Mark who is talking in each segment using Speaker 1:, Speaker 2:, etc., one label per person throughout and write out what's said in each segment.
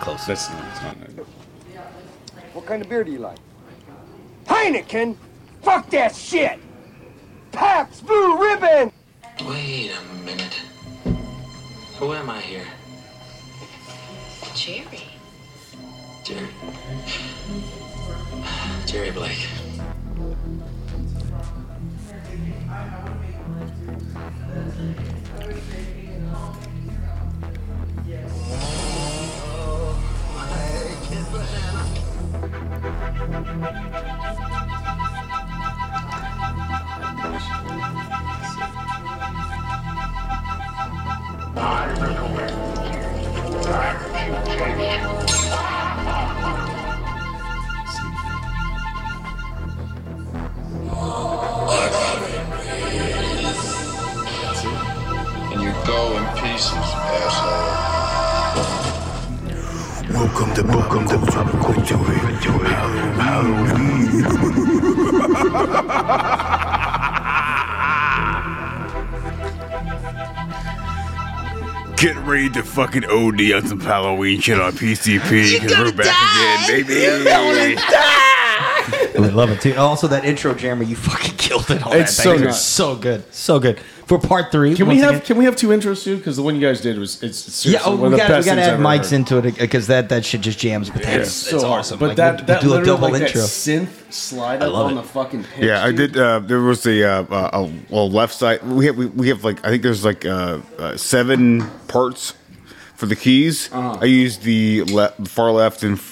Speaker 1: Close.
Speaker 2: That's not. It's not it.
Speaker 3: What kind of beer do you like? Heineken? Fuck that shit! Pabst Blue Ribbon!
Speaker 4: Wait a minute. Who am I here?
Speaker 5: Jerry.
Speaker 4: Jerry. Jerry Blake.
Speaker 6: And you go in pieces, asshole.
Speaker 7: Welcome to welcome to pop culture Halloween. Get ready to fucking OD on some Halloween shit on PCP because we're back again, baby.
Speaker 1: I love it too. Also, that intro, Jeremy, you fucking killed it. All
Speaker 2: It's
Speaker 1: that
Speaker 2: so
Speaker 1: thing.
Speaker 2: good.
Speaker 1: so good, so good. For part three,
Speaker 2: Can we
Speaker 1: once
Speaker 2: have
Speaker 1: again-
Speaker 2: Can we have two intros too? Because the one you guys did was it's it's
Speaker 1: yeah,
Speaker 2: seriously
Speaker 1: oh,
Speaker 2: one
Speaker 1: we
Speaker 2: of the
Speaker 1: gotta, we
Speaker 2: best
Speaker 1: gotta
Speaker 2: things
Speaker 1: add
Speaker 2: I've
Speaker 1: mics
Speaker 2: ever heard.
Speaker 1: into it because that, that shit just jams. But that's,
Speaker 2: It's
Speaker 1: that's
Speaker 2: so hard.
Speaker 1: awesome.
Speaker 2: But
Speaker 1: Like,
Speaker 2: that
Speaker 1: we'll
Speaker 2: that
Speaker 1: do a
Speaker 2: literally,
Speaker 1: double
Speaker 2: like,
Speaker 1: intro.
Speaker 2: That synth slide
Speaker 1: I
Speaker 2: up
Speaker 1: love
Speaker 2: on
Speaker 1: it.
Speaker 2: the fucking pitch.
Speaker 6: Yeah, I
Speaker 2: dude.
Speaker 6: did. Uh, there was the uh, uh, a, a left side. We have we, we have like I think there's like uh, uh, seven parts for the keys.
Speaker 2: Uh-huh.
Speaker 6: I used the le- far left and f-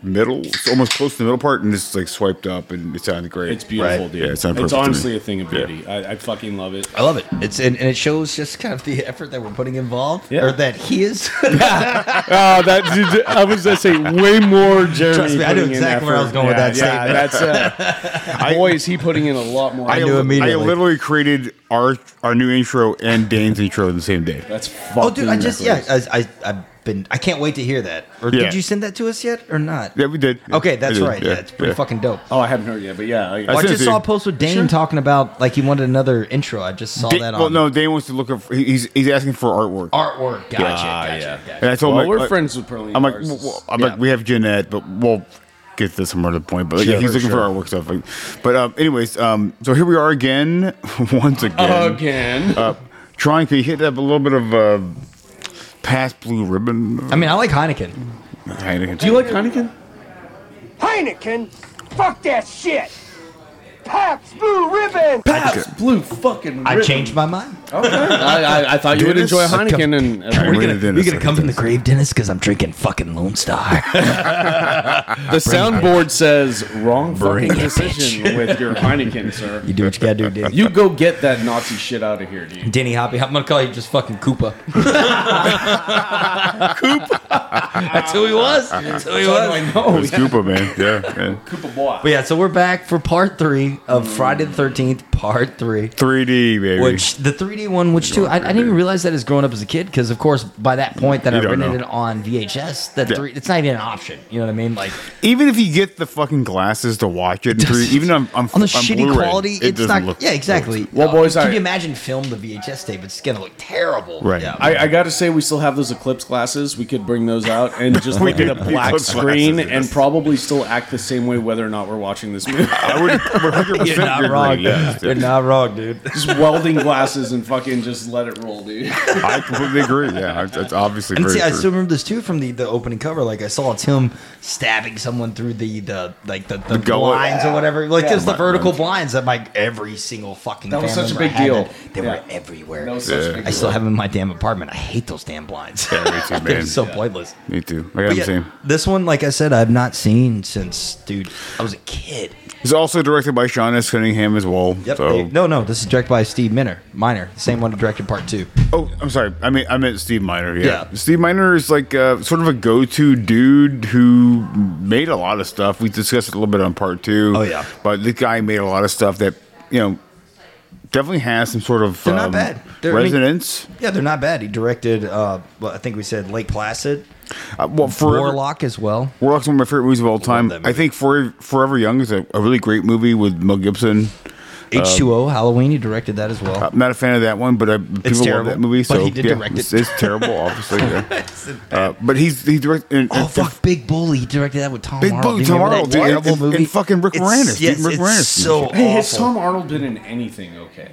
Speaker 6: middle, it's almost close to the middle part, and just like swiped up, and it sounded great.
Speaker 2: It's beautiful,
Speaker 6: Right.
Speaker 2: dude.
Speaker 6: Yeah, it
Speaker 2: it's,
Speaker 6: sounded perfect to me.
Speaker 2: honestly a thing of beauty. I, I fucking love it.
Speaker 1: I love it. It's and, and it shows just kind of the effort that we're putting involved,
Speaker 2: Yeah.
Speaker 1: or that he is.
Speaker 2: Oh, that I was gonna say way more Jeremy.
Speaker 1: Trust me, I knew putting in exactly where I effort. was going with that
Speaker 2: Yeah, yeah that's uh, boy is he putting in a lot more.
Speaker 1: I knew
Speaker 6: li-
Speaker 1: immediately.
Speaker 6: I literally created our our new intro and Dane's intro the same day.
Speaker 2: that's fucking.
Speaker 1: oh, dude, I just yeah,
Speaker 2: ridiculous.
Speaker 1: I, I I've been. I can't wait to hear that. Or
Speaker 6: Yeah.
Speaker 1: did you send that to us yet, or not?
Speaker 6: Yeah, we did.
Speaker 1: Okay, that's
Speaker 6: I did,
Speaker 1: right.
Speaker 6: yeah,
Speaker 1: that's pretty
Speaker 6: yeah.
Speaker 1: fucking dope.
Speaker 2: Oh, I haven't heard it yet, but yeah, I,
Speaker 1: I
Speaker 6: sent it
Speaker 1: just
Speaker 6: to
Speaker 1: saw
Speaker 6: you.
Speaker 1: a post with Dane talking about like he wanted another intro. I just saw
Speaker 6: Da-
Speaker 1: that on
Speaker 6: well, no, Dane wants to look up. he- He's he's asking for artwork.
Speaker 1: artwork. Gotcha,
Speaker 2: Ah,
Speaker 1: gotcha,
Speaker 2: yeah.
Speaker 1: gotcha.
Speaker 6: And I told uh,
Speaker 2: well,
Speaker 6: him, like,
Speaker 2: we're
Speaker 1: uh,
Speaker 6: like-
Speaker 2: friends with Pearly.
Speaker 6: I'm like,
Speaker 2: Bars.
Speaker 6: well, well, I'm
Speaker 2: Yeah.
Speaker 6: like, we have Jeanette, but we'll get this some other point. But like,
Speaker 2: Sure,
Speaker 6: he's looking
Speaker 2: sure.
Speaker 6: for artwork stuff. Like, but um, anyways, um, so here we are again, once again,
Speaker 2: again.
Speaker 6: Uh, trying. Can you hit up a little bit of uh, past blue ribbon?
Speaker 1: I mean, I like Heineken.
Speaker 6: Heineken.
Speaker 2: Do you like Heineken?
Speaker 3: Heineken? Fuck that shit! Pabst Blue Ribbon!
Speaker 2: That's blue fucking.
Speaker 1: I
Speaker 2: ribbon.
Speaker 1: changed my mind.
Speaker 2: Okay. I, I, I thought you would
Speaker 6: Dennis,
Speaker 2: enjoy
Speaker 6: uh,
Speaker 2: Heineken,
Speaker 1: come-
Speaker 2: and
Speaker 6: come-
Speaker 2: uh,
Speaker 6: We're
Speaker 1: You're
Speaker 6: gonna-
Speaker 1: gonna,
Speaker 6: we're gonna
Speaker 1: come from the grave, Dennis, because I'm drinking fucking Lone Star.
Speaker 2: the soundboard says wrong
Speaker 1: Bring
Speaker 2: fucking
Speaker 1: it,
Speaker 2: decision with your Heineken, sir.
Speaker 1: you do what you gotta do, Denny.
Speaker 2: You go get that Nazi shit out of here, dude.
Speaker 1: Denny Hoppy, I'm gonna call you just fucking Koopa. Koopa. That's who he was. That's who he was.
Speaker 2: know.
Speaker 6: It's Koopa, man. Yeah. man.
Speaker 2: Koopa boy.
Speaker 1: But yeah, so we're back for part three of Friday the Thirteenth, part three.
Speaker 6: 3D, baby.
Speaker 1: Which the 3D one, which too, I, I didn't even realize that as growing up as a kid, because of course by that point that
Speaker 6: You
Speaker 1: I
Speaker 6: don't
Speaker 1: rented
Speaker 6: know.
Speaker 1: it on VHS, that
Speaker 6: Yeah.
Speaker 1: three, it's not even an option. You know what I mean? Like
Speaker 6: even if you get the fucking glasses to watch it, in 3D, even on, on,
Speaker 1: on the
Speaker 6: on
Speaker 1: shitty
Speaker 6: Blu-ray,
Speaker 1: quality,
Speaker 6: it
Speaker 1: it's
Speaker 6: doesn't
Speaker 1: not.
Speaker 6: look-
Speaker 1: yeah, exactly.
Speaker 2: Well, boys,
Speaker 1: can
Speaker 2: I-
Speaker 1: you imagine film the VHS tape? It's gonna look terrible.
Speaker 6: Right.
Speaker 1: Yeah.
Speaker 2: I, I gotta say, we still have those Eclipse glasses. We could bring those out and just
Speaker 6: We
Speaker 2: look at a
Speaker 6: do.
Speaker 2: black
Speaker 6: Eclipse
Speaker 2: screen
Speaker 6: glasses, yes.
Speaker 2: and probably still act the same way whether or not we're watching this movie.
Speaker 6: I would 100%
Speaker 1: You're not
Speaker 6: agree,
Speaker 1: wrong.
Speaker 6: yes.
Speaker 1: You're not wrong, dude.
Speaker 2: just welding glasses and fucking just let it roll, dude.
Speaker 6: I completely agree. Yeah, that's obviously
Speaker 1: And
Speaker 6: very
Speaker 1: see, I
Speaker 6: true.
Speaker 1: still remember this too from the, the opening cover. Like I saw it's him stabbing someone through the the like the, the,
Speaker 6: gullet.
Speaker 1: blinds or whatever. Like
Speaker 2: Yeah.
Speaker 1: just the vertical blinds that like every single fucking
Speaker 2: That was
Speaker 1: family
Speaker 2: such a
Speaker 1: member
Speaker 2: big
Speaker 1: had
Speaker 2: deal.
Speaker 1: that. They were
Speaker 2: Yeah.
Speaker 1: everywhere.
Speaker 2: That was such a
Speaker 6: Yeah.
Speaker 2: big
Speaker 1: I still
Speaker 2: deal.
Speaker 1: have them in my damn apartment. I hate those damn blinds.
Speaker 6: Yeah, me too,
Speaker 1: They're
Speaker 6: man.
Speaker 1: so pointless.
Speaker 6: Me too. I got the
Speaker 1: But yeah,
Speaker 6: same.
Speaker 1: this one, like I said, I've not seen since dude. I was a kid.
Speaker 6: It's also directed by Sean S. Cunningham as well.
Speaker 1: Yep.
Speaker 6: So.
Speaker 1: No, no. This is directed by Steve Miner. Miner, the same one who directed Part Two.
Speaker 6: Oh, I'm sorry. I mean, I meant Steve Miner. Yeah.
Speaker 1: Yeah.
Speaker 6: Steve Miner is like uh, sort of a go-to dude who made a lot of stuff. We discussed it a little bit on part two.
Speaker 1: Oh, yeah.
Speaker 6: But the guy made a lot of stuff that you know definitely has some sort of
Speaker 1: They're not
Speaker 6: um,
Speaker 1: bad. They're- I mean-
Speaker 6: resonance.
Speaker 1: Yeah, they're not bad. He directed, uh, well, I think we said Lake Placid,
Speaker 6: uh, well, forever,
Speaker 1: Warlock as well.
Speaker 6: Warlock's one of my favorite movies of all time.
Speaker 1: that
Speaker 6: I
Speaker 1: movie.
Speaker 6: think Forever, Forever Young is a, a really great movie with Mel Gibson.
Speaker 1: H2O Halloween. He directed that as well.
Speaker 6: I'm not a fan of that one, but uh, people love
Speaker 1: terrible,
Speaker 6: that movie.
Speaker 1: but
Speaker 6: So
Speaker 1: he did
Speaker 6: yeah,
Speaker 1: direct it.
Speaker 6: It's, it's terrible, obviously. yeah. uh, but he's he directed. And,
Speaker 1: Oh
Speaker 6: and-
Speaker 1: fuck, Big Bully. He directed that with Tom
Speaker 6: Big
Speaker 1: Arnold.
Speaker 6: Bully,
Speaker 1: Do you
Speaker 6: Tom
Speaker 1: remember that
Speaker 6: Arnold, dude, and-
Speaker 1: terrible
Speaker 6: and-
Speaker 1: movie?
Speaker 6: and fucking Rick
Speaker 1: It's-
Speaker 6: Moranis, dude,
Speaker 1: Yes,
Speaker 6: Rick
Speaker 1: it's
Speaker 6: Moranis.
Speaker 1: so
Speaker 2: Hey, has
Speaker 1: awful.
Speaker 2: Tom Arnold been in anything? Okay.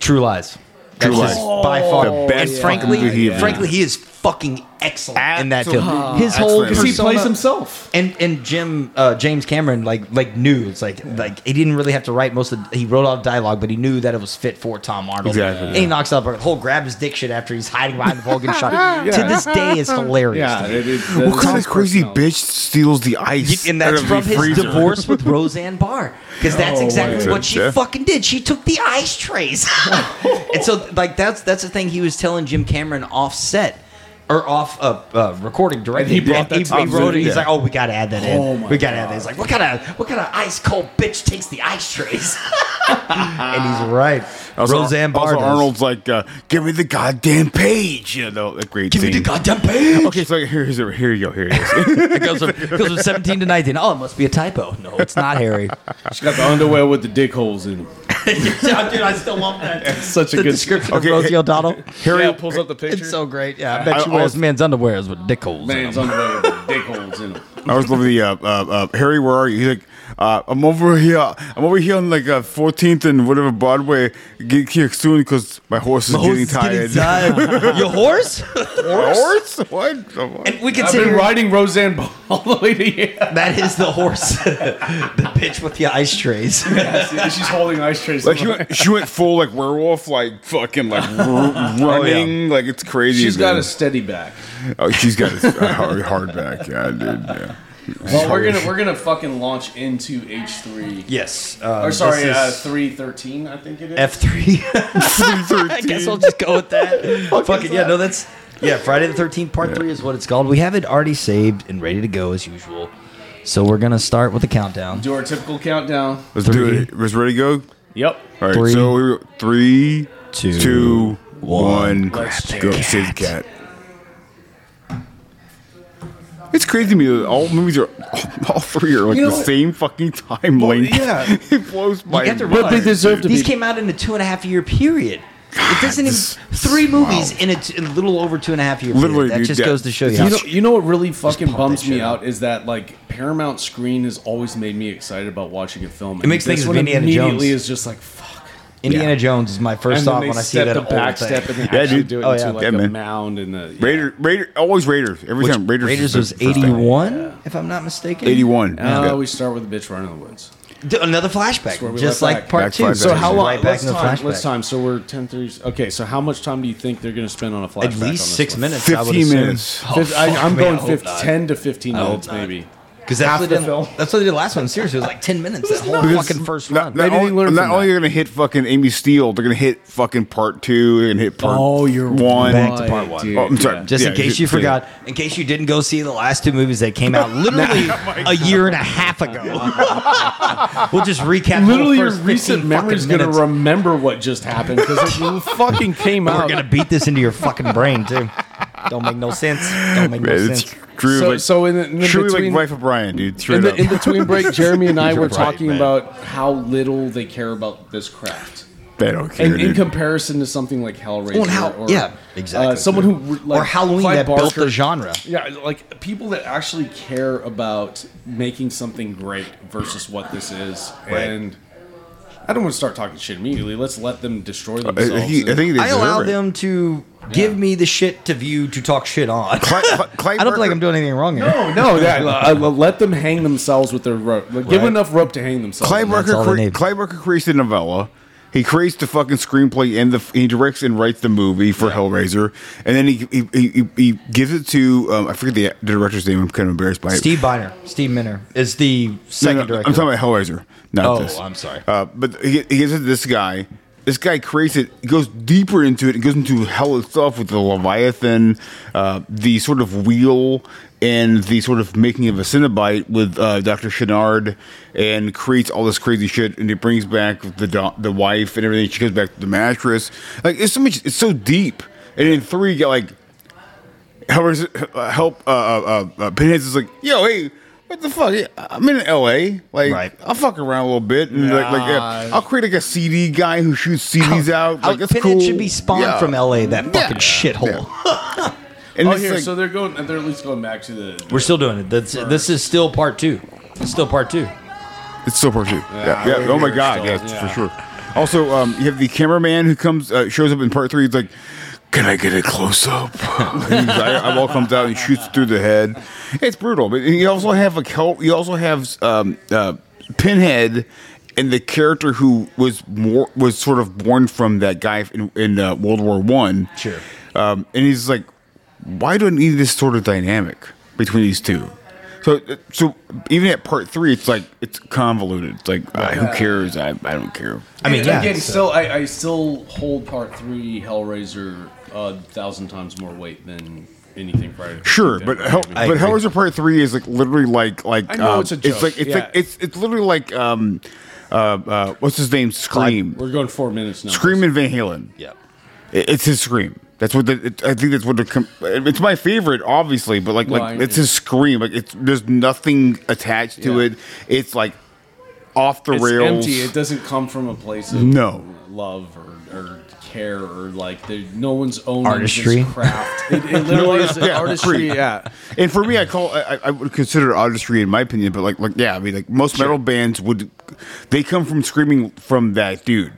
Speaker 1: True Lies.
Speaker 6: True
Speaker 1: That's his
Speaker 6: Lies.
Speaker 1: by far
Speaker 6: The best
Speaker 1: and
Speaker 6: fucking
Speaker 1: frankly,
Speaker 6: movie he ever
Speaker 1: frankly, he is fucking excellent in that
Speaker 6: Absolutely
Speaker 1: film. His whole
Speaker 6: excellent. 'Cause
Speaker 2: He
Speaker 6: he
Speaker 1: persona-
Speaker 2: plays himself.
Speaker 1: and and Jim uh, James Cameron like like knew it's like like he didn't really have to write most of the, he wrote all the dialogue, but he knew that it was fit for Tom Arnold.
Speaker 6: Exactly,
Speaker 1: And he
Speaker 6: yeah.
Speaker 1: knocks out the whole grab his dick shit after he's hiding behind the Vulcan shot. To this day, is hilarious.
Speaker 2: Yeah.
Speaker 1: to me.
Speaker 2: it- it-
Speaker 6: What
Speaker 2: that
Speaker 6: kind
Speaker 2: sounds
Speaker 6: of crazy
Speaker 2: personal.
Speaker 6: bitch steals the ice?
Speaker 1: And
Speaker 6: out
Speaker 1: that's
Speaker 6: of the
Speaker 1: from his
Speaker 6: freezer?
Speaker 1: divorce with Roseanne Barr, because that's
Speaker 2: No
Speaker 1: exactly
Speaker 2: way.
Speaker 1: what she
Speaker 6: Yeah.
Speaker 1: fucking did. She took the ice trays, and so like that's that's the thing he was telling Jim Cameron off set or off uh, uh, recording directly.
Speaker 2: he brought
Speaker 1: he,
Speaker 2: that to
Speaker 1: he
Speaker 2: the
Speaker 1: wrote it.
Speaker 6: movie.
Speaker 1: He's
Speaker 6: Yeah.
Speaker 1: like, oh, we gotta add that
Speaker 2: Oh
Speaker 1: in.
Speaker 2: my
Speaker 1: we gotta add that.
Speaker 2: God.
Speaker 1: He's like, what kind of what kind of ice cold bitch takes the ice trays? and he's right.
Speaker 6: Also,
Speaker 1: Roseanne Barr.
Speaker 6: also
Speaker 1: does.
Speaker 6: Arnold's like, uh, give me the goddamn page. You know, a great
Speaker 1: Give me the
Speaker 6: scene.
Speaker 1: goddamn page.
Speaker 6: Okay, so here, here's a, here you go. Here it is.
Speaker 1: It goes from, it goes from 17 to 19. Oh, it must be a typo. No, it's not Harry.
Speaker 2: She got the underwear with the dick holes in them.
Speaker 1: Yeah, Dude, I still love that.
Speaker 2: Such a
Speaker 1: the
Speaker 2: good
Speaker 1: description
Speaker 6: Okay,
Speaker 1: of Rosie
Speaker 6: hey-
Speaker 1: O'Donnell.
Speaker 2: Harry pulls up the picture.
Speaker 1: It's so great. Yeah, I bet
Speaker 6: I-
Speaker 1: she wears
Speaker 6: I'll-
Speaker 1: men's underwears with dick holes. in
Speaker 2: Man's underwear with the dick holes in them.
Speaker 6: I was loving the uh, uh, uh, Harry. Where are you? He's like, uh, I'm over here. I'm over here on like uh, 14th and whatever Broadway. Get here soon because my horse is
Speaker 1: them.
Speaker 6: getting tired.
Speaker 1: Your horse?
Speaker 6: horse? What? The fuck?
Speaker 1: And we can
Speaker 2: I've
Speaker 1: sit
Speaker 2: been
Speaker 1: here.
Speaker 2: riding Roseanne Barr all the way to here.
Speaker 1: That is the horse. the bitch with the ice trays.
Speaker 2: She's holding ice trays.
Speaker 6: Like she went, she went full like werewolf, like fucking like r- running, like it's crazy.
Speaker 2: She's got
Speaker 6: man.
Speaker 2: a steady back.
Speaker 6: oh, she's got a, a hard, hard back, yeah, dude. Yeah.
Speaker 2: Well, we're gonna we're gonna fucking launch into H three.
Speaker 1: yes. Uh,
Speaker 2: Or sorry,
Speaker 1: this
Speaker 2: uh,
Speaker 1: is
Speaker 2: three thirteen. I think it is.
Speaker 1: F3. I guess I'll just go with that. Fucking, yeah, no, that's. Yeah, Friday the 13th, part three is what it's called. We have it already saved and ready to go as usual. So we're going to start with a countdown.
Speaker 2: Do our typical countdown.
Speaker 6: Let's do it. Was ready to go.
Speaker 2: Yep.
Speaker 6: All right,
Speaker 1: Three,
Speaker 6: so we're three,
Speaker 1: two,
Speaker 6: two, two one.
Speaker 2: Let's
Speaker 6: Let's
Speaker 2: do
Speaker 6: go
Speaker 2: it.
Speaker 6: see the cat. It's crazy to me that all movies are all three are like
Speaker 2: You know
Speaker 6: the
Speaker 2: what?
Speaker 6: same fucking time length.
Speaker 2: yeah.
Speaker 6: it blows my.
Speaker 1: You have to
Speaker 6: mind.
Speaker 1: realize
Speaker 2: deserve to
Speaker 1: these
Speaker 2: be-
Speaker 1: came out in a two and a half year period. It doesn't even
Speaker 6: this-
Speaker 1: three movies in a, t- a little over two and a half year. Period.
Speaker 6: Literally,
Speaker 1: that
Speaker 6: dude,
Speaker 1: just
Speaker 6: yeah.
Speaker 1: goes to show you.
Speaker 2: You
Speaker 1: How
Speaker 2: know, you know what really fucking
Speaker 1: pump that
Speaker 2: bums me
Speaker 1: shit
Speaker 2: out is that like Paramount Screen has always made me excited about watching a film. It
Speaker 1: makes
Speaker 2: this
Speaker 1: things
Speaker 2: one
Speaker 1: Indiana
Speaker 2: immediately
Speaker 1: Jones.
Speaker 2: is just like fuck.
Speaker 1: Indiana Jones is my first
Speaker 2: and
Speaker 1: thought
Speaker 2: then they
Speaker 1: when I see
Speaker 2: step
Speaker 1: that
Speaker 2: the
Speaker 1: old
Speaker 2: back
Speaker 1: thing.
Speaker 2: step and they
Speaker 6: Yeah,
Speaker 2: actually
Speaker 6: dude.
Speaker 2: do it
Speaker 6: Oh,
Speaker 2: into
Speaker 1: yeah.
Speaker 2: like
Speaker 6: Yeah,
Speaker 2: a
Speaker 6: man.
Speaker 2: mound and the yeah.
Speaker 6: Raider, Raider, always Raiders. Every
Speaker 1: Which
Speaker 6: time Raiders.
Speaker 1: Raiders
Speaker 6: is
Speaker 1: was
Speaker 6: the first
Speaker 1: eighty
Speaker 6: time.
Speaker 1: one, if I'm not mistaken.
Speaker 6: 81.
Speaker 2: Uh,
Speaker 6: Yeah.
Speaker 2: we start with the bitch running in the woods.
Speaker 1: D- another
Speaker 2: where
Speaker 1: flashback,
Speaker 2: we
Speaker 1: just
Speaker 2: went
Speaker 1: like
Speaker 2: back.
Speaker 1: part
Speaker 6: Back
Speaker 1: two.
Speaker 6: flashback.
Speaker 2: So how long?
Speaker 1: Right back
Speaker 2: let's,
Speaker 1: in the
Speaker 2: time, let's
Speaker 1: flashback.
Speaker 2: time. So we're ten thirty. Okay, so how much time do you think they're going to spend on a flashback?
Speaker 1: At
Speaker 2: on
Speaker 1: least
Speaker 2: this
Speaker 1: six
Speaker 2: one?
Speaker 1: minutes. I would
Speaker 6: 15
Speaker 1: assume.
Speaker 6: minutes.
Speaker 1: Oh,
Speaker 2: Fif- I,
Speaker 1: fuck,
Speaker 2: am
Speaker 1: man, I
Speaker 2: going
Speaker 1: hope
Speaker 2: fif-
Speaker 1: not.
Speaker 2: ten to fifteen
Speaker 1: hope
Speaker 2: minutes,
Speaker 1: not.
Speaker 2: maybe.
Speaker 1: Because that's
Speaker 2: half
Speaker 1: what
Speaker 2: the
Speaker 1: they did.
Speaker 2: film.
Speaker 1: That's what they did last one. Seriously, it was like ten minutes. That whole fucking first
Speaker 6: Not,
Speaker 1: run.
Speaker 6: not
Speaker 2: Maybe they
Speaker 6: only,
Speaker 2: learned
Speaker 6: not
Speaker 2: from
Speaker 6: only
Speaker 2: that.
Speaker 6: are gonna hit fucking Amy Steele, they're gonna hit fucking part two and hit part
Speaker 2: Oh, you're
Speaker 6: one.
Speaker 1: Back to
Speaker 2: right,
Speaker 1: part one.
Speaker 2: dude.
Speaker 6: Oh, I'm sorry.
Speaker 2: Yeah.
Speaker 1: Just
Speaker 6: Yeah,
Speaker 1: in case
Speaker 6: you-
Speaker 1: you forgot, in case you didn't go see the last two movies that came out literally
Speaker 2: Oh
Speaker 1: a year and a half ago. we'll just recap.
Speaker 2: Literally,
Speaker 1: the
Speaker 2: your
Speaker 1: first
Speaker 2: recent
Speaker 1: 15
Speaker 2: memory is
Speaker 1: fucking
Speaker 2: going to
Speaker 1: minutes.
Speaker 2: remember what just happened because it fucking came
Speaker 1: We're
Speaker 2: out.
Speaker 1: gonna beat this into your fucking brain too. Don't make no sense. Don't make no
Speaker 6: Man, it's
Speaker 1: sense.
Speaker 6: true.
Speaker 2: So-
Speaker 6: like,
Speaker 2: so in the- in the
Speaker 6: truly
Speaker 2: between-
Speaker 6: like Life of Brian, dude. Straight
Speaker 2: in the
Speaker 6: up.
Speaker 2: in between break, Jeremy and I
Speaker 6: You're
Speaker 2: were
Speaker 6: right,
Speaker 2: talking
Speaker 6: man.
Speaker 2: about how little they care about this craft,
Speaker 6: they don't care,
Speaker 2: and in
Speaker 6: dude.
Speaker 2: comparison to something like Hellraiser,
Speaker 1: Well, and how-
Speaker 2: or,
Speaker 1: yeah,
Speaker 2: uh,
Speaker 1: exactly.
Speaker 2: someone who re- like
Speaker 1: or Halloween
Speaker 2: Clive
Speaker 1: that built
Speaker 2: Barker-
Speaker 1: the genre.
Speaker 2: Yeah, like people that actually care about making something great versus what this is,
Speaker 1: Right.
Speaker 2: and I don't want to start talking shit immediately. Let's let them destroy
Speaker 6: I,
Speaker 2: themselves.
Speaker 6: I think, Uh, I think they
Speaker 1: I allow
Speaker 6: deserve it.
Speaker 1: them to give me the shit to view to talk shit on.
Speaker 6: Cla- Cla- Clive
Speaker 1: I don't feel like
Speaker 6: Barker-
Speaker 1: I'm doing anything wrong here.
Speaker 2: no, no, that, I- I- let them hang themselves with their rope. Like, Give
Speaker 1: Right.
Speaker 2: enough rope to hang themselves.
Speaker 6: Clive
Speaker 1: that's
Speaker 6: Barker,
Speaker 1: all they
Speaker 6: cre-
Speaker 1: need.
Speaker 6: Clive Barker creates the novella. He creates the fucking screenplay and the he directs and writes the movie for Hellraiser, and then he he, he, he- he gives it to um, I forget the, the director's name. I'm kind of embarrassed by it.
Speaker 1: Steve Biner, Steve Minner is the
Speaker 6: No,
Speaker 1: second
Speaker 6: no,
Speaker 1: director.
Speaker 6: I'm talking about Hellraiser, not
Speaker 1: Oh,
Speaker 6: this.
Speaker 1: I'm sorry.
Speaker 6: Uh, but he, he gives it to this guy. This guy creates it. He goes deeper into it. It goes into hell itself with the Leviathan, uh, the sort of wheel, and the sort of making of a Cenobite with uh, Doctor Shenard, and creates all this crazy shit. And he brings back the do- the wife and everything. She goes back to the mattress. Like it's so much. It's so deep. And in three, uh, you got like Hellraiser, uh, help uh, uh, uh, Pinhead's is like, yo, hey, What the fuck? I'm in L.A. Like,
Speaker 1: Right.
Speaker 6: I'll fuck around a little bit, and like, like, yeah, I'll create like a CD guy who shoots CDs out. Like, that's
Speaker 1: Outfitted
Speaker 6: cool.
Speaker 1: should be spawned
Speaker 6: Yeah.
Speaker 1: from LA, that fucking
Speaker 6: Yeah.
Speaker 1: shithole.
Speaker 6: And
Speaker 2: Oh,
Speaker 6: it's
Speaker 2: here,
Speaker 6: like-
Speaker 2: so they're going. They're at least going back to the.
Speaker 1: We're still doing it. That's, this is still part two. It's still part two.
Speaker 6: It's still part two. Yeah. yeah.
Speaker 2: we're
Speaker 6: Oh my
Speaker 2: here
Speaker 6: god.
Speaker 2: still.
Speaker 6: Yes,
Speaker 2: Yeah.
Speaker 6: for sure. Also, um, you have the cameraman who comes uh, shows up in part three. He's like, "Can I get a close up?" And his eye- eyeball comes out and shoots through the head. It's brutal. But you also have a kel- you also have um, uh, Pinhead and the character who was more was sort of born from that guy in, in uh, World War One.
Speaker 1: Sure.
Speaker 6: Um, and he's like, why do I need this sort of dynamic between these two? So, uh, so even at part three, it's like it's convoluted. It's like uh, who cares? I, I don't care.
Speaker 1: I mean, yeah.
Speaker 2: again,
Speaker 1: so-
Speaker 2: still, I, I still hold Part Three Hellraiser a thousand times more weight than anything Friday. the
Speaker 6: Sure,
Speaker 2: 13th.
Speaker 6: but Hell,
Speaker 1: I
Speaker 6: but
Speaker 1: agree.
Speaker 6: Hellraiser Part Three is like literally like like
Speaker 2: I know
Speaker 6: um,
Speaker 2: it's a
Speaker 6: it's
Speaker 2: joke,
Speaker 6: like it's
Speaker 2: yeah.
Speaker 6: like it's it's literally like um uh, uh what's his name Scream
Speaker 2: we're going four minutes now.
Speaker 6: Scream and Van Halen.
Speaker 1: yeah.
Speaker 6: It- It's his scream. That's what the, it, I think. That's what the. com- It's my favorite, obviously, but like,
Speaker 2: No, I
Speaker 6: like it's
Speaker 2: agree.
Speaker 6: his scream. Like, it's there's nothing attached to
Speaker 2: Yeah.
Speaker 6: it. It's like off the
Speaker 2: It's
Speaker 6: rails.
Speaker 2: empty. It doesn't come from a place of
Speaker 6: No.
Speaker 2: love or, or care or like there- no one's owning
Speaker 1: Artistry.
Speaker 2: this craft. It, it literally is
Speaker 6: yeah,
Speaker 2: artistry.
Speaker 6: agree.
Speaker 2: Yeah,
Speaker 6: And for me, I call I, I- I would consider it artistry in my opinion. But like, like yeah, I mean, like most metal bands would, they come from screaming from that dude.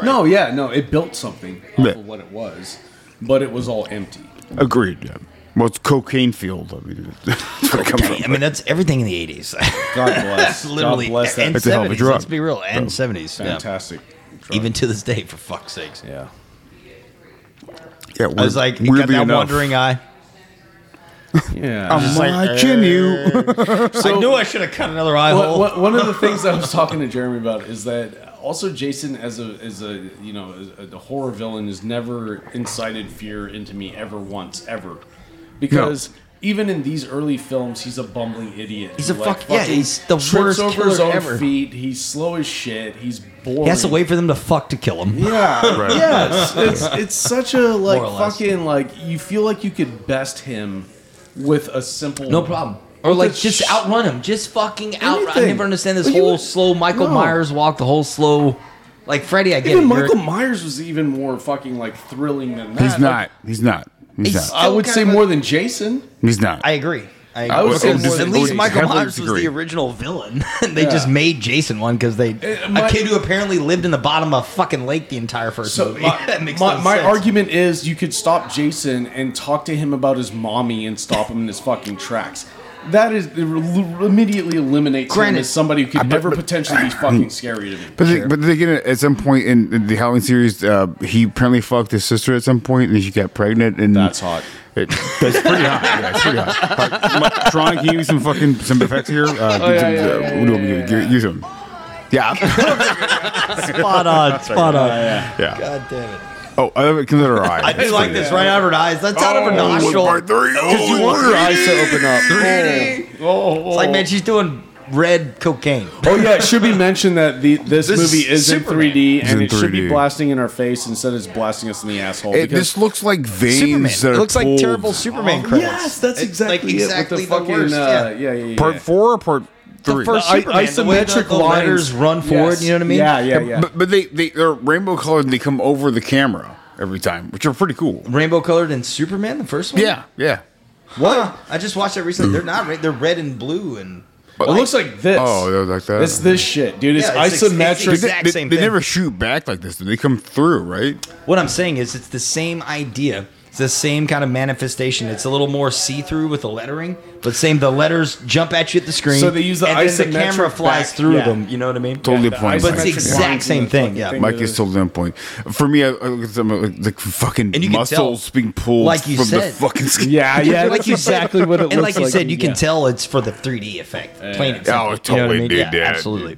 Speaker 2: no, yeah, no. It built something off
Speaker 6: Yeah.
Speaker 2: of what it was, but it was all empty.
Speaker 6: Agreed. Yeah. Well, it's cocaine field. I mean, that's where it comes
Speaker 1: I
Speaker 6: from.
Speaker 1: mean, that's everything in the 80s.
Speaker 2: God bless.
Speaker 1: That's literally
Speaker 2: God bless that
Speaker 1: and
Speaker 6: It's a hell of a
Speaker 1: 70s.
Speaker 6: drug,
Speaker 1: Let's be real, and 70s. yeah.
Speaker 2: fantastic.
Speaker 1: Even to this day, for fuck's sakes.
Speaker 2: Yeah.
Speaker 6: Yeah,
Speaker 1: I was like, you got
Speaker 6: weirdly
Speaker 1: that
Speaker 6: enough.
Speaker 1: wandering eye.
Speaker 2: Yeah.
Speaker 6: I'm watching you.
Speaker 1: uh, I knew I should have cut another eye
Speaker 2: One-
Speaker 1: hole.
Speaker 2: one- one of the things I was talking to Jeremy about is that also Jason, as a as a you know as a, the horror villain, has never incited fear into me ever once ever, because. Even in these early films, he's a bumbling idiot.
Speaker 1: He's a
Speaker 2: who,
Speaker 1: fuck- yeah,
Speaker 2: fucking
Speaker 1: he's the
Speaker 2: trips
Speaker 1: worst
Speaker 2: over his
Speaker 1: killer
Speaker 2: own
Speaker 1: ever.
Speaker 2: feet. He's slow as shit. He's boring.
Speaker 1: He has to wait for them to fuck to kill him.
Speaker 2: Yeah.
Speaker 6: Right.
Speaker 2: Yes. It's it's such a like
Speaker 1: More or less.
Speaker 2: fucking like you feel like you could best him with a simple
Speaker 1: No problem. Or
Speaker 2: with a
Speaker 1: like just
Speaker 2: sh-
Speaker 1: outrun him. Just fucking outrun. I
Speaker 2: Anything.
Speaker 1: never understand this
Speaker 2: Well, you
Speaker 1: whole
Speaker 2: would-
Speaker 1: slow Michael
Speaker 2: No.
Speaker 1: Myers walk, the whole slow. Like Freddy, I get
Speaker 2: Even
Speaker 1: it. You're-
Speaker 2: Michael Myers was even more fucking like thrilling than that.
Speaker 6: He's not. He's not. He's
Speaker 1: He's-
Speaker 6: not.
Speaker 2: I would say more than Jason.
Speaker 6: He's not.
Speaker 1: I agree. I agree.
Speaker 2: I would say
Speaker 1: At
Speaker 2: more than
Speaker 1: least
Speaker 2: Jason.
Speaker 1: Michael
Speaker 6: Heavily
Speaker 1: Myers was
Speaker 6: disagree.
Speaker 1: the original villain. and they
Speaker 2: Yeah.
Speaker 1: just made Jason one because they
Speaker 2: Uh,
Speaker 1: a
Speaker 2: my-
Speaker 1: kid who apparently lived in the bottom of a fucking lake the entire first
Speaker 2: So
Speaker 1: movie.
Speaker 2: my,
Speaker 1: that makes
Speaker 2: my,
Speaker 1: no
Speaker 2: my
Speaker 1: sense.
Speaker 2: argument is you could stop Jason and talk to him about his mommy and stop him in his fucking tracks. That is it rel- immediately eliminates him
Speaker 1: Granted.
Speaker 2: as somebody who could
Speaker 6: but-
Speaker 2: ever
Speaker 6: but-
Speaker 2: potentially be fucking scary to me.
Speaker 6: But they, but then again, at some point in, in the Halloween series, uh, he apparently fucked his sister at some point, and she got pregnant. And
Speaker 2: That's hot.
Speaker 6: It, that's pretty hot. Yeah, it's pretty hot. Like, my- Tron, can you use some fucking some effects here? Uh,
Speaker 1: Oh,
Speaker 6: give some-
Speaker 2: yeah,
Speaker 6: uh,
Speaker 2: yeah,
Speaker 6: what do you want me to do? Give- Use them. Yeah,
Speaker 1: spot on, spot on.
Speaker 6: yeah.
Speaker 1: God damn it!
Speaker 6: Oh, I have it comes out of her eye.
Speaker 1: I do like this right out of her eyes. That's out of her
Speaker 6: Oh, with
Speaker 1: nostril.
Speaker 6: part three.
Speaker 2: Because you
Speaker 6: Oh,
Speaker 2: want your eyes to open up.
Speaker 1: It's like man, she's doing red cocaine.
Speaker 2: Oh yeah, it should be mentioned that the this, movie is
Speaker 1: Superman.
Speaker 2: in 3D
Speaker 6: It's
Speaker 2: and
Speaker 6: in
Speaker 2: it should
Speaker 6: 3D.
Speaker 2: be blasting in our face instead of it's blasting us in the asshole.
Speaker 6: It,
Speaker 2: because
Speaker 6: this looks like veins
Speaker 1: Superman. It
Speaker 6: that are
Speaker 1: looks like
Speaker 6: pulled. Oh,
Speaker 1: terrible Superman credits.
Speaker 2: Oh, yes, that's
Speaker 1: It's
Speaker 2: exactly it
Speaker 1: like
Speaker 2: with
Speaker 1: exactly the
Speaker 2: the fucking
Speaker 1: worst,
Speaker 2: uh, yeah. yeah yeah
Speaker 6: Part
Speaker 2: yeah.
Speaker 6: four or part three?
Speaker 1: first
Speaker 2: I-
Speaker 1: Superman, the way the-
Speaker 2: isometric
Speaker 1: the
Speaker 2: lines
Speaker 1: letters run forward, you know what I mean?
Speaker 2: Yeah, yeah, yeah.
Speaker 6: But, but they they they're rainbow colored and they come over the camera every time, which are pretty cool.
Speaker 1: Rainbow colored in Superman, the first one.
Speaker 6: Yeah, yeah.
Speaker 1: What? I just watched that recently. They're not red. They're red and blue and.
Speaker 2: Well, it looks like this.
Speaker 6: Oh, they're like that.
Speaker 2: It's this shit, dude. It's
Speaker 1: Yeah, it's ex- it's
Speaker 2: isometric.
Speaker 1: exact-
Speaker 6: they,
Speaker 1: same
Speaker 6: they
Speaker 1: thing.
Speaker 6: never shoot back like this. They come through, right?
Speaker 1: What I'm saying is, it's the same idea. It's the same kind of manifestation. It's a little more see-through with the lettering, but same. The letters jump at you at the screen.
Speaker 2: So they use the
Speaker 1: and then
Speaker 2: isometric
Speaker 1: the camera flies
Speaker 2: back.
Speaker 1: through
Speaker 2: Yeah.
Speaker 1: them. You know what I mean?
Speaker 6: Totally
Speaker 2: the
Speaker 6: point.
Speaker 2: isometric
Speaker 1: But it's the exact
Speaker 2: lines
Speaker 1: same
Speaker 2: and the
Speaker 1: thing,
Speaker 2: fucking
Speaker 1: yeah.
Speaker 2: thing
Speaker 6: Mike
Speaker 2: that
Speaker 6: is totally on point. For me, I, I look at some like, the fucking
Speaker 1: And you can
Speaker 6: muscles
Speaker 1: tell,
Speaker 6: being pulled
Speaker 1: like you
Speaker 6: from the
Speaker 1: said-
Speaker 6: fucking skin.
Speaker 2: Yeah, yeah.
Speaker 1: like
Speaker 2: that's
Speaker 1: you said-
Speaker 2: exactly what it looks
Speaker 1: And like you said, you
Speaker 2: yeah.
Speaker 1: can tell it's for the 3D effect. Plain and simple. You know
Speaker 6: Oh,
Speaker 1: what I
Speaker 6: totally
Speaker 1: mean?
Speaker 6: did
Speaker 1: Yeah,
Speaker 6: that,
Speaker 1: Absolutely.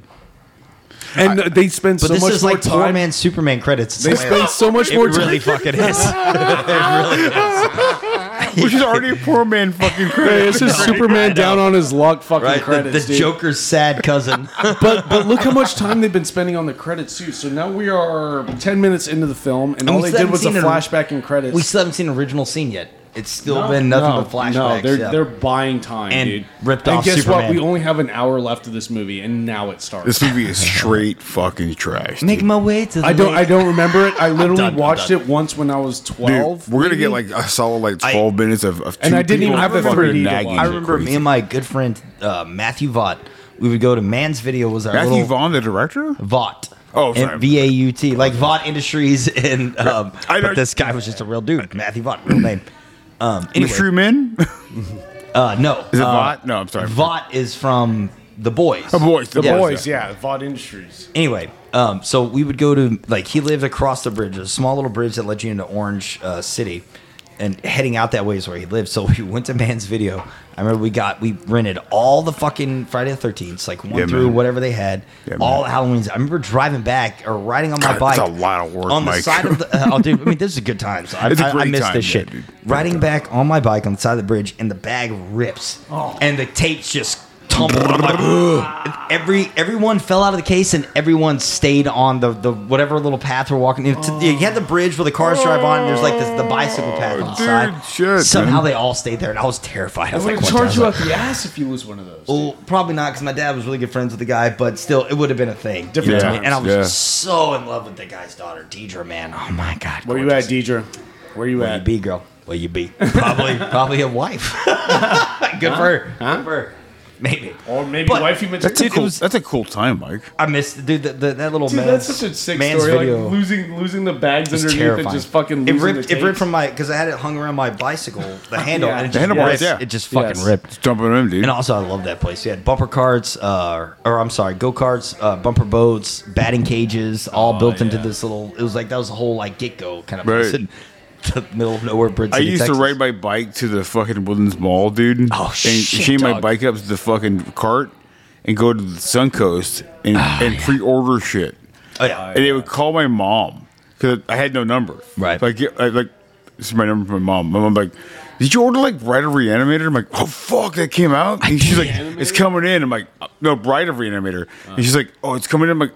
Speaker 8: And they spend
Speaker 1: But
Speaker 8: so
Speaker 1: this
Speaker 8: much
Speaker 1: is
Speaker 8: more
Speaker 1: like
Speaker 8: time.
Speaker 1: Poor Man's Superman credits. It's
Speaker 2: They spend
Speaker 1: hilarious.
Speaker 2: so much
Speaker 1: It
Speaker 2: more
Speaker 1: really
Speaker 2: time.
Speaker 1: fucking is.
Speaker 6: Which is already a poor man fucking crazy.
Speaker 8: This is Superman down on his luck.
Speaker 2: Fucking
Speaker 1: Right, the,
Speaker 2: credits,
Speaker 1: the
Speaker 2: dude.
Speaker 1: Joker's sad cousin.
Speaker 2: But but look how much time they've been spending on the credits too. So now we are ten minutes into the film, and,
Speaker 1: we
Speaker 2: all they
Speaker 1: still
Speaker 2: did was a
Speaker 1: haven't seen it.
Speaker 2: flashback and credits.
Speaker 1: we still haven't seen original scene yet. It's still been nothing but flashbacks.
Speaker 2: they're
Speaker 1: yeah.
Speaker 2: they're buying time,
Speaker 1: And
Speaker 2: dude.
Speaker 1: ripped
Speaker 2: and
Speaker 1: off
Speaker 2: guess
Speaker 1: Superman.
Speaker 2: what? We only have an hour left of this movie, and now it starts.
Speaker 6: This movie is straight fucking trash.
Speaker 1: Make
Speaker 6: dude.
Speaker 1: my way to. The
Speaker 2: I don't. I
Speaker 1: lake.
Speaker 2: don't remember it. I literally
Speaker 1: done, I'm
Speaker 2: watched
Speaker 1: done.
Speaker 2: it once when I was
Speaker 6: Dude,
Speaker 2: twelve.
Speaker 6: we're gonna get
Speaker 2: maybe?
Speaker 6: like a solid like twelve minutes of, of
Speaker 2: And
Speaker 6: two
Speaker 2: I didn't even
Speaker 6: people
Speaker 2: have a
Speaker 6: fucking
Speaker 2: 3D to
Speaker 6: nagging
Speaker 2: watch.
Speaker 6: you
Speaker 1: I remember
Speaker 6: crazy.
Speaker 1: me and my good friend uh, Matthew Vaught. We would go to Man's Video. Was our
Speaker 6: Matthew
Speaker 1: little
Speaker 6: Vaughn, the director.
Speaker 1: Vaught.
Speaker 6: Oh, sorry.
Speaker 1: And V A U T, like Vaught Industries, and um,
Speaker 6: I
Speaker 1: but
Speaker 6: know-
Speaker 1: this guy was just a real dude, Matthew Vaught, real name. Um,
Speaker 6: The
Speaker 1: anyway,
Speaker 6: True Men.
Speaker 1: uh, no,
Speaker 6: Is it
Speaker 1: uh,
Speaker 6: Vaught? No, I'm sorry.
Speaker 1: Vaught is from The Boys.
Speaker 6: The boys. The
Speaker 1: Yeah.
Speaker 2: boys. Yeah, Vaught Industries.
Speaker 1: Anyway, um, so we would go to like he lived across the bridge, a small little bridge that led you into Orange uh, City, and heading out that way is where he lived. So we went to Man's Video. I remember we got we rented all the fucking Friday the Thirteenth, like one
Speaker 6: Yeah,
Speaker 1: through
Speaker 6: man.
Speaker 1: whatever they had,
Speaker 6: Yeah,
Speaker 1: all
Speaker 6: man.
Speaker 1: the Halloweens. I remember driving back or riding on my
Speaker 6: God,
Speaker 1: bike.
Speaker 6: that's a lot of work,
Speaker 1: on the
Speaker 6: Mike.
Speaker 1: side of the. oh, dude, I mean, this is a good time. So I,
Speaker 6: It's a
Speaker 1: I- I
Speaker 6: great
Speaker 1: miss
Speaker 6: time,
Speaker 1: this
Speaker 6: yeah,
Speaker 1: shit.
Speaker 6: dude. Great
Speaker 1: Riding
Speaker 6: time.
Speaker 1: back on my bike on the side of the bridge, and the bag rips, and the tapes just tumble. I'm like, "Ah." every everyone fell out of the case and everyone stayed on the, the whatever little path we're walking in. You had the bridge where the cars drive on. And there's like this, the bicycle path on the
Speaker 6: dude,
Speaker 1: side.
Speaker 6: shit,
Speaker 1: Somehow
Speaker 6: man.
Speaker 1: they all stayed there, and I was terrified.
Speaker 2: I'm
Speaker 1: I was like,
Speaker 2: gonna
Speaker 1: what
Speaker 2: charge you
Speaker 1: the hell?
Speaker 2: up the ass if you lose one of those.
Speaker 1: Well, probably not because my dad was really good friends with the guy, but still, it would have been a thing.
Speaker 2: Different
Speaker 1: You know
Speaker 2: times,
Speaker 1: what I mean? And I was
Speaker 6: yeah.
Speaker 1: just so in love with the guy's daughter, Deidre. Man, oh my god,
Speaker 2: Where you at,
Speaker 1: gorgeous.
Speaker 2: Deidre? Where you
Speaker 1: Where you
Speaker 2: at?
Speaker 1: be, girl? Where you be? Probably, probably a wife. good for her. Good for her. Maybe.
Speaker 2: Or maybe
Speaker 1: But-
Speaker 2: wifey went
Speaker 6: That's
Speaker 2: to.
Speaker 6: a
Speaker 1: Dude, it
Speaker 6: cool.
Speaker 1: was-
Speaker 6: That's a cool time, Mike.
Speaker 1: I missed dude the, the, that little
Speaker 2: Dude,
Speaker 1: man's,
Speaker 2: that's such a sick
Speaker 1: man's
Speaker 2: story.
Speaker 1: video.
Speaker 2: Like losing losing the bags
Speaker 1: It's
Speaker 2: underneath
Speaker 1: terrifying.
Speaker 2: and just fucking
Speaker 1: it
Speaker 2: losing
Speaker 1: ripped.
Speaker 2: the
Speaker 1: it ripped
Speaker 2: tapes.
Speaker 1: from my because I had it hung around my bicycle, the handle.
Speaker 2: Yeah.
Speaker 1: and it
Speaker 2: The
Speaker 1: just
Speaker 6: handlebars,
Speaker 1: ripped.
Speaker 6: yeah.
Speaker 1: It just fucking
Speaker 2: Yes.
Speaker 1: ripped.
Speaker 6: Just jumping in, dude.
Speaker 1: And also, I love that place. You had bumper carts, uh, or I'm sorry, go karts, uh, bumper boats, batting cages, all built into
Speaker 2: Oh, yeah.
Speaker 1: this little. It was like that was a whole like get go kind of
Speaker 6: Right.
Speaker 1: place in the middle of nowhere. Bridge
Speaker 6: I
Speaker 1: City,
Speaker 6: used
Speaker 1: Texas.
Speaker 6: to ride my bike to the fucking Woodlands Mall, dude.
Speaker 1: Oh,
Speaker 6: and
Speaker 1: shit,
Speaker 6: chain my
Speaker 1: dog.
Speaker 6: bike up to the fucking cart and go to the Suncoast and, and pre-order shit.
Speaker 1: Ah, Oh yeah,
Speaker 6: and they would call my mom because I had no number.
Speaker 1: Right.
Speaker 6: Like, I, like this is my number from my mom. My mom like, did you order like Ride of Reanimator? I'm like, oh fuck, that came out. And she's like, it's coming in. I'm like, "Uh, no, Ride of Reanimator. and she's like, oh, it's coming in. I'm like,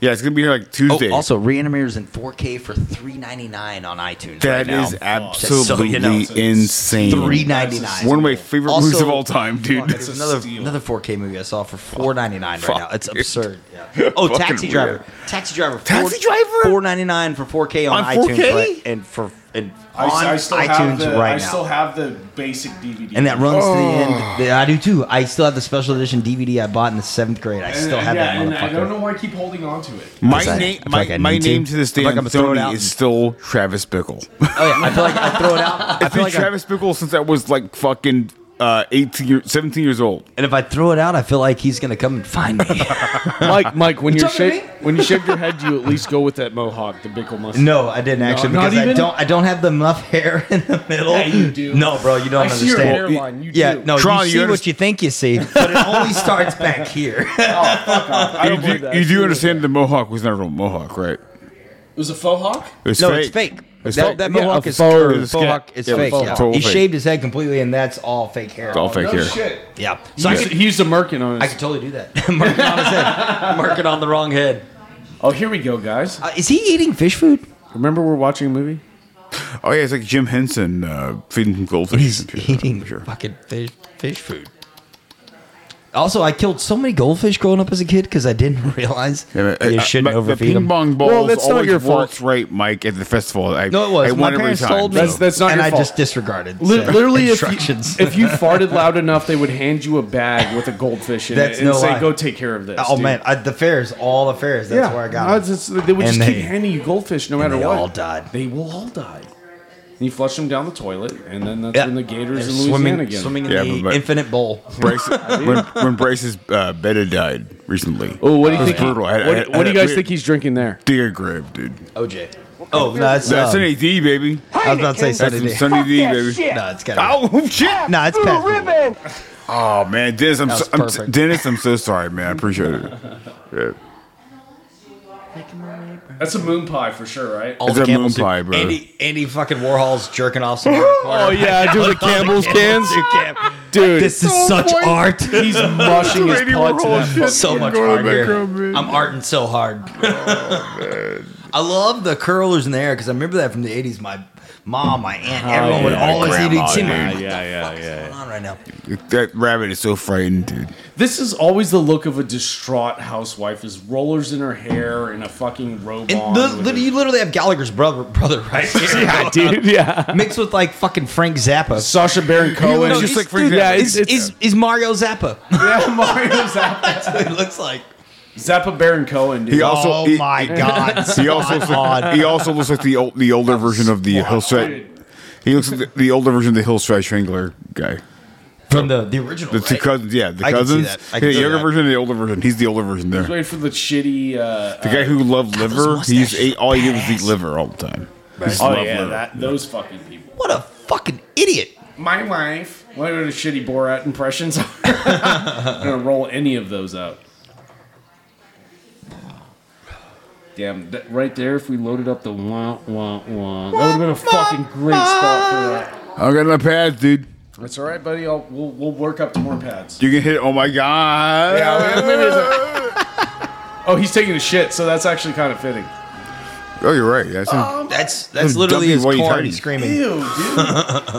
Speaker 6: yeah, it's gonna be here like
Speaker 1: Uh. Oh,
Speaker 6: Tuesday.
Speaker 1: also, Reanimator's in 4K for 3.99 on iTunes.
Speaker 6: that
Speaker 1: right
Speaker 6: is
Speaker 1: now.
Speaker 6: absolutely
Speaker 1: you know, it's
Speaker 6: insane.
Speaker 1: three ninety nine.
Speaker 6: One of my favorite movies of all time, dude.
Speaker 1: It's another
Speaker 2: steal.
Speaker 1: another 4K movie I saw for four ninety nine right
Speaker 6: Fuck,
Speaker 1: now. It's
Speaker 6: dude.
Speaker 1: absurd. Yeah. Oh,
Speaker 6: Fucking
Speaker 1: Taxi
Speaker 6: weird.
Speaker 1: Driver. Taxi Driver.
Speaker 6: Taxi Driver?
Speaker 1: Four ninety nine for 4K on,
Speaker 6: On
Speaker 1: iTunes
Speaker 6: 4K?
Speaker 1: right, and for and
Speaker 2: I,
Speaker 1: on
Speaker 2: I still have
Speaker 1: iTunes
Speaker 2: the,
Speaker 1: right
Speaker 2: I
Speaker 1: now.
Speaker 2: still have the basic DVD.
Speaker 1: and that runs to the
Speaker 6: Oh.
Speaker 1: end. Yeah, I do too. I still have the special edition DVD I bought in the seventh grade. I
Speaker 2: And-
Speaker 1: still have
Speaker 2: yeah,
Speaker 1: that
Speaker 2: and I don't
Speaker 1: motherfucker.
Speaker 2: know why I keep holding on to it.
Speaker 6: My
Speaker 1: I- I
Speaker 6: name,
Speaker 1: feel
Speaker 6: my,
Speaker 1: like I
Speaker 6: my
Speaker 1: need to.
Speaker 6: name to this
Speaker 1: I
Speaker 6: day
Speaker 1: feel like
Speaker 6: on
Speaker 1: I'm throwing it out
Speaker 6: Sony
Speaker 1: and-
Speaker 6: is still Travis Bickle.
Speaker 1: Oh yeah, I feel like I throw it out. I
Speaker 6: I've
Speaker 1: feel
Speaker 6: been
Speaker 1: like I-
Speaker 6: Travis Bickle since I was like fucking uh, 18, year, 17 years old.
Speaker 1: and if I throw it out, I feel like he's gonna come and find me.
Speaker 2: Mike, Mike, when you
Speaker 1: talking to
Speaker 2: shave when you shave your head, do you at least go with that mohawk, the Bickle mustache.
Speaker 1: No, I didn't actually
Speaker 2: not
Speaker 1: because I
Speaker 2: even?
Speaker 1: don't. I don't have the enough hair in the middle.
Speaker 2: Yeah, you do.
Speaker 1: No, bro, you don't
Speaker 2: I see your
Speaker 1: understand.
Speaker 2: hairline, you
Speaker 1: yeah,
Speaker 2: do.
Speaker 1: no,
Speaker 6: Tron,
Speaker 1: you
Speaker 6: you
Speaker 1: see what
Speaker 6: underst-
Speaker 1: you think you see, but it only starts back here.
Speaker 2: I don't
Speaker 6: You,
Speaker 2: believe that.
Speaker 6: you do understand the mohawk was not a real mohawk, right?
Speaker 2: It was a faux hawk.
Speaker 6: It was
Speaker 1: no, it's fake.
Speaker 6: It's
Speaker 1: that,
Speaker 6: fake.
Speaker 1: that
Speaker 6: Yeah,
Speaker 1: mohawk
Speaker 6: a
Speaker 1: is
Speaker 6: faux-
Speaker 1: or
Speaker 6: it's a
Speaker 1: mohawk
Speaker 6: scat-
Speaker 1: is
Speaker 6: yeah,
Speaker 1: fake.
Speaker 6: faux-
Speaker 1: yeah.
Speaker 6: total
Speaker 1: He
Speaker 6: fake.
Speaker 1: shaved Oh, his head completely, and that's all fake hair.
Speaker 6: It's all fake
Speaker 2: no
Speaker 6: hair.
Speaker 2: shit.
Speaker 1: Yeah, so
Speaker 2: So
Speaker 1: I
Speaker 2: he,
Speaker 1: could,
Speaker 2: he used a merkin on
Speaker 1: I
Speaker 2: his.
Speaker 1: could totally do that. Mark it on his head. Mark it on the wrong head.
Speaker 2: oh, here we go, guys.
Speaker 1: Uh, is he eating fish food?
Speaker 2: Remember, we're watching a movie.
Speaker 6: Oh yeah, it's like Jim Henson uh, feeding some goldfish.
Speaker 1: He's
Speaker 6: and shit,
Speaker 1: eating
Speaker 6: I'm sure.
Speaker 1: fucking fish, fish food. Also, I killed so many goldfish growing up as a kid because I didn't realize
Speaker 6: Yeah, but,
Speaker 1: that you
Speaker 6: uh,
Speaker 1: shouldn't
Speaker 6: but
Speaker 1: overfeed
Speaker 6: the
Speaker 1: them.
Speaker 6: ping pong balls
Speaker 2: Well, that's not
Speaker 6: always
Speaker 2: your fault.
Speaker 6: worked right, Mike, at the festival. I,
Speaker 1: No, it was.
Speaker 6: I
Speaker 1: My
Speaker 6: won every
Speaker 1: parents
Speaker 6: time.
Speaker 1: told me.
Speaker 2: That's- that's not
Speaker 1: And
Speaker 2: your
Speaker 1: I
Speaker 2: fault.
Speaker 1: just disregarded
Speaker 2: Li-
Speaker 1: said
Speaker 2: literally, if you,
Speaker 1: instructions.
Speaker 2: if you farted loud enough, they would hand you a bag with a goldfish in
Speaker 1: That's
Speaker 2: it and
Speaker 1: no
Speaker 2: say,
Speaker 1: lie.
Speaker 2: "Go take care of this."
Speaker 1: oh
Speaker 2: dude."
Speaker 1: man, I, the fairs, all the fairs. That's
Speaker 2: yeah.
Speaker 1: where I
Speaker 2: No,
Speaker 1: got
Speaker 2: it's
Speaker 1: them.
Speaker 2: just- they would
Speaker 1: And
Speaker 2: just
Speaker 1: they-
Speaker 2: keep handing you goldfish no matter
Speaker 1: they
Speaker 2: what.
Speaker 1: all died.
Speaker 2: They will all die. And you flush them down the toilet, and then that's
Speaker 1: Yeah.
Speaker 2: when the gators
Speaker 1: They're
Speaker 2: in Louisiana
Speaker 1: swimming,
Speaker 2: again.
Speaker 1: swimming in
Speaker 6: Yeah,
Speaker 1: the
Speaker 6: but- but-
Speaker 1: infinite bowl.
Speaker 6: Brace, when, when Brace's uh, Betta died recently.
Speaker 2: Oh, what do you
Speaker 6: It was
Speaker 2: think?
Speaker 6: brutal. I-
Speaker 2: What,
Speaker 6: I-
Speaker 2: what
Speaker 6: I-
Speaker 2: do you guys
Speaker 6: we-
Speaker 2: think he's drinking there?
Speaker 6: Dear grave, dude.
Speaker 1: OJ. Oh no, that's,
Speaker 6: That's
Speaker 1: um,
Speaker 6: an AD, baby.
Speaker 1: I was about to say
Speaker 6: That's
Speaker 1: Sunday
Speaker 6: some
Speaker 1: day.
Speaker 6: Sunny
Speaker 3: Fuck
Speaker 6: D,
Speaker 3: that
Speaker 6: baby.
Speaker 3: shit.
Speaker 1: No, it's got.
Speaker 6: Oh shit!
Speaker 1: No, it's
Speaker 3: Blue
Speaker 1: past.
Speaker 3: ribbon.
Speaker 6: Oh man, Dennis, I'm,
Speaker 1: That
Speaker 6: so,
Speaker 1: was
Speaker 6: I'm so-
Speaker 1: perfect.
Speaker 6: Dennis, I'm so sorry, man. I appreciate it. Yeah.
Speaker 2: That's a moon pie for sure, right?
Speaker 1: All
Speaker 6: It's
Speaker 1: the
Speaker 6: a moon
Speaker 1: Campbell's soup.
Speaker 6: pie, bro.
Speaker 1: Andy, Andy fucking Warhol's jerking off somewhere in the corner.
Speaker 8: Oh yeah, do the Campbell's cans, dude.
Speaker 1: This is such art.
Speaker 2: He's mushing his
Speaker 6: Brady
Speaker 2: pod to
Speaker 6: Roll
Speaker 2: that.
Speaker 6: shit.
Speaker 1: so much
Speaker 6: Go to
Speaker 1: hard
Speaker 6: the
Speaker 1: here.
Speaker 6: background, man.
Speaker 1: I'm arting so hard. I love the curlers in the air because I remember that from the '80s. My mom, my aunt, everyone would always
Speaker 7: grandma,
Speaker 1: need to see me.
Speaker 7: dude.
Speaker 1: What the
Speaker 2: Yeah, yeah,
Speaker 1: fuck's
Speaker 2: yeah.
Speaker 1: going on right now?
Speaker 6: That rabbit is so frightened, dude.
Speaker 2: This is always the look of a distraught housewife, is rollers in her hair and a fucking robe on.
Speaker 1: And the,
Speaker 2: with
Speaker 1: lit-
Speaker 2: her-
Speaker 1: you literally have Gallagher's brother, brother right here.
Speaker 8: yeah, dude. Yeah.
Speaker 1: Mixed with like fucking Frank Zappa.
Speaker 2: Sasha Baron Cohen.
Speaker 1: No,
Speaker 6: just
Speaker 1: he's-
Speaker 6: like Frank
Speaker 1: dude,
Speaker 8: Zappa. Yeah,
Speaker 1: is,
Speaker 8: it's-
Speaker 1: is, is Mario Zappa.
Speaker 2: yeah, Mario Zappa.
Speaker 1: That's what it looks like.
Speaker 2: Zappa Baron Cohen, dude.
Speaker 6: He also
Speaker 1: oh
Speaker 6: he,
Speaker 1: my God.
Speaker 6: he also looks like, he also looks like the old, the older version of the hillside. He looks like the, the older version of the hillside strangler guy.
Speaker 1: From the, the original.
Speaker 6: The two
Speaker 1: right?
Speaker 6: cousins, yeah, the
Speaker 1: I can see
Speaker 6: cousins.
Speaker 1: that. I
Speaker 6: Yeah,
Speaker 1: can see
Speaker 6: younger
Speaker 1: that.
Speaker 6: version and the older version. He's the older version there.
Speaker 2: Wait for the shitty. Uh,
Speaker 6: The guy who loved liver,
Speaker 1: those
Speaker 6: he used
Speaker 1: mustaches
Speaker 6: ate all he did was eat liver all the time. Just
Speaker 2: oh
Speaker 6: loved
Speaker 2: yeah,
Speaker 6: liver.
Speaker 2: that, those fucking people.
Speaker 1: What a fucking idiot.
Speaker 2: My wife. What are the shitty Borat impressions? I'm gonna roll any of those out. Damn, that, right there. If we loaded up the wah wah wah, that would have been a fucking great spot for that.
Speaker 6: I got no pads, dude.
Speaker 2: That's all right, buddy. I'll, we'll we'll work up to more pads.
Speaker 6: You can hit. it. Oh my god.
Speaker 2: Yeah, maybe it's a- oh, he's taking a shit, so that's actually kind of fitting.
Speaker 6: Oh, you're right. That's
Speaker 1: That's that's
Speaker 6: Those
Speaker 1: literally
Speaker 6: W
Speaker 1: his
Speaker 6: white
Speaker 1: corn
Speaker 6: tiny.
Speaker 1: screaming.
Speaker 2: Ew,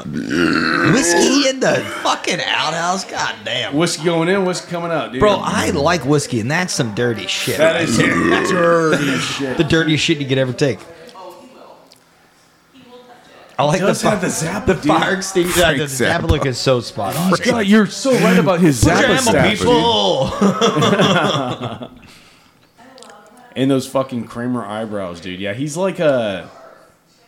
Speaker 2: dude.
Speaker 1: Whiskey in the fucking outhouse. God damn.
Speaker 2: whiskey going in, whiskey coming out, dude.
Speaker 1: Bro, I like whiskey, and that's some dirty shit.
Speaker 2: that is dirty shit.
Speaker 1: the dirtiest shit you could ever take. I like the,
Speaker 2: does
Speaker 1: fi-
Speaker 2: have the Zappa,
Speaker 1: the
Speaker 2: dude.
Speaker 1: fire extinguisher.
Speaker 6: Frank
Speaker 1: The Zappa look is so spot on.
Speaker 2: God, you're so right about his Zappa staff, dude. And those fucking Kramer eyebrows, dude. Yeah, he's like a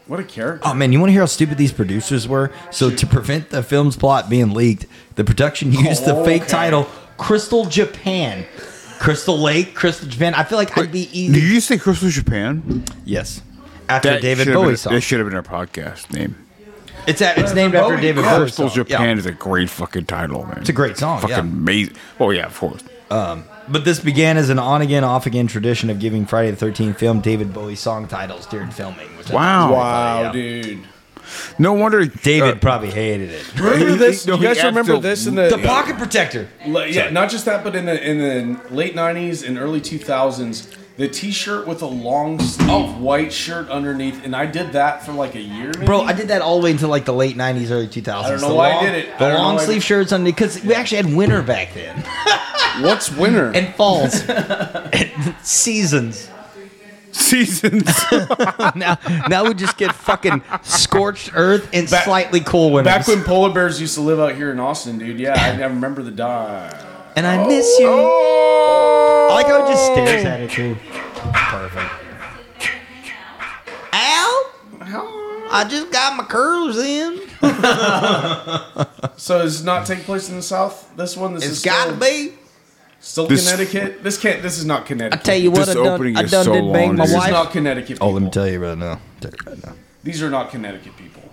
Speaker 2: what a character.
Speaker 1: Oh man, you want to hear how stupid these producers were? So to prevent the film's plot being leaked, the production used the fake
Speaker 2: Okay.
Speaker 1: title Crystal Japan. Crystal Lake, Crystal Japan. I feel like I'd be
Speaker 6: Did
Speaker 1: easy.
Speaker 6: you say Crystal Japan?
Speaker 1: Yes. After David
Speaker 6: should've been-
Speaker 1: Bowie song.
Speaker 6: That should have been our podcast name.
Speaker 1: It's at, it's named after
Speaker 2: Bowie,
Speaker 1: David
Speaker 2: yeah.
Speaker 1: Bowie.
Speaker 6: Crystal
Speaker 1: song. Yeah.
Speaker 6: Japan is a great fucking title, man.
Speaker 1: It's a great song.
Speaker 6: fucking
Speaker 1: yeah.
Speaker 6: amazing. Oh yeah, of course.
Speaker 1: But this began as an on again, off again tradition of giving Friday the 13th film David Bowie song titles during filming. Which I-
Speaker 6: Wow.
Speaker 2: wow,
Speaker 1: yeah.
Speaker 2: dude.
Speaker 6: No wonder
Speaker 1: David
Speaker 6: uh,
Speaker 1: probably hated it.
Speaker 2: Remember
Speaker 6: He-
Speaker 2: this?
Speaker 6: no,
Speaker 2: you
Speaker 6: he
Speaker 2: guys
Speaker 6: adds
Speaker 2: remember
Speaker 6: the-
Speaker 2: this in
Speaker 1: The
Speaker 2: the,
Speaker 1: pocket protector.
Speaker 2: Le- yeah, not just that, but in the in the late '90s and early 2000s, the T-shirt with a long sleeve
Speaker 1: Oh.
Speaker 2: white shirt underneath, and I did that for like a year. Maybe?
Speaker 1: Bro, I did that all the way until like the late 90s, early 2000s.
Speaker 2: I don't know
Speaker 1: The
Speaker 2: why I
Speaker 1: long-
Speaker 2: did it. I
Speaker 1: The
Speaker 2: don't know
Speaker 1: long
Speaker 2: why I
Speaker 1: sleeve
Speaker 2: did-
Speaker 1: shirts on because we actually had winter back then
Speaker 2: What's winner?
Speaker 1: and falls and seasons.
Speaker 6: seasons.
Speaker 1: Now, now we just get fucking scorched earth and
Speaker 2: Back-
Speaker 1: slightly cool winters.
Speaker 2: Back when polar bears used to live out here in Austin, dude. Yeah, I, I remember the die.
Speaker 1: and I miss you.
Speaker 2: Oh!
Speaker 1: I like how it just stares at it too. Perfect. Al, I just got my curls in.
Speaker 2: So does it not take place in the South. This one, this
Speaker 1: It's
Speaker 2: is
Speaker 1: got to
Speaker 2: still,
Speaker 1: be.
Speaker 2: still
Speaker 6: This-
Speaker 2: Connecticut. This can't. This is not
Speaker 1: I Oh,
Speaker 2: Connecticut.
Speaker 1: tell you what,
Speaker 6: This
Speaker 1: I done,
Speaker 6: opening
Speaker 1: I
Speaker 6: is
Speaker 1: done
Speaker 6: so
Speaker 1: did bang
Speaker 6: long,
Speaker 1: my
Speaker 6: dude.
Speaker 2: this
Speaker 1: wife.
Speaker 2: is not Connecticut. People.
Speaker 1: tell you right now. Tell you right now.
Speaker 2: These are not Connecticut people.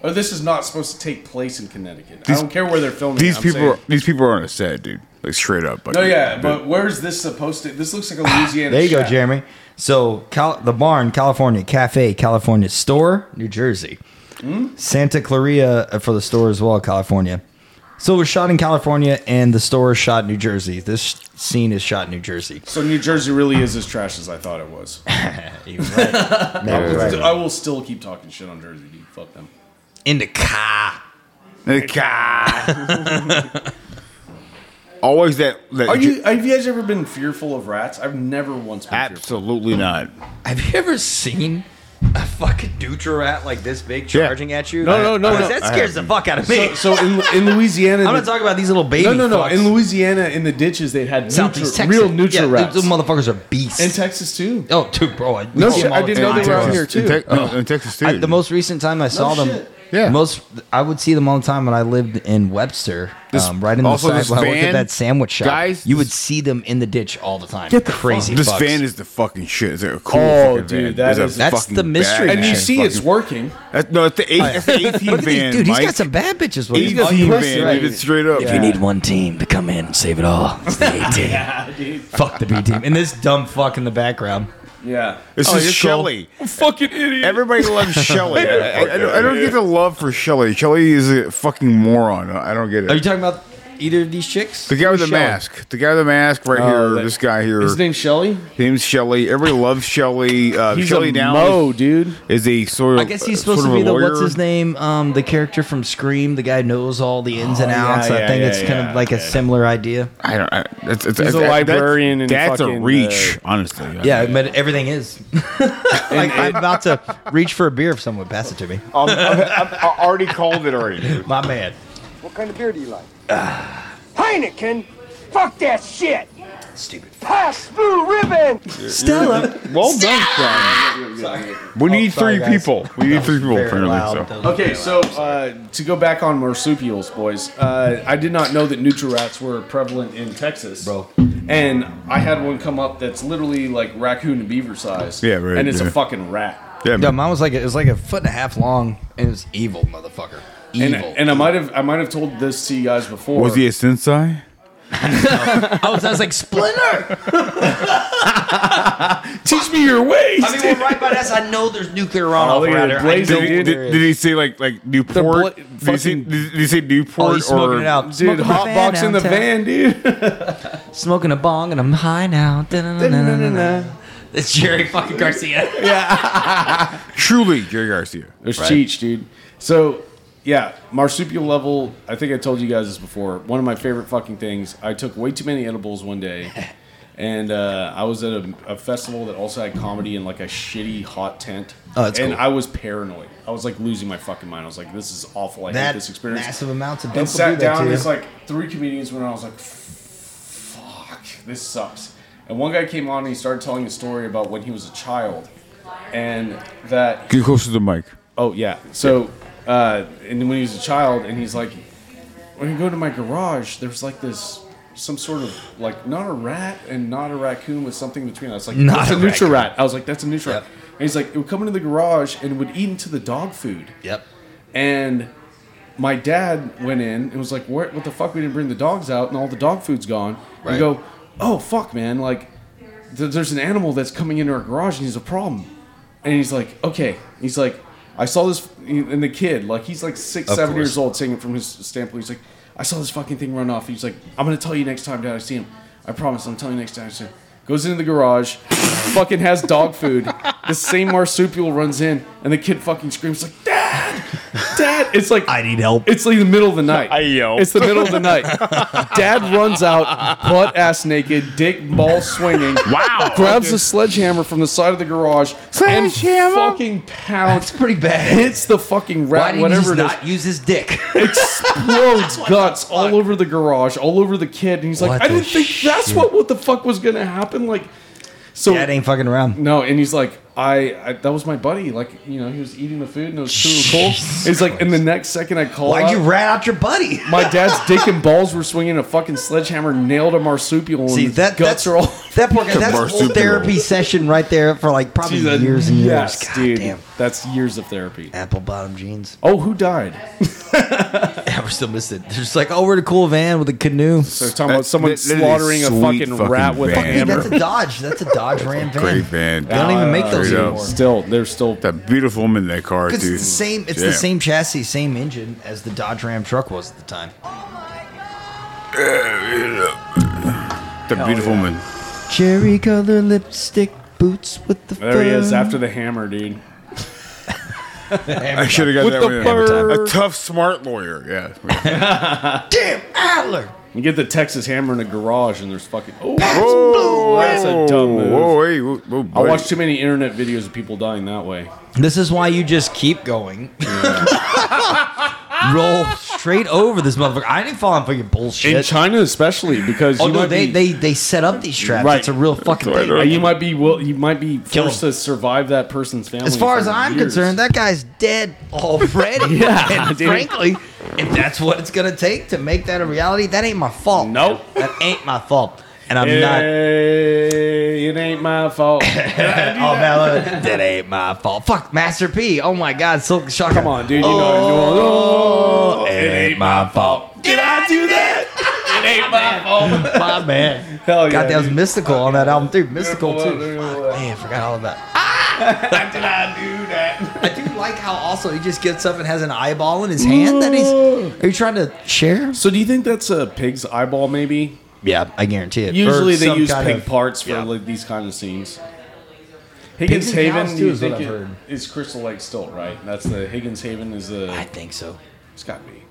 Speaker 2: Or this is not supposed to take place in Connecticut. I don't care where they're filming.
Speaker 6: these
Speaker 2: it, I'm
Speaker 6: people,
Speaker 2: saying-
Speaker 6: are, these people are on a set, dude. Like straight up. Like,
Speaker 2: No, yeah, but where's this supposed to? This looks like a Louisiana.
Speaker 1: There you go,
Speaker 2: shack.
Speaker 1: Jeremy. So Cal- the barn, California cafe, California store, New Jersey,
Speaker 2: Hmm?
Speaker 1: Santa Clarita uh, for the store as well, California. So it was shot in California, and the store is shot in New Jersey. This sh- scene is shot in New Jersey.
Speaker 2: So New Jersey really is as trash as I thought it was.
Speaker 1: He was right. Matt was right.
Speaker 2: I will still keep talking shit on Jersey, dude. Fuck them.
Speaker 1: In the car.
Speaker 6: always that. that
Speaker 2: Are you? Have you guys ever been fearful of rats? I've never once been fearful.
Speaker 6: Absolutely not.
Speaker 1: Have you ever seen a fucking Dutra rat like this big
Speaker 6: Yeah.
Speaker 1: charging at you?
Speaker 2: No, no, no,
Speaker 1: Because
Speaker 2: no.
Speaker 1: That scares the fuck out of me.
Speaker 2: So, so in in Louisiana,
Speaker 1: I'm not talking about these little baby.
Speaker 2: no, no, no.
Speaker 1: fucks.
Speaker 2: In Louisiana, in the ditches, they had
Speaker 1: Southeast
Speaker 2: neutral,
Speaker 1: Texas,
Speaker 2: real neutral
Speaker 1: yeah,
Speaker 2: rats.
Speaker 1: Those motherfuckers are beasts.
Speaker 2: in Texas too.
Speaker 1: oh, dude, bro. I,
Speaker 2: No
Speaker 1: we see
Speaker 2: shit,
Speaker 1: them all
Speaker 2: I
Speaker 1: the
Speaker 2: didn't know
Speaker 1: time.
Speaker 2: they were out
Speaker 6: Texas-
Speaker 2: here, too. Oh.
Speaker 6: In, Tex- no, in Texas too.
Speaker 1: I- the most recent time I saw them,
Speaker 2: shit.
Speaker 6: Yeah.
Speaker 1: most I would see them all the time when I lived in Webster,
Speaker 6: This-
Speaker 1: um, right in the
Speaker 6: also
Speaker 1: side.
Speaker 6: this
Speaker 1: When I worked at
Speaker 6: van-
Speaker 1: that sandwich shop,
Speaker 6: guys,
Speaker 1: you
Speaker 6: this-
Speaker 1: would see them in the ditch all the time.
Speaker 6: Get the
Speaker 1: crazy.
Speaker 6: This
Speaker 1: fucks.
Speaker 6: van is the fucking shit. It's a cool
Speaker 2: Oh,
Speaker 6: fucking
Speaker 2: dude,
Speaker 6: van.
Speaker 2: that
Speaker 6: It's a
Speaker 2: is- That's
Speaker 6: fucking
Speaker 1: the mystery man.
Speaker 6: badass
Speaker 2: And you
Speaker 1: Yeah.
Speaker 2: see,
Speaker 6: fucking-
Speaker 2: it's working.
Speaker 6: That- no, it's the, eight, it's the 18
Speaker 1: Look at
Speaker 6: van.
Speaker 1: this dude. He's
Speaker 6: Mike.
Speaker 1: got some bad bitches. With him.
Speaker 6: 18 van.
Speaker 1: Right.
Speaker 6: dude, It's straight up.
Speaker 1: If you need one team to come in and save it all, it's the A team. Fuck the B team. And this dumb fuck in the background.
Speaker 2: Yeah.
Speaker 6: This
Speaker 1: Oh,
Speaker 6: is
Speaker 1: you're cool.
Speaker 6: Shelly.
Speaker 8: Fucking idiot.
Speaker 6: Everybody loves Shelly. I, I- I don't, I don't get the love for Shelly. Shelly is a fucking moron. I don't get
Speaker 1: Are you
Speaker 6: it.
Speaker 1: talking about either of these chicks?
Speaker 6: The guy with the
Speaker 1: Michelle.
Speaker 6: mask. The guy with the mask right here.
Speaker 2: that-
Speaker 6: this guy here.
Speaker 2: His name's Shelly.
Speaker 6: name's Shelly. Everybody loves Shelly. Uh,
Speaker 8: He's
Speaker 6: Shelly
Speaker 8: a
Speaker 6: Downs
Speaker 8: mo, dude.
Speaker 6: is a sort of.
Speaker 1: I guess he's
Speaker 6: uh, sort
Speaker 1: supposed to
Speaker 6: of
Speaker 1: be
Speaker 6: a
Speaker 1: the what's
Speaker 6: lawyer.
Speaker 1: his name, um, the character from Scream, the guy who knows all the ins and outs. I
Speaker 2: yeah,
Speaker 1: think
Speaker 2: yeah,
Speaker 1: it's kind
Speaker 2: yeah,
Speaker 1: of like a similar idea.
Speaker 6: I don't. I, it's, it's,
Speaker 8: He's a
Speaker 6: that-
Speaker 8: librarian and
Speaker 6: That's, that's a
Speaker 8: fucking,
Speaker 6: reach, honestly.
Speaker 1: Yeah, but everything is. like I'm about to reach for a beer if someone would pass it to me.
Speaker 6: I'm, I'm, I'm, I already called it already. dude.
Speaker 1: My man.
Speaker 3: What kind of beer do you like? Heineken. Fuck that shit.
Speaker 1: Stupid.
Speaker 3: Paps Blue Ribbon.
Speaker 1: Stella.
Speaker 6: Well done, Sean. We need
Speaker 1: "Oh, sorry,
Speaker 6: three
Speaker 1: guys.
Speaker 6: people. We need three people,
Speaker 1: Very
Speaker 6: apparently.
Speaker 1: loud.
Speaker 6: So.
Speaker 2: Okay, so uh, to go back on marsupials, boys, uh, I did not know that nutri-rats were prevalent in Texas,
Speaker 1: Bro.
Speaker 2: And I had one come up that's literally like raccoon and beaver size.
Speaker 6: Yeah, right,
Speaker 2: And it's
Speaker 6: yeah.
Speaker 2: a fucking rat.
Speaker 6: Yeah,
Speaker 1: No,
Speaker 6: man.
Speaker 1: mine was like it was like a foot and a half long, and it was evil, motherfucker.
Speaker 2: And,
Speaker 1: Evil.
Speaker 2: and I might have I might have told this to you guys before.
Speaker 6: Was he a sensei?
Speaker 1: I, was, I was like, Splinter.
Speaker 2: Teach me your ways.
Speaker 1: I mean, we're right by us. I know there's nuclear on
Speaker 2: Oh,
Speaker 1: over
Speaker 2: look at
Speaker 1: there.
Speaker 2: it,
Speaker 1: I
Speaker 2: blazing,
Speaker 1: know
Speaker 6: Did,
Speaker 2: dude.
Speaker 6: did,
Speaker 1: there
Speaker 6: did
Speaker 1: is.
Speaker 6: he say like like
Speaker 8: bla-
Speaker 6: Newport? did, he say,
Speaker 8: fucking-
Speaker 6: did he say Newport
Speaker 1: Oh, he's smoking
Speaker 6: or
Speaker 1: it out.
Speaker 2: Dude,
Speaker 1: Smoking a
Speaker 2: hot
Speaker 1: fan
Speaker 2: box in the
Speaker 1: downtown.
Speaker 2: van, dude.
Speaker 1: Smoking a bong, and I'm high now. Da-na-na-na-na-na. It's Jerry fucking Garcia.
Speaker 6: truly Jerry Garcia?
Speaker 2: There's Cheech, dude. So, yeah, marsupial level. I think I told you guys this before. One of my favorite fucking things. I took way too many edibles one day, and uh, I was at a, a festival that also had comedy in like a shitty hot tent.
Speaker 1: Oh, that's
Speaker 2: and
Speaker 1: cool.
Speaker 2: I was paranoid. I was like losing my fucking mind. I was like, this is awful. I hate this experience.
Speaker 1: massive amounts of dope will
Speaker 2: and
Speaker 1: do
Speaker 2: sat
Speaker 1: that
Speaker 2: down.
Speaker 1: to
Speaker 2: and
Speaker 1: you.
Speaker 2: It's like three comedians went on. I was like, fuck, this sucks. And one guy came on and he started telling a story about when he was a child, and that
Speaker 6: Get closer to the mic.
Speaker 2: Oh yeah. So, uh, and when he was a child, and he's like, when I go to my garage, there's like this some sort of like not a rat and not a raccoon with something between us. Like
Speaker 1: Not
Speaker 2: that's
Speaker 1: a
Speaker 2: a, neutral
Speaker 1: raccoon.
Speaker 2: rat. I was like, that's a neutral
Speaker 1: Yep.
Speaker 2: rat. And he's like, it would come into the garage and would eat into the dog food.
Speaker 1: Yep.
Speaker 2: And my dad went in and was like, "What? What the fuck? We didn't bring the dogs out, and all the dog food's gone." And
Speaker 1: Right.
Speaker 2: We go, "Oh fuck, man! Like, th- there's an animal that's coming into our garage, and he's a problem." And he's like, "Okay." He's like, "I saw this," and the kid, like, he's like six,
Speaker 1: Of
Speaker 2: seven
Speaker 1: course.
Speaker 2: years old, saying it from his standpoint. He's like, "I saw this fucking thing run off." He's like, "I'm gonna tell you next time, Dad. I see him. I promise. I'm telling you next time." I see him." Goes into the garage, fucking has dog food. The same marsupial runs in, and the kid fucking screams like, "Dad, Dad!" It's like
Speaker 1: I need help.
Speaker 2: it's like the middle of the night. I
Speaker 6: yell.
Speaker 2: It's the middle of the night. Dad runs out, butt ass naked, dick ball swinging.
Speaker 6: Wow.
Speaker 2: Grabs a sledgehammer from the side of the garage and
Speaker 6: Sledgehammer?
Speaker 2: fucking pounds.
Speaker 1: That's pretty bad.
Speaker 2: Hits the fucking
Speaker 1: Why
Speaker 2: rat,
Speaker 1: did he just
Speaker 2: whatever it is.
Speaker 1: not use his dick?
Speaker 2: Explodes guts all over the garage, all over the kid, and he's like,
Speaker 1: What
Speaker 2: "I
Speaker 1: the
Speaker 2: didn't think that's
Speaker 1: shit?
Speaker 2: what what the fuck was gonna happen." Like, so
Speaker 1: Dad ain't fucking around.
Speaker 2: no, and he's like, I, I that was my buddy. Like, you know, he was eating the food and it was super cool. He's like, in the next second, I call.
Speaker 1: Why'd
Speaker 2: out,
Speaker 1: you rat out your buddy?
Speaker 2: My dad's dick and balls were swinging a fucking sledgehammer, nailed a marsupial. And
Speaker 1: See
Speaker 2: his
Speaker 1: that
Speaker 2: guts
Speaker 1: that's
Speaker 2: are all.
Speaker 1: that poor guy, that's a whole
Speaker 6: marsupial.
Speaker 1: therapy session right there for like probably
Speaker 2: That-
Speaker 1: years and years.
Speaker 2: Yes,
Speaker 1: God
Speaker 2: dude.
Speaker 1: damn.
Speaker 2: That's years of therapy.
Speaker 1: Apple bottom jeans.
Speaker 2: Oh, who died?
Speaker 1: Yeah, we're still missing. They're just like, oh, we're in a cool van with a canoe.
Speaker 2: So we're talking about
Speaker 6: That-
Speaker 2: someone
Speaker 6: that- that is
Speaker 2: slaughtering a
Speaker 6: sweet
Speaker 2: fucking,
Speaker 6: fucking
Speaker 2: rat with a
Speaker 6: van.
Speaker 1: Hey,
Speaker 2: hammer.
Speaker 1: that's a Dodge. That's a Dodge Ram van.
Speaker 6: Great van.
Speaker 1: They don't even make
Speaker 2: Uh,
Speaker 1: those
Speaker 6: Straight up.
Speaker 1: anymore.
Speaker 2: Still, they're still.
Speaker 6: That beautiful woman in that car,
Speaker 1: 'Cause
Speaker 6: dude.
Speaker 1: it's the same. It's
Speaker 6: Yeah.
Speaker 1: the same chassis, same engine as the Dodge Ram truck was at the time.
Speaker 6: That beautiful woman.
Speaker 1: Cherry color lipstick boots with the.
Speaker 2: There he is after the hammer, dude.
Speaker 6: I should have got
Speaker 8: With
Speaker 6: that
Speaker 8: the
Speaker 6: one.
Speaker 8: bird.
Speaker 6: A tough, smart lawyer. Yeah.
Speaker 1: Damn Adler.
Speaker 2: You get the Texas hammer in a garage, and there's fucking. Oh,
Speaker 6: Whoa,
Speaker 2: That's a dumb move.
Speaker 6: Whoa, hey, whoa, whoa,
Speaker 2: I
Speaker 6: buddy.
Speaker 2: watched too many internet videos of people dying that way.
Speaker 1: This is why you just keep going. Roll straight over this motherfucker. I didn't fall in for your bullshit.
Speaker 2: In China, especially because
Speaker 1: oh
Speaker 2: you
Speaker 1: no,
Speaker 2: might
Speaker 1: they,
Speaker 2: be,
Speaker 1: they they set up these traps.
Speaker 2: Right.
Speaker 1: It's a real fucking
Speaker 6: That's
Speaker 1: thing.
Speaker 6: right,
Speaker 2: uh, you might be will you might be
Speaker 1: Kill
Speaker 2: forced
Speaker 1: him.
Speaker 2: to survive that person's family.
Speaker 1: As far as
Speaker 2: for
Speaker 1: I'm
Speaker 2: years.
Speaker 1: concerned, that guy's dead already.
Speaker 2: Yeah,
Speaker 1: and
Speaker 2: dude.
Speaker 1: frankly, if that's what it's gonna take to make that a reality, that ain't my fault.
Speaker 2: Nope.
Speaker 1: that ain't my fault. And I'm not.
Speaker 2: Hey, it ain't my fault.
Speaker 1: Oh man, look, that ain't my fault. Fuck, Master P. Oh my God, Silk Shock.
Speaker 2: Come on, dude. You know. Oh,
Speaker 1: it ain't my fault. Did I do that? my man.
Speaker 2: Hell yeah,
Speaker 1: God, that was
Speaker 2: dude.
Speaker 1: mystical on that album too. Mystical
Speaker 2: Beautiful
Speaker 1: too.
Speaker 2: world, beautiful
Speaker 1: Fuck,
Speaker 2: world.
Speaker 1: man, Ah! I forgot all about.
Speaker 2: Did I do that?
Speaker 1: I do like how also he just gets up and has an eyeball in his hand that he's. Are you trying to share?
Speaker 2: So do you think that's a pig's eyeball? Maybe.
Speaker 1: Yeah, I guarantee it. Or
Speaker 2: Usually they
Speaker 1: some
Speaker 2: use
Speaker 1: kind
Speaker 2: pig
Speaker 1: of-
Speaker 2: parts for
Speaker 1: yeah.
Speaker 2: like, these kind of scenes. Higgins
Speaker 1: and
Speaker 2: Haven,
Speaker 1: cows, too,
Speaker 2: you
Speaker 1: is what
Speaker 2: think
Speaker 1: I've
Speaker 2: it-
Speaker 1: heard.
Speaker 2: is Crystal Lake still right? That's the Higgins Haven is
Speaker 1: I
Speaker 2: the
Speaker 1: think so.
Speaker 2: it's got to be.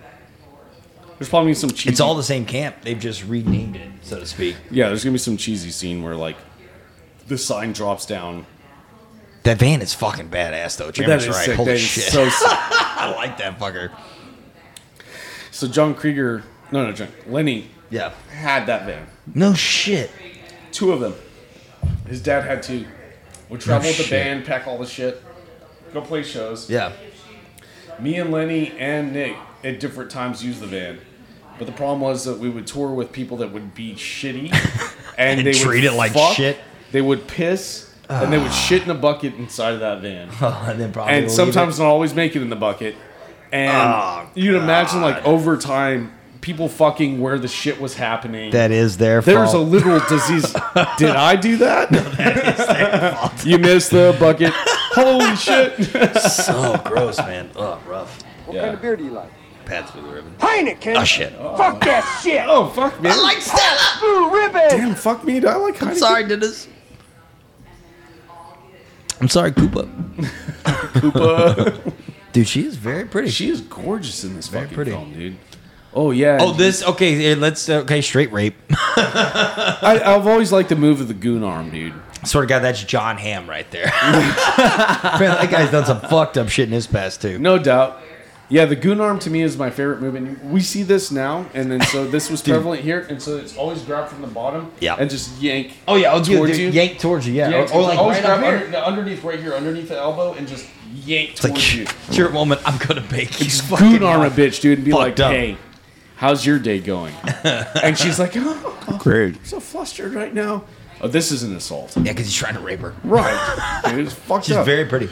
Speaker 2: There's probably some cheesy.
Speaker 1: It's all the same camp. They've just renamed it, so to speak.
Speaker 2: yeah. There's gonna be some cheesy scene where like the sign drops down.
Speaker 1: That van is fucking badass, though. Jeremy's right.
Speaker 2: sick.
Speaker 1: Holy
Speaker 2: That is
Speaker 1: shit.
Speaker 2: so sick.
Speaker 1: I like that fucker.
Speaker 2: So John Krieger, no, no, John Lenny
Speaker 1: Yeah.
Speaker 2: had that van.
Speaker 1: No shit.
Speaker 2: Two of them. His dad had two. Would travel with the
Speaker 1: shit.
Speaker 2: band, pack all the shit, go play shows.
Speaker 1: Yeah.
Speaker 2: Me and Lenny and Nick at different times used the van. But the problem was that we would tour with people that would be shitty and,
Speaker 1: And
Speaker 2: they
Speaker 1: treat
Speaker 2: would
Speaker 1: it like
Speaker 2: fuck,
Speaker 1: shit.
Speaker 2: They would piss and they would shit in a bucket inside of that van.
Speaker 1: and then probably
Speaker 2: and
Speaker 1: Oh, leave
Speaker 2: sometimes
Speaker 1: it. Ah,
Speaker 2: not always make it in the bucket. And you'd imagine like over time people fucking where the shit was happening.
Speaker 1: that is their
Speaker 2: There's a
Speaker 1: fault.
Speaker 2: literal disease. Did I do that? you missed the bucket. Holy shit.
Speaker 1: so gross, man. Oh, rough.
Speaker 3: What
Speaker 2: Yeah.
Speaker 3: kind of beer do you like?
Speaker 1: Pats with the ribbon.
Speaker 3: Heineken.
Speaker 6: Ah,
Speaker 1: Oh shit.
Speaker 3: Fuck that shit.
Speaker 2: Oh fuck, man.
Speaker 1: Stella.
Speaker 3: Blue ribbon.
Speaker 2: Damn, fuck me. Do I like
Speaker 1: I'm
Speaker 2: Heineken?
Speaker 1: sorry, Dennis. I'm sorry, Koopa. Dude, she is very pretty.
Speaker 2: She is gorgeous in this fucking
Speaker 1: pretty.
Speaker 2: film, dude. Oh yeah.
Speaker 1: oh, this okay. eh, Let's okay. Straight rape.
Speaker 2: I, I've always liked the move of the goon arm, dude.
Speaker 1: Sort of guy. That's John Ham right there. Apparently, that guy's done some fucked up shit in his past too.
Speaker 2: No doubt. Yeah, the goon arm to me is my favorite move, and we see this now, and then so this was prevalent here, and so it's always grabbed from the bottom,
Speaker 1: Yeah.
Speaker 2: and just yank.
Speaker 1: Oh yeah, I'll
Speaker 2: towards you.
Speaker 1: yank towards you. Yeah,
Speaker 2: Yank
Speaker 1: or, or
Speaker 2: towards-
Speaker 1: like
Speaker 2: always
Speaker 1: right
Speaker 2: grab
Speaker 1: up here.
Speaker 2: under- underneath, right here, underneath the elbow, and just yank
Speaker 1: It's
Speaker 2: towards
Speaker 1: like,
Speaker 2: you.
Speaker 1: dear woman, I'm gonna bake you.
Speaker 2: Goon arm a bitch, dude, and be like,
Speaker 1: Fucked up.
Speaker 2: "Hey, how's your day going?" and she's like, "Oh, I'm
Speaker 6: Great.
Speaker 2: so flustered right now." Oh, this is an assault,
Speaker 1: Yeah, because he's trying to rape her.
Speaker 2: right? Dude, it's fucked
Speaker 1: She's
Speaker 2: up.
Speaker 1: very pretty,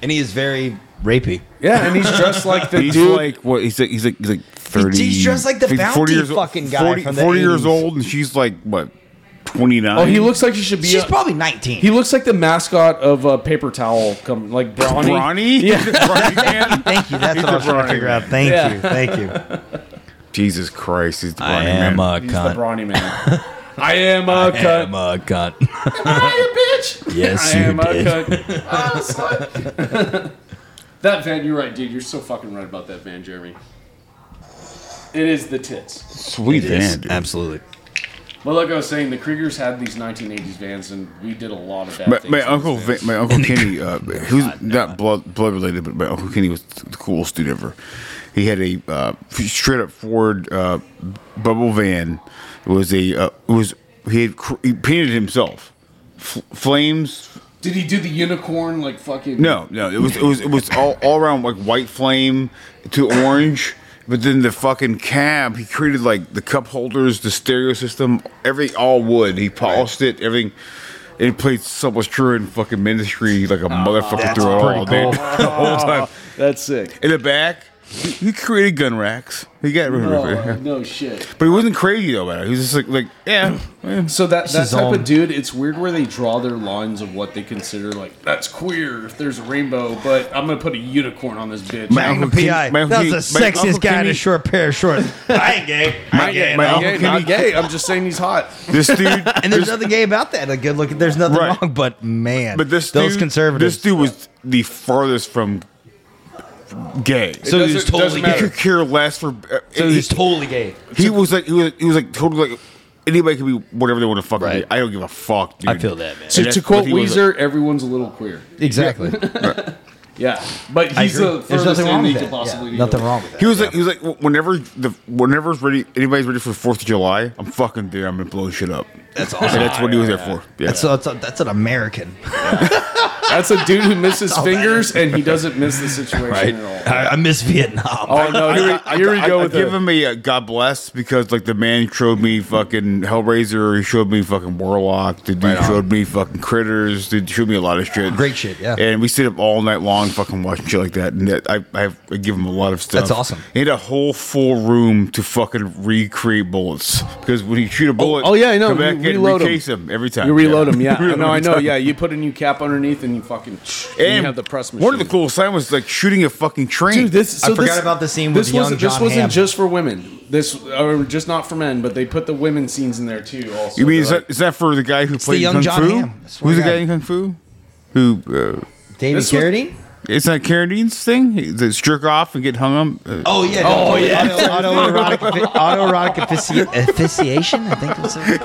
Speaker 1: and he is very rapey.
Speaker 2: yeah, and he's dressed like the
Speaker 6: He's
Speaker 2: dude.
Speaker 6: like what? He's like he's like he's like thirty.
Speaker 1: he's dressed like the
Speaker 6: 50,
Speaker 1: bounty
Speaker 6: years old-
Speaker 1: fucking guy
Speaker 6: 40,
Speaker 1: from the
Speaker 6: 40 years
Speaker 1: 80s.
Speaker 6: old, and she's like what? Twenty nine.
Speaker 2: oh, he looks like he should be.
Speaker 1: She's
Speaker 2: a-
Speaker 1: probably 19.
Speaker 2: He looks like the mascot of uh, paper towel, come like Brawny.
Speaker 6: Brawny. Yeah. Brawny man?
Speaker 1: Thank you. That's
Speaker 6: He's
Speaker 1: what I was trying to
Speaker 6: the Brawny
Speaker 1: figure
Speaker 6: man.
Speaker 1: out. Thank
Speaker 2: Yeah.
Speaker 1: you. Thank you.
Speaker 6: Jesus Christ, he's the Brawny man.
Speaker 1: a
Speaker 2: He's the Brawny man. I am a
Speaker 1: I
Speaker 2: cut.
Speaker 1: am a cunt.
Speaker 2: bitch.
Speaker 1: Yes,
Speaker 2: I
Speaker 1: you
Speaker 2: am
Speaker 1: did.
Speaker 2: a cut. that van, you're right, dude. You're so fucking right about that van, Jeremy. It is the tits.
Speaker 6: Sweet man, dude.
Speaker 1: Absolutely.
Speaker 2: But like I was saying, the Kriegers had these 1980s vans, and we did a lot of bad
Speaker 6: My,
Speaker 2: things.
Speaker 6: my
Speaker 2: with these
Speaker 6: uncle,
Speaker 2: vans.
Speaker 6: Vin- my uncle Kenny, uh, who's not blood blood related, but my uncle Kenny was the coolest dude ever. He had a uh, straight up Ford uh, bubble van. It was a uh, it was he had cr- he painted himself. F- flames?
Speaker 2: Did he do the unicorn like fucking?
Speaker 6: No, no. It was it was it was all, all around like white flame to orange. But then the fucking cab, he created like the cup holders, the stereo system, everything all wood. He polished it, everything. And he played so much true in fucking ministry
Speaker 1: Oh,
Speaker 6: like a motherfucker through it all, dude. the whole time.
Speaker 2: That's sick.
Speaker 6: In the back, he, he created gun racks. He got rid of
Speaker 2: No,
Speaker 1: Oh.
Speaker 6: it.
Speaker 2: Oh, no shit.
Speaker 6: But he wasn't crazy though about it. He was just like, like yeah. eh.
Speaker 2: So that, that
Speaker 1: is
Speaker 2: type
Speaker 1: all-
Speaker 2: of dude, it's weird where they draw their lines of what they consider like that's queer if there's a rainbow, but I'm gonna put a unicorn on this bitch.
Speaker 6: My
Speaker 1: Magnum
Speaker 6: Uncle Kenny-
Speaker 1: PI.
Speaker 6: my
Speaker 1: That
Speaker 6: Uncle
Speaker 1: was the
Speaker 6: Kenny- my Uncle
Speaker 1: sexiest guy in
Speaker 6: Kenny-
Speaker 1: a short pair of shorts. I ain't gay. I ain't gay.
Speaker 6: my
Speaker 1: no.
Speaker 6: uncle-
Speaker 2: Gay, not gay. I'm just saying he's hot.
Speaker 6: This dude
Speaker 1: And there's nothing gay about that. A good looking. There's nothing
Speaker 6: Right.
Speaker 1: wrong. But man,
Speaker 6: But this
Speaker 1: those
Speaker 6: dude,
Speaker 1: conservatives.
Speaker 6: This dude was the farthest from gay. So
Speaker 1: so
Speaker 2: doesn't-
Speaker 1: he was
Speaker 2: doesn't
Speaker 1: totally
Speaker 6: he
Speaker 2: matter.
Speaker 1: gay.
Speaker 6: could care less for. uh,
Speaker 1: So he
Speaker 6: he,
Speaker 1: was totally gay.
Speaker 6: he was like he was he was like totally like anybody can be whatever they want to fucking
Speaker 1: Right.
Speaker 6: be. I don't give a fuck, dude.
Speaker 1: I feel that, man.
Speaker 2: To,
Speaker 6: that's
Speaker 2: to
Speaker 6: what
Speaker 2: quote
Speaker 6: he was
Speaker 2: Weezer, everyone's a little queer.
Speaker 1: Exactly.
Speaker 2: Yeah, but
Speaker 1: I
Speaker 2: he's
Speaker 1: agree.
Speaker 2: the
Speaker 1: There's
Speaker 2: furthest
Speaker 1: nothing
Speaker 2: thing
Speaker 1: wrong with
Speaker 2: he
Speaker 1: that.
Speaker 2: could possibly
Speaker 1: Yeah,
Speaker 2: be.
Speaker 1: Nothing wrong with that.
Speaker 6: He was like he was like "Wh- whenever the whenever's ready anybody's ready for the Fourth of July, I'm fucking there. I'm gonna blow shit up. That's awesome. And that's what he was there for. Yeah.
Speaker 1: That's, that's, that's an American.
Speaker 2: That's a dude who misses fingers and he doesn't miss the situation at all.
Speaker 1: I, I miss Vietnam.
Speaker 2: Oh no! Here,
Speaker 6: I,
Speaker 2: we- here we
Speaker 6: I-
Speaker 2: go
Speaker 6: I,
Speaker 2: with
Speaker 6: I give
Speaker 2: the-
Speaker 6: him a uh, God bless because like the man showed me fucking Hellraiser, he showed me fucking Warlock, the dude showed me fucking Critters, dude showed me a lot of shit,
Speaker 1: Great shit, yeah.
Speaker 6: And we sit up all night long fucking watching shit like that, and that, I I, I give him a lot of stuff.
Speaker 1: That's awesome.
Speaker 6: He had a whole full room to fucking recreate bullets because when you shoot a bullet,
Speaker 2: oh, yeah, I know.
Speaker 6: come
Speaker 2: You
Speaker 6: back and
Speaker 2: reload 'em.
Speaker 6: recase 'em every time.
Speaker 2: You reload him, yeah.
Speaker 6: Reload
Speaker 2: no, I know.
Speaker 6: every time.
Speaker 2: Yeah, you put a new cap underneath and you boom, fucking. And,
Speaker 6: And
Speaker 2: you have the press machine.
Speaker 6: One of the coolest signs was like shooting a fucking train.
Speaker 2: Dude, this,
Speaker 1: I
Speaker 2: so
Speaker 1: forgot
Speaker 2: this-
Speaker 1: about the scene with
Speaker 2: this
Speaker 1: young
Speaker 2: wasn't,
Speaker 1: John
Speaker 2: This wasn't
Speaker 1: Hamm.
Speaker 2: just for women. This or just not for men, but they put the women scenes in there too. Also,
Speaker 6: you mean
Speaker 2: They're
Speaker 6: is
Speaker 2: like,
Speaker 6: that, is that for the guy who
Speaker 1: the
Speaker 6: played
Speaker 1: young
Speaker 6: Kung
Speaker 1: John
Speaker 6: Fu?
Speaker 1: Hamm. I swear
Speaker 6: Who's the
Speaker 1: to
Speaker 6: guy
Speaker 1: God.
Speaker 6: in Kung Fu? Who? Uh,
Speaker 1: David
Speaker 2: This was-
Speaker 1: Carradine?
Speaker 6: it's not Carradine's thing. That's jerk off and get hung up. Uh,
Speaker 1: Oh yeah. Oh yeah. Auto, autoerotic, autoerotic offici- officiation. I think that's what it's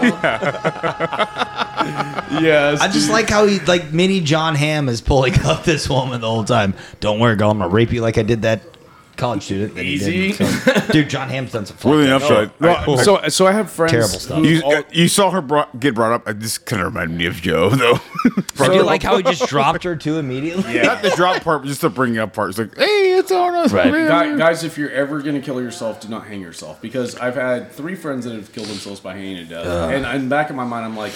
Speaker 1: called.
Speaker 2: Yes,
Speaker 1: I just like how he like mini John Hamm is pulling up this woman the whole time. Don't worry, girl. I'm gonna rape you like I did that college student. that he did.
Speaker 2: Easy.
Speaker 1: So- dude, John Hamm's done some. fucked
Speaker 6: really
Speaker 1: up
Speaker 6: enough. So, I- I-
Speaker 2: Well, so, so I have friends.
Speaker 1: Oh, Terrible stuff.
Speaker 2: who
Speaker 6: you,
Speaker 2: all-
Speaker 6: uh, you saw her brought, get brought up. Uh, This kind of reminded me of Joe, though.
Speaker 1: So you like how he just dropped her too immediately?
Speaker 6: Not the drop part, but just the bringing up part. It's like, hey, it's on us.
Speaker 1: Right.
Speaker 6: man.
Speaker 2: Guy- guys, if you're ever gonna kill yourself, do not hang yourself because I've had three friends that have killed themselves by hanging to death, and in the back of my mind, I'm like,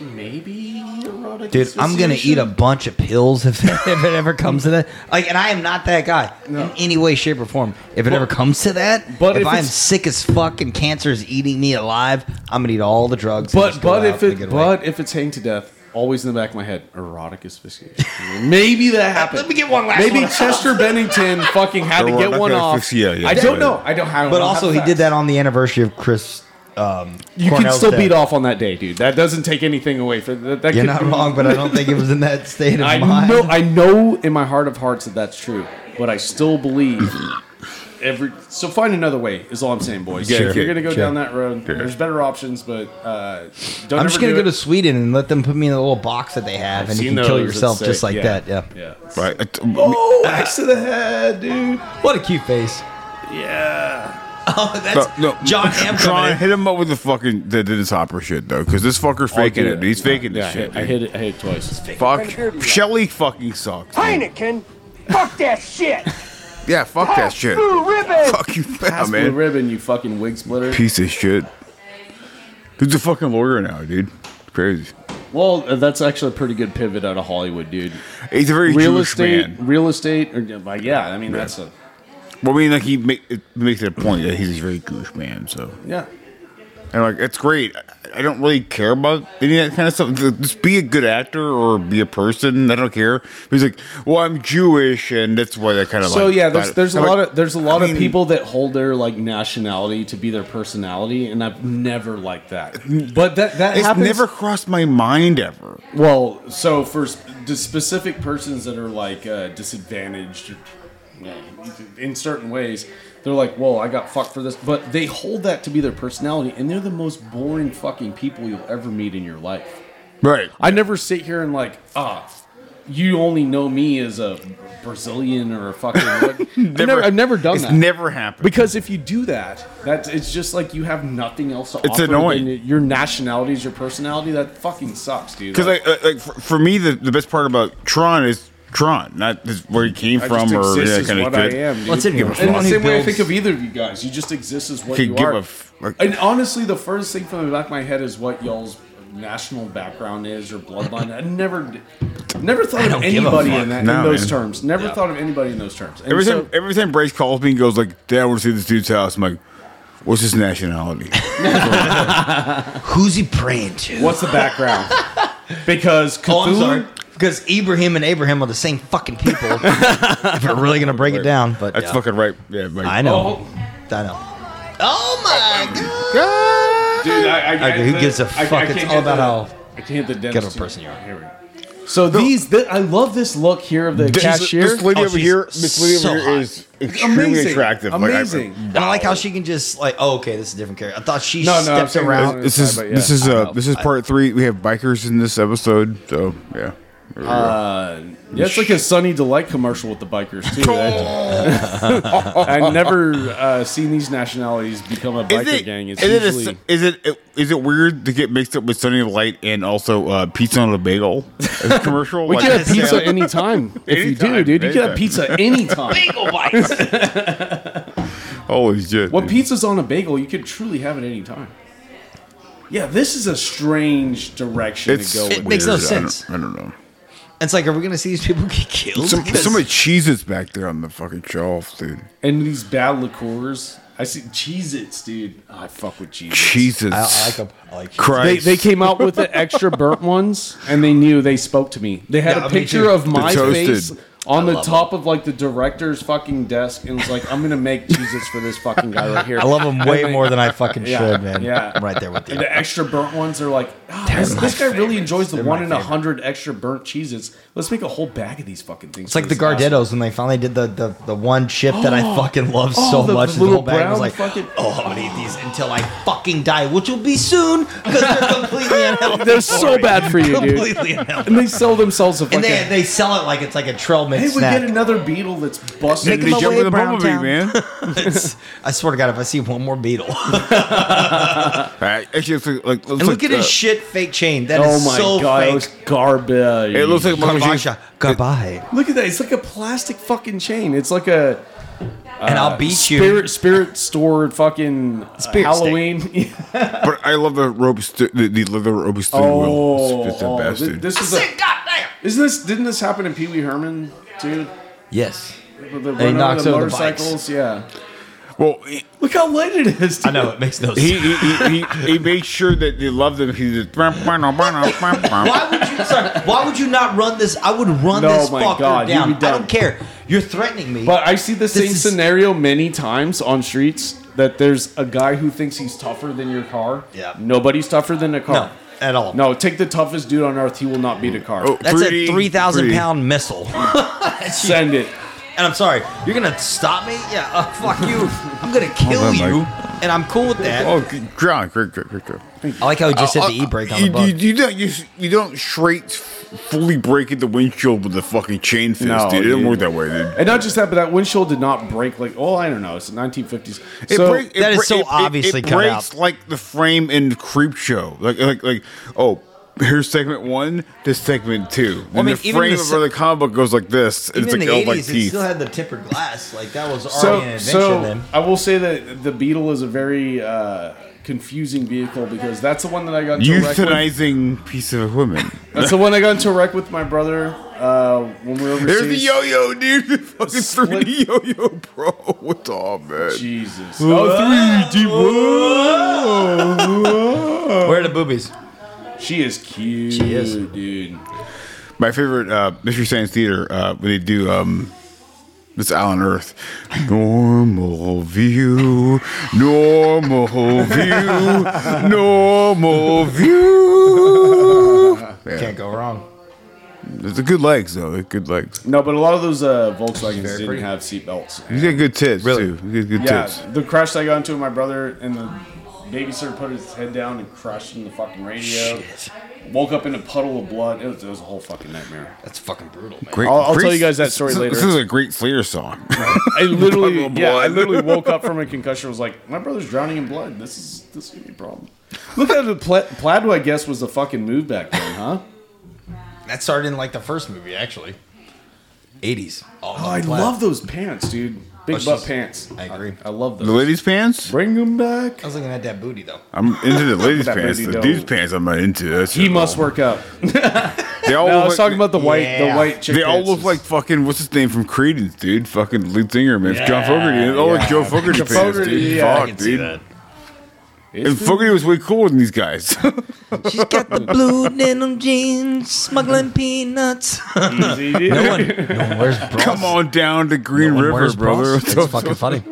Speaker 2: maybe erotic.
Speaker 1: Dude, I'm gonna eat a
Speaker 2: asphyxiation?
Speaker 1: bunch of pills if, if it ever comes to that. Like, and I am not that guy in any way, shape, or form. If it ever comes to that,
Speaker 2: but
Speaker 1: if,
Speaker 2: if
Speaker 1: I'm
Speaker 2: it's-
Speaker 1: sick as fuck and cancer is eating me alive, I'm gonna eat all the drugs. and
Speaker 2: But
Speaker 1: just go
Speaker 2: but
Speaker 1: out
Speaker 2: if
Speaker 1: in a
Speaker 2: it
Speaker 1: good way.
Speaker 2: but if it's hanged to death, always in the back of my head, erotic asphyxiation. Maybe that happened.
Speaker 1: Let me get one last
Speaker 2: Maybe
Speaker 1: one.
Speaker 2: Chester Bennington fucking had to
Speaker 6: Erotic
Speaker 2: get one off.
Speaker 6: asphyxia, yeah.
Speaker 2: I don't know. I don't have.
Speaker 1: But also, he did that on the anniversary of Chris. Um,
Speaker 2: You can
Speaker 1: Cornell's
Speaker 2: still
Speaker 1: death.
Speaker 2: beat off on that day, dude. That doesn't take anything away from that. that
Speaker 1: You're
Speaker 2: could
Speaker 1: not
Speaker 2: be-
Speaker 1: wrong, but I don't think it was in that state of
Speaker 2: I
Speaker 1: mind.
Speaker 2: know, I know in my heart of hearts that that's true, but I still believe every. So find another way is all I'm saying, boys.
Speaker 6: Yeah,
Speaker 2: If
Speaker 6: sure,
Speaker 2: you're gonna go
Speaker 6: sure.
Speaker 2: down that road, there's better options, but uh, don't.
Speaker 1: I'm
Speaker 2: ever
Speaker 1: just gonna
Speaker 2: do
Speaker 1: go
Speaker 2: it.
Speaker 1: to Sweden and let them put me in a little box that they have, and you
Speaker 2: Seen
Speaker 1: can kill
Speaker 2: those,
Speaker 1: yourself
Speaker 2: it's
Speaker 1: just
Speaker 2: sick.
Speaker 1: like that. Yeah.
Speaker 2: Yeah.
Speaker 6: Right. I t- uh,
Speaker 2: Oh, axe to the head, dude.
Speaker 1: What a cute face.
Speaker 2: Yeah.
Speaker 1: Oh, that's
Speaker 6: No, no.
Speaker 1: John Hamm.
Speaker 6: John,
Speaker 1: coming in.
Speaker 6: hit him up with the fucking the Dennis Hopper shit though, because this fucker faking
Speaker 2: do
Speaker 6: it.
Speaker 2: that.
Speaker 6: dude. He's faking
Speaker 2: Yeah, I
Speaker 6: this shit.
Speaker 2: hit, I
Speaker 6: dude.
Speaker 2: hit it. I hit it twice.
Speaker 6: Fuck. Shelly fucking sucks. dude.
Speaker 3: Heineken, fuck that shit.
Speaker 6: Yeah, fuck that
Speaker 3: Pabst
Speaker 6: shit.
Speaker 3: Blue Ribbon.
Speaker 6: Fuck you,
Speaker 2: Pass
Speaker 6: fat
Speaker 2: me the
Speaker 6: Oh, man.
Speaker 2: ribbon, you fucking wig splitter.
Speaker 6: Piece of shit. Dude's a fucking lawyer now, dude. Crazy.
Speaker 2: Well, uh, that's actually a pretty good pivot out of Hollywood, dude.
Speaker 6: He's a very
Speaker 2: Real
Speaker 6: Jewish
Speaker 2: estate,
Speaker 6: man.
Speaker 2: real estate, or like, yeah. I mean, that's a
Speaker 6: Well, I mean, like he make, it makes it a point that he's a very Jewish man. So,
Speaker 2: yeah.
Speaker 6: and like it's great. I, I don't really care about any of that kind of stuff. Th- Just be a good actor or be a person. I don't care. He's like, well, I'm Jewish, and that's why that kind of.
Speaker 2: So
Speaker 6: like,
Speaker 2: yeah, there's
Speaker 6: that-
Speaker 2: there's a
Speaker 6: I'm
Speaker 2: lot
Speaker 6: like,
Speaker 2: of there's a lot
Speaker 6: I
Speaker 2: of
Speaker 6: mean,
Speaker 2: people that hold their like nationality to be their personality, and I've never liked that. But that that
Speaker 6: It's
Speaker 2: happens.
Speaker 6: never crossed my mind ever.
Speaker 2: well, so for s- the specific persons that are like uh, disadvantaged or, uh, in certain ways, they're like, "Whoa, I got fucked for this," but they hold that to be their personality, and they're the most boring fucking people you'll ever meet in your life.
Speaker 6: Right.
Speaker 2: I never sit here and like, ah, you only know me as a Brazilian or a fucking. I've, never, I've never done
Speaker 6: it's
Speaker 2: that.
Speaker 6: Never happened.
Speaker 2: Because if you do that, that's it's just like you have nothing else to
Speaker 6: It's
Speaker 2: offer.
Speaker 6: annoying.
Speaker 2: than Your nationality is your personality. That fucking sucks, dude.
Speaker 6: Because like, uh, like for, for me, the, the best part about Tron is Tron, not just where he came
Speaker 2: I
Speaker 6: from
Speaker 2: just
Speaker 6: or
Speaker 2: exist
Speaker 6: yeah,
Speaker 2: as
Speaker 6: kind
Speaker 2: what
Speaker 6: of
Speaker 2: I
Speaker 6: shit.
Speaker 2: am. Dude.
Speaker 1: Let's interview
Speaker 2: And
Speaker 1: someone
Speaker 2: the
Speaker 1: who
Speaker 2: same way I
Speaker 1: builds-
Speaker 2: think of either of you guys, you just exist as what
Speaker 6: Could
Speaker 2: you
Speaker 6: give
Speaker 2: are.
Speaker 6: a f- like-
Speaker 2: and honestly, the first thing from the back of my head is what y'all's national background is or bloodline. I never, never thought of
Speaker 1: don't give a
Speaker 2: anybody
Speaker 1: fuck.
Speaker 2: in that
Speaker 6: No,
Speaker 2: in those
Speaker 6: man.
Speaker 2: terms. Never thought of anybody in those terms. And
Speaker 6: Every
Speaker 2: so-
Speaker 6: time, every time Brace calls me and goes like, "Dad, I want to see this dude's house," I'm like, "What's his nationality?"
Speaker 1: Who's he praying to?
Speaker 2: what's the background? because Cthulhu.
Speaker 1: Oh, I'm sorry. Because Ibrahim and Abraham are the same fucking people. if we're really gonna break it down, but
Speaker 6: That's
Speaker 1: yeah.
Speaker 6: fucking right. Yeah, like,
Speaker 1: I know. I know. Oh my god.
Speaker 2: Dude, I, I,
Speaker 1: Okay, who gives a fuck? It's all about how
Speaker 2: I can't the
Speaker 1: good of a person you are.
Speaker 2: So these, th- I love this look here of the
Speaker 6: This,
Speaker 2: cashier.
Speaker 6: this lady
Speaker 1: Oh,
Speaker 6: over
Speaker 1: she's
Speaker 6: here, Miss lady
Speaker 1: so
Speaker 6: over here
Speaker 1: hot.
Speaker 6: is extremely
Speaker 2: Amazing.
Speaker 6: attractive. Like, I-
Speaker 2: Amazing.
Speaker 1: And I like how she can just like, oh, okay, this is a different character. I thought she
Speaker 2: No, no, I'm
Speaker 1: stepped
Speaker 2: saying
Speaker 1: around.
Speaker 2: this-
Speaker 6: this is
Speaker 2: But yeah,
Speaker 6: this is
Speaker 1: I
Speaker 6: uh
Speaker 1: know.
Speaker 6: this is part three. We have bikers in this episode, so yeah. There we go.
Speaker 2: yeah, it's like a Sunny Delight commercial with the bikers too. I, I never uh, seen these nationalities become a biker gang. It's
Speaker 6: is, it a
Speaker 2: usually
Speaker 6: s- is it is it weird to get mixed up with Sunny Light and also uh, pizza on a bagel as a commercial?
Speaker 2: we
Speaker 6: Like,
Speaker 2: can have
Speaker 6: that's-
Speaker 2: pizza anytime if you do,
Speaker 6: Anytime,
Speaker 2: dude. You can have
Speaker 6: anytime.
Speaker 2: pizza anytime.
Speaker 6: Holy shit!
Speaker 2: When
Speaker 6: dude.
Speaker 2: pizza's on a bagel, you could truly have it any time. Yeah, this is a strange direction
Speaker 6: It's
Speaker 2: to go with.
Speaker 1: It makes no
Speaker 6: weird. I don't-
Speaker 1: sense.
Speaker 6: I don't know.
Speaker 1: It's like, are we gonna see these people get killed?
Speaker 6: Some,
Speaker 1: Because-
Speaker 6: so much cheeses back there on the fucking shelf, dude.
Speaker 2: and these bad liqueurs. I see Cheez Its, dude. Oh, I fuck with Cheez Its.
Speaker 6: Jesus
Speaker 1: I, I like them. I like
Speaker 2: They,
Speaker 6: Christ.
Speaker 2: they came out with the extra burnt ones, and they knew they spoke to me. They had
Speaker 1: Yeah,
Speaker 2: a
Speaker 1: me
Speaker 2: picture
Speaker 1: too.
Speaker 2: of my
Speaker 6: toasted.
Speaker 2: face on the top of like the director's fucking desk, and was like, "I'm gonna make cheeses for this fucking guy right here."
Speaker 1: I love them way more than I fucking
Speaker 2: Yeah,
Speaker 1: should, man.
Speaker 2: yeah.
Speaker 1: I'm right there with you.
Speaker 2: And the extra burnt ones are like, "Ah, this, this guy really enjoys the
Speaker 1: They're
Speaker 2: one
Speaker 1: my
Speaker 2: in a
Speaker 1: favorite.
Speaker 2: hundred extra burnt cheeses. Let's make a whole bag of these fucking things.
Speaker 1: It's like the Gardettos when they finally did the the, the one chip that I fucking love
Speaker 2: Oh,
Speaker 1: so
Speaker 2: the
Speaker 1: much. and
Speaker 2: little
Speaker 1: the whole bag
Speaker 2: brown
Speaker 1: was like,
Speaker 2: fucking-
Speaker 1: oh, I'm gonna eat these until I fucking die, which will be soon because they're completely unhealthy.
Speaker 8: They're so bad for you, dude.
Speaker 1: completely unhealthy.
Speaker 2: And they sell themselves a fucking.
Speaker 1: And they, they sell it like it's like a trail mix
Speaker 2: hey, we
Speaker 1: snack.
Speaker 2: get another beetle that's busted.
Speaker 6: Did they
Speaker 1: them
Speaker 6: jump
Speaker 1: away,
Speaker 6: in the
Speaker 1: Brown
Speaker 6: bumblebee,
Speaker 1: Town.
Speaker 6: man.
Speaker 1: It's- I swear to God, if I see one more beetle, and
Speaker 6: Alright, Actually, it's like, like, it looks
Speaker 1: look
Speaker 6: like,
Speaker 1: at his
Speaker 6: uh,
Speaker 1: shit fake chain. That is
Speaker 2: oh my
Speaker 1: so
Speaker 2: god, it
Speaker 1: fake.
Speaker 2: was garbage.
Speaker 6: It looks like a bumblebee.
Speaker 1: Kabasha, goodbye,
Speaker 2: Look at that. It's like a plastic fucking chain. It's like a Uh,
Speaker 1: and I'll beat you.
Speaker 2: spirit spirit store fucking uh,
Speaker 1: Spirit steak.
Speaker 2: Halloween.
Speaker 6: But I love the rope, st- the, the leather rope steering wheel. It's just the
Speaker 2: oh,
Speaker 6: best,
Speaker 2: thi-
Speaker 6: dude.
Speaker 2: this is a, Isn't this didn't this happen in Pee Wee Herman too?
Speaker 1: Yes,
Speaker 2: With the
Speaker 1: he
Speaker 2: run over
Speaker 1: knocks
Speaker 2: the
Speaker 1: over the bikes.
Speaker 2: motorcycles, yeah.
Speaker 6: well, he,
Speaker 2: Look how light it is. Dude.
Speaker 1: I know it makes no
Speaker 6: he,
Speaker 1: sense.
Speaker 6: he, he, he, he made sure that they loved him. He did.
Speaker 1: Why would you? Sorry, why would you not run this? I would run
Speaker 2: No,
Speaker 1: this
Speaker 2: my
Speaker 1: fucker
Speaker 2: God, you'd
Speaker 1: down.
Speaker 2: be
Speaker 1: I
Speaker 2: done.
Speaker 1: don't care. You're threatening me.
Speaker 2: But I see the same
Speaker 1: is-
Speaker 2: scenario many times on streets that there's a guy who thinks he's tougher than your car.
Speaker 1: Yeah.
Speaker 2: Nobody's tougher than a
Speaker 1: no,
Speaker 2: car.
Speaker 1: at all.
Speaker 2: No, take the toughest dude on earth. He will not beat a car.
Speaker 6: Oh.
Speaker 1: That's
Speaker 6: Three,
Speaker 1: a 3,000
Speaker 6: three.
Speaker 1: pound missile.
Speaker 2: Send it.
Speaker 1: And I'm sorry, you're going to stop me? Yeah, uh, fuck you. I'm going to kill
Speaker 6: on, Mike.
Speaker 1: you. And I'm cool with that.
Speaker 6: Oh, good job, great, great, great, great.
Speaker 1: I like how he just hit the
Speaker 6: Uh,
Speaker 1: e brake on
Speaker 6: you,
Speaker 1: the bug.
Speaker 6: You, you don't, you, you don't straight fully break at the windshield with a fucking chain fist,
Speaker 2: No,
Speaker 6: dude. It didn't
Speaker 2: dude.
Speaker 6: work that way, dude.
Speaker 2: And not just that, but that windshield did not break like oh I don't know, it's the 1950s.
Speaker 6: It
Speaker 2: so
Speaker 6: break- it
Speaker 1: that is
Speaker 6: break-
Speaker 1: so
Speaker 6: it- it-
Speaker 1: obviously
Speaker 6: it
Speaker 1: cut out.
Speaker 6: breaks like the frame in Creep Show. Like, like, like, oh, here's segment one to segment two. And
Speaker 1: I mean,
Speaker 6: the
Speaker 1: even
Speaker 6: frame
Speaker 1: the
Speaker 6: of
Speaker 1: se-
Speaker 6: where the comic book goes like this. and
Speaker 1: Even
Speaker 6: It's
Speaker 1: in
Speaker 6: like
Speaker 1: the
Speaker 6: all
Speaker 1: 80s,
Speaker 6: like
Speaker 1: it
Speaker 6: teeth.
Speaker 1: still had the tempered glass. Like, that was already an
Speaker 2: so
Speaker 1: invention
Speaker 2: so
Speaker 1: then.
Speaker 2: I will say that the Beetle is a very uh, confusing vehicle because that's the one that I got into a wreck with.
Speaker 6: Euthanizing piece of equipment.
Speaker 2: That's the one I got into a wreck with my brother uh, when we were overseas.
Speaker 6: There's the yo-yo, dude. The fucking
Speaker 2: Split-
Speaker 6: 3D yo-yo, bro. What's up, man?
Speaker 2: Jesus. Oh,
Speaker 6: 3D. uh,
Speaker 1: Where are the boobies?
Speaker 2: three. She is cute,
Speaker 1: She is.
Speaker 2: dude.
Speaker 6: My favorite uh, Mystery Science Theater uh, when they do um, this Alan Earth. Normal view, normal view, normal view.
Speaker 1: Can't go wrong.
Speaker 6: It's a good legs though. They're good legs.
Speaker 2: No, but a lot of those uh, Volkswagens didn't
Speaker 1: pretty.
Speaker 2: have seatbelts.
Speaker 6: He's got good tits
Speaker 1: Really?
Speaker 6: too. He's got good
Speaker 2: Yeah,
Speaker 6: tits.
Speaker 2: the crash that I got into with my brother and the babysitter put his head down and crashed in the fucking radio.
Speaker 1: Shit.
Speaker 2: Woke up in a puddle of blood. It was, it was a whole fucking nightmare.
Speaker 1: That's fucking brutal, man.
Speaker 6: Great,
Speaker 2: I'll- I'll tell you guys that story
Speaker 6: this,
Speaker 2: later.
Speaker 6: This is a great Slayer song.
Speaker 2: I literally,
Speaker 6: Puddle of
Speaker 2: yeah, I
Speaker 6: blood.
Speaker 2: literally woke up from a concussion. and Was like, my brother's drowning in blood. This is this could be a problem. Look at the pla- Plaid, I guess, was the fucking move back then, huh?
Speaker 1: That started in like the first movie, actually. 80s. Oh,
Speaker 2: I love those pants, dude. Big
Speaker 1: Oh, she's-
Speaker 2: butt pants.
Speaker 1: I agree.
Speaker 2: I, love
Speaker 6: the
Speaker 2: those.
Speaker 6: ladies' pants.
Speaker 2: Bring them back.
Speaker 1: I was looking at that booty, though.
Speaker 6: I'm into the ladies'
Speaker 2: That
Speaker 6: pants.
Speaker 2: booty
Speaker 6: The
Speaker 2: don't-
Speaker 6: dudes' pants, I'm not into. That's
Speaker 2: He
Speaker 6: just
Speaker 2: must
Speaker 6: wrong.
Speaker 2: work up.
Speaker 6: They all
Speaker 2: No, I
Speaker 6: look
Speaker 2: was talking about the white, the
Speaker 1: Yeah.
Speaker 2: white chick
Speaker 6: They all
Speaker 2: pants.
Speaker 6: look like fucking what's his name from Creedence, dude. Fucking lead singer, man. It's John Fogerty. They all look Joe Fogerty
Speaker 2: John
Speaker 6: fans,
Speaker 2: Fogerty,
Speaker 6: dude.
Speaker 2: yeah, I
Speaker 6: Fuck, dude. And
Speaker 2: It's
Speaker 6: Fogerty was way cooler than these guys.
Speaker 1: She's got the blue denim jeans, smuggling peanuts.
Speaker 2: easy, dude.
Speaker 1: No one, no one wears bras.
Speaker 6: Come on down to Green
Speaker 1: No one
Speaker 6: River,
Speaker 1: wears bras.
Speaker 6: brother.
Speaker 1: It's fucking funny.